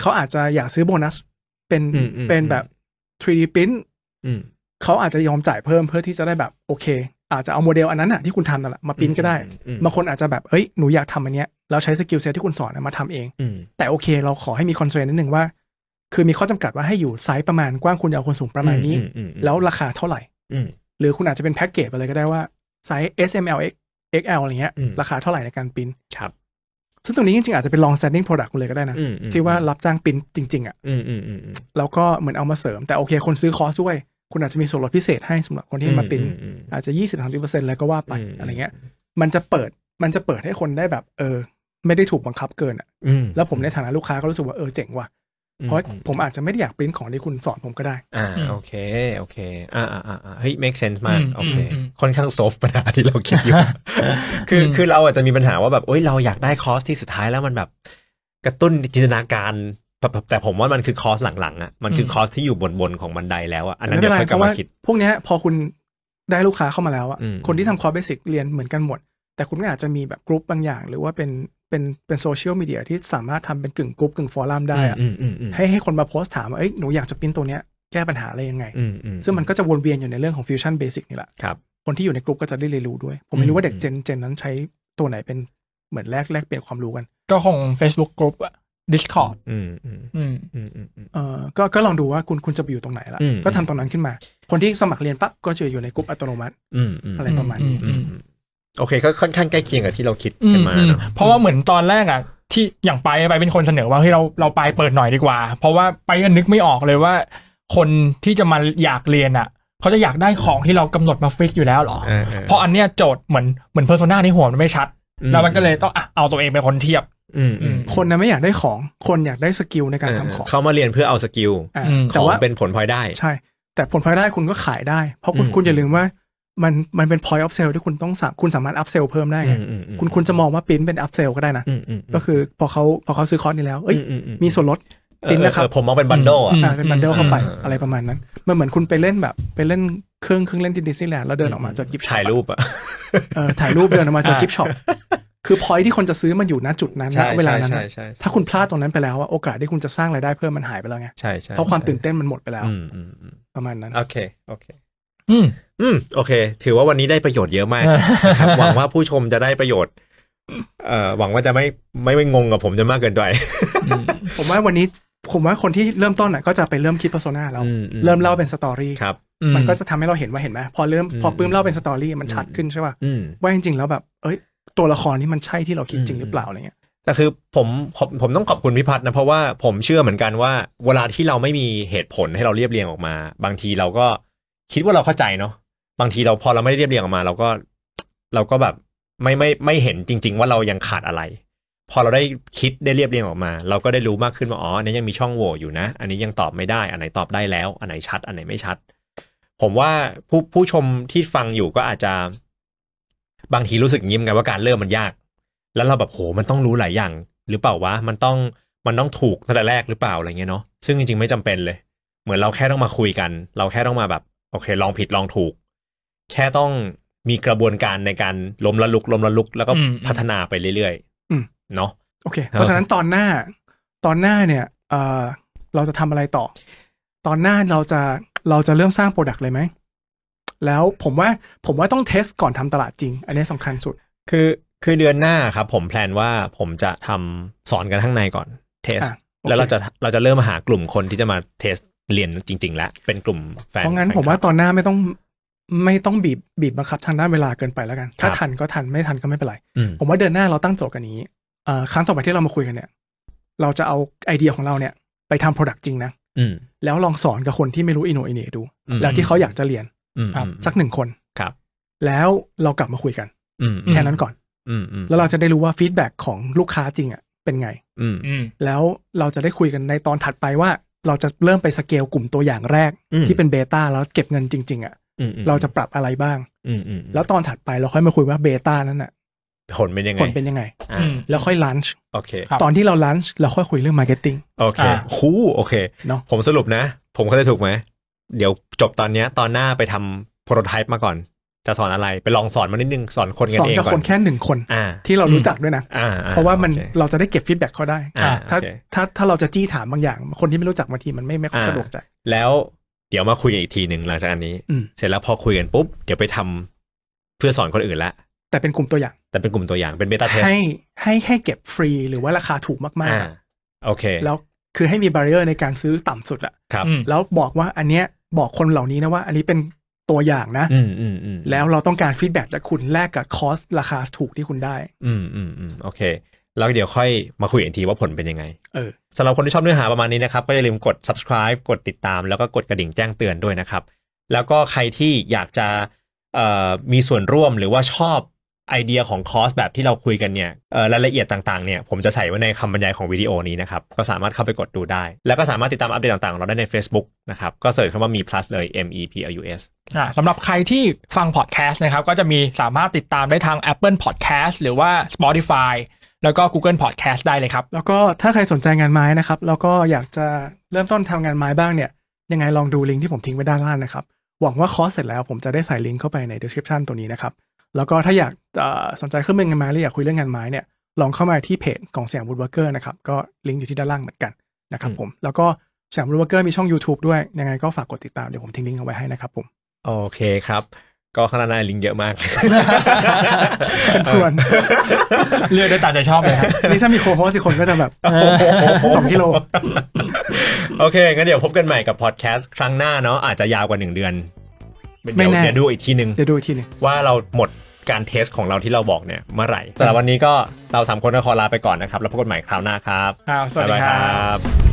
B: เขาอาจจะอยากซื้อโบนัสเป็น
A: อืมอืม
B: เป็นแบบ 3D print
A: อืม
B: เขาอาจจะยอมจ่ายเพิ่มเพื่อที่จะได้แบบโอเค อาจจะเอาโมเดลอันนั้นอะที่คุณทำนั่นแหละมาปริ้นก็ได้
A: อืมอืมอืม
B: บางคนอาจจะแบบเอ้ยหนูอยากทำอันเนี้ยแล้วใช้สกิลเซตที่คุณสอนอะมาทำเอง
A: อืม
B: แต่โอเค เราขอให้มีคอนเซนต์นิดนึงว่า คือมีข้อจำกัดว่าให้อยู่ไซส์ประมาณกว้างคุณจะเอาคนสูงประมาณนี้
A: อือือืม
B: แล้วราคาเท่าไหร่
A: อืม
B: หรือคุณอาจจะเป็นแพ็กเกจไปเลยก็ได้ว่า ไซส์ S M L X X L อะไรเงี้ย
A: อืม
B: ราคาเท่าไหร่ในการปริ้น
A: ครับ
B: ซึ่งตรงนี้จริงๆอาจจะเป็น long standing product คุณเลยก็ได้นะ
A: อืมอืม
B: ที่ว่ารับจ้างปริ้นจริง ๆอ่ะ
A: อืมอืมอืมอืม
B: แล้วก็เหมือนเอามาเสริม แต่โอเค คนซื้อคอร์สด้วย คุณอาจจะมีส่วนลดพิเศษให้สำหรับคนที่มาปริ้น
A: อือืมอืม
B: อาจจะยี่สิบสามสิบเปอร์เซ็นต์เลยก็ว่าไป
A: อืม
B: อะไรเงี้ย มันจะเปิดมันจะเปิดให้คนได้แบบเออ ไม่ได้ถูกบังคับเกินอ่ะ
A: อืม
B: แล้วผมในฐานะลูกค้าก็รู้สึกว่าเออเจ๋งว่ะ เพราะ
A: อืม
B: ผมอาจจะไม่ได้อยากปริ้นของที่คุณสอนผมก็ได้
A: อ่า
C: อืม
A: โอเค โอเค อ่าอ่าอ่าอ่าเฮ้ย make sense มาก
C: อืม
A: โอเค
C: อืมอืม
A: ค่อนข้างโซฟปัญหาที่เราคิด อยู่ คือ
C: อืม
A: คือเราอาจจะมีปัญหาว่าแบบ โอ้ยเราอยากได้คอร์สที่สุดท้ายแล้วมันแบบ กระตุ้นจินตนาการแบบแบบแต่ผมว่ามันคือคอร์สหลังๆอ่ะมันคือคอร์สที่อยู่บนบนๆของบันไดแล้วอ่ะอันนั้น
B: ไม่เป็
A: เดี๋ยว
B: นไร
A: ค่อยก
B: เพ
A: ลับ
B: ราะว่า
A: มาคิด
B: พวกเนี้ยพอคุณได้ลูกค้าเข้ามาแล้วอะ
A: อืม
B: คนที่ทำคอร์สเบสิกเรียนเหมือนกันหมด แต่คุณก็อาจจะมีแบบกรุ๊ปบางอย่าง หรือว่าเป็นเป็นเป็นโซเชียลมีเดียที่สามารถทำเป็นกึ่งกรุ๊ปกึ่งฟอรัมได้อะ
A: อืมอืมอืม
B: ให้ให้คนมาโพสต์ถามว่าเอ้ยหนูอยากจะปริ้นตัวเนี้ยแก้ปัญหาอะไรยังไง
A: อืมอืม
B: ซึ่งมันก็จะวนเวียนอยู่ในเรื่องของฟิวชั่นเบสิกนี่แหละ
A: ครับ
B: คนที่อยู่ในกรุ๊ปก็จะได้เรียนรู้ด้วย ผมไม่
A: อื
B: รู้
A: ม
B: ว่าเด็กเจนเจนนั้นใช้ ตัวไหนเป็นเหมือนแลกแลกเปลี่ยนความรู้กัน
C: ก็คง Facebook Group อะ Discord
A: อืมอืม
C: อืม
A: อืมอืมอืม
B: เออก็ก็ลองดูว่าคุณคุณจะไปอยู่ตรงไหนละ
A: อืม
B: ก็ทำตรงนั้นขึ้นมา คนที่สมัครเรียนปั๊บก็จะอยู่ในกลุ่มอัตโนมัติ
A: อืมอืม
B: อะไรประมาณนี้
A: อืมอืมโอเคก็ค่อนข้างใกล้เคียงกับที่เราคิด
C: อื
A: กัน
C: ม
A: มา
C: อืม
A: เนอะ
C: เพราะว่าเหมือนตอนแรกอ่ะ ที่อย่างไปไปเป็นคนเสนอว่าให้ยเราเราไปเปิดหน่อยดีกว่า เพราะว่าไปก็นึกไม่ออกเลยว่า คนที่จะมาอยากเรียนอ่ะ เขาจะอยากได้ของที่เรากำหนดมาฟิกอยู่แล้วเหรอ
A: อ่าๆ
C: เพราะอันเนี้ยโจทย์เหมือนเหมือนเพอร์โซนาในหัวมันไม่ชัด แล้วมันก็เลยต้องอ่ะเอาตัวเองเป็นคนเทียบ
A: อืมอืม
B: คนนะไม่อยากได้ของ คนอยากได้สกิลในการทำ
A: เออ
B: ของ
A: เขามาเรียนเพื่อเอาสกิล
B: อ่า
C: อืม
A: ข
B: แต่
A: อง
B: ว่า
A: เป็นผลพลอยได้
B: ใช่ แต่ผลพลอยได้คุณก็ขายได้ เพราะคุณ
A: อืม
B: คุณอย่าลืมว่า มันมันเป็น point of sale ที่คุณต้องสาคุณสามารถ up sell เพิ่มได้ไง
A: อืมอืมอืม
B: คุณคุณจะมองว่าปิ้นเป็น up sell ก็ได้นะ
A: อืมอืมม
B: ก็คือพอเขาพอเขาซื้อคอร์สนี้แล้ว เอ้ย
A: อือือื
B: มีส่วนลด
A: เออ
B: ปิ้นนะครับ
A: เออผมมองเป็นบันโดอ่ะ
B: อ่าเป็นบันเดิล
C: อืม
B: เข้าไป
A: อืม
B: อะไรประมาณนั้น มันเหมือนคุณไปเล่นแบบ ไปเล่นเครื่องเครื่องเล่นที่ดิสนีย์แลนด์แล้วเดินออกมาจากกิฟช็อป
A: ถ่ายรูปอ่ะ
B: เออถ่ายรูปเดินออกมาจาก
A: อ่า
B: กิฟช็อปคือ point ที่คนจะซื้อมันอยู่ณจุดนั้นณเวลานั้น
A: ใช่
B: น่ะ
A: ใช่
B: ถ้าคุณพลาดตรงนั้นไปแล้วอะโอกาสที่คุณจะสร้างรายได้เพิ่มมันหายไปแล้วไง
A: ใช่ใช่
B: เพราะความตื่นเต้นมันหมดไปแล้ว
A: อืมอืมอืม
B: ประมาณนั้น
A: โอเคโอเค
C: อืม
A: อืมโอเค ถือว่าวันนี้ได้ประโยชน์เยอะมาก นะครับ หวังว่าผู้ชมจะได้ประโยชน์เอ่อหวังว่าจะไม่ไม่ไม่งงกับผมจนมากเกินไป
B: ผมว่าวันนี้ผมว่าคนที่เริ่มต้นน่ะก็จะไปเริ่มคิด persona แล้ว
A: อือื
B: เริ่มเล่าเป็นสตอรี่
A: ครับ
B: มันก็จะทำให้เราเห็นว่าเห็นไหมพอเริ่มพอปื้มเล่าเป็นสตอรี่มันชัดขึ้นใช่ป่ะ
A: อืม
B: ว่าจริงๆแล้วแบบเอ้ยตัวละครนี้มันใช่ที่เราคิดจริงหรือเปล่าอะไรเงี้ย
A: แต่คือผมผมผมต้องขอบคุณพิพัฒน์นะเพราะว่าผมเชื่อเหมือนกันว่า เวลาที่เราไม่มีเหตุผลให้เราเรียบเรียงออกมา บางทีเราก็คิดว่าเราเข้าใจเนาะบางทีเราพอเราไม่ได้เรียบเรียงออกมา เราก็ เราก็แบบไม่ไม่ไม่เห็นจริง ๆ ว่าเรายังขาดอะไร พอเราได้คิดได้เรียบเรียงออกมา เราก็ได้รู้มากขึ้นว่าอ๋ออันนี้ยังมีช่องโหว่อยู่นะ อันนี้ยังตอบไม่ได้ อันไหนตอบได้แล้ว อันไหนชัด อันไหนไม่ชัด ผมว่าผู้ผู้ชมที่ฟังอยู่ก็อาจจะ บางทีรู้สึกอย่างงี้เหมอนกันว่าการเริ่มมันยาก แล้วเราแบบโหมันต้องรู้หลายอย่าง หรือเปล่าวะมันต้องมันต้องถูกตั้งแต่แรกหรือเปล่าอะไรเงี้ยเนาะซึ่งจริงๆไม่จำเป็นเลย เหมือนเราแค่ต้องมาคุยกัน เราแค่ต้องมาแบบ โอเค ลองผิดลองถูก แค่ต้องมีกระบวนการในการล้มละลุกล้มละลุก แล้วก็
C: อืม
A: พัฒนาไปเรื่อย
B: อืม
A: ๆเนาะ
B: โอเค เพราะฉะนั้นตอนหน้า ตอนหน้าเนี่ยเออเราจะทำอะไรต่อ ตอนหน้าเราจะเราจะเริ่มสร้างโปรดักต์เลยไหม แล้วผมว่าผมว่าต้องเทสก่อนทำตลาดจริง อันนี้สำคัญสุด
A: คือคือเดือนหน้าครับ ผมแพลนว่าผมจะทำสอนกันข้างในก่อนเทส
B: อ่ะโอเค
A: แล้วเราจะเราจะเริ่มหากลุ่มคนที่จะมาเทสเรียนจริง ๆ แล้วเป็นกลุ่มแฟน
B: เพราะงั้น
A: แฟคลับ
B: ผมว่าตอนหน้าไม่ต้องไม่ต้องบีบบีบบังคับทางด้านเวลาเกินไปแล้วกัน ถ้า
A: ครับ
B: ทันก็ทันไม่ทันก็ไม่เป็นไร
A: อืม
B: ผมว่าเดือนหน้าเราตั้งโจทย์กันอย่างนี้เอ่อครั้งต่อไปที่เรามาคุยกันเนี่ย เราจะเอาไอเดียของเราเนี่ย ไปทำโปรดักต์จริงนะ
A: อืม
B: แล้วลองสอนกับคนที่ไม่รู้อินโนอินเนดู
A: อืม
B: แล้วที่เขาอยากจะเรียน
A: อืม
C: ครับ
A: อืม
B: สักหนึ่งคน
A: ครับ
B: แล้วเรากลับมาคุยกัน
A: อืม
B: แค่นั้นก่อน
A: อืมอืม
B: แล้วเราจะได้รู้ว่าฟีดแบ็กของลูกค้าจริงอ่ะเป็นไง
A: อืม
C: อืม
B: แล้วเราจะได้คุยกันในตอนถัดไปว่า เราจะเริ่มไปสเกลกลุ่มตัวอย่างแรก
A: อืม
B: ที่เป็นเบต้าแล้วเก็บเงินจริง ๆอ่ะ
A: อืมอืม
B: เราจะปรับอะไรบ้าง
A: อืมอืม
B: แล้วตอนถัดไปเราค่อยมาคุยว่าเบต้านั้นอ่ะ
A: ผลเป็นยังไง
B: ผลเป็นยังไง
A: อ่า
C: อืม
B: แล้วค่อยลันช์
A: โอเค
C: ครับ
B: ตอนที่เราลันช์เราค่อยคุยเรื่องมาร์เก็ตติ้ง
A: โอเค
C: อ่า
A: คูโอเค
B: เนอะ
A: ผมสรุปนะ ผมเข้าใจถูกไหม เดี๋ยวจบตอนเนี้ย ตอนหน้าไปทำโปรโตไทป์มาก่อน จะสอนอะไรไปลองสอนมานิดนึงสอนคนกัน
B: สอน
A: เอง
B: กับ
A: ก่อ
B: คน นแค่หนึ่งคน
A: อ่า
B: ที่เรารู้จักด้วยนะ
A: อ่าอ่
B: เพราะว่ามัน
A: โอค
B: เราจะได้เก็บฟีดแบ็กเขาได้
A: อ่า
B: ถ้า
A: โอเค
B: ถ้าถ้าเราจะจี้ถามบางอย่าง คนที่ไม่รู้จักบางทีมันไม่ไม่ค่อยสะดวกใจ
A: แล้วเดี๋ยวมาคุยกันอีกทีหนึ่งหลังจากอันนี้
B: อืม
A: เสร็จแล้วพอคุยกันปุ๊บ เดี๋ยวไปทำเพื่อสอนคนอื่นละ
B: แต่เป็นกลุ่มตัวอย่าง
A: แต่เป็นกลุ่มตัวอย่างเป็นเบต้าเทส
B: ให้ให้ให้เก็บฟรีหรือว่าราคาถูกมาก
A: อ่าโอเค
B: ๆ แล้วคือให้มีบา r เ e อร์ในการซื้อต่ำสุดอะ
A: ครับ
C: อืม
B: แล้วบอกว่าอันเนี้ยบอกคนเหล่านี้นะว่า อันนี้เป็นตัวอย่างนะ
A: อืมอืมอืม
B: แล้วเราต้องการฟีดแบ็จากคุณแลกกับคอสราคาถูกที่คุณได้
A: อืมอืมอืมโอเค แล้วเดี๋ยวค่อยมาคุยกันอีกทีว่าผลเป็นยังไง
B: เออ
A: สำหรับคนที่ชอบเนื้อหาประมาณนี้นะครับ ก็อย่าลืมกด subscribe กดติดตาม แล้วก็กดกระดิ่งแจ้งเตือนด้วยนะครับ แล้วก็ใครที่อยากจะเอ่อมีส่วนร่วมหรือว่าชอบไอเดียของคอร์สแบบที่เราคุยกันเนี่ยเอ่อรายละเอียดต่างๆเนี่ยผมจะใส่ไว้ในคำบรรยายของวิดีโอนี้นะครับ ก็สามารถเข้าไปกดดูได้ แล้วก็สามารถติดตามอัปเดตต่างๆของเราได้ใน Facebook นะครับ ก็เสิร์ชคำว่ามี plus เลย m e p l u s
C: อ่าสำหรับใครที่ฟังพอดแคสต์นะครับ ก็จะมีสามารถติดตามได้ทาง Apple Podcast หรือว่า Spotify แล้วก็ Google Podcast ได้เลยครับ
B: แล้วก็ถ้าใครสนใจงานไม้นะครับ แล้วก็อยากจะเริ่มต้นทำงานไม้บ้างเนี่ย ยังไงลองดูลิงก์ที่ผมทิ้งไว้ด้านล่างนะครับ หวังว่าคอร์สเสร็จแล้วผมจะได้ใส่ลิงก์เข้าไปใน description ตัวนี้นะครับ แล้วก็ถ้าอยากจะสนใจเครื่องมืองานไม้หรืออยากคุยเรื่องงานไม้เนี่ย ลองเข้ามาที่เพจของสยามบูดเวิร์กเกอร์นะครับ ก็ลิงก์อยู่ที่ด้านล่างเหมือนกันนะครับผม แล้วก็สยามบูดเวิร์กเกอร์มีช่อง YouTube ด้วย ยังไงก็ฝากกดติดตามเดี๋ยวผมทิ้งลิงก์เอาไว้ให้นะครับผม
A: โอเคครับ ก็ข้างล่างหน้าลิงก์เยอะมาก
B: เป็นพรวน
C: เลือกได้ตามใจชอบเลยครับ
B: นี่ถ้ามีโคโฮสอีกคนก็จะแบบ สองกิโล
A: โอเค งั้นเดี๋ยวพบกันใหม่กับพอดแคสต์ครั้งหน้าเนาะอาจจะยาวกว่าหนึ่งเดือนเดี๋ยว
B: ไม่แน่
A: เดี๋ยวดูอีกทีหนึ่ง
B: เดี๋ยวดูอีกทีหนึง
A: ว่าเราหมดการเทสของเราที่เราบอกเนี่ยเมื่อไหร่ แต่วันนี้ก็เราสามคนก็ขอลาไปก่อนนะครับ แล้วพบกันใหม่คราวหน้าครับ
C: ครับสวัสดีครับ
A: บ๊ายบายบ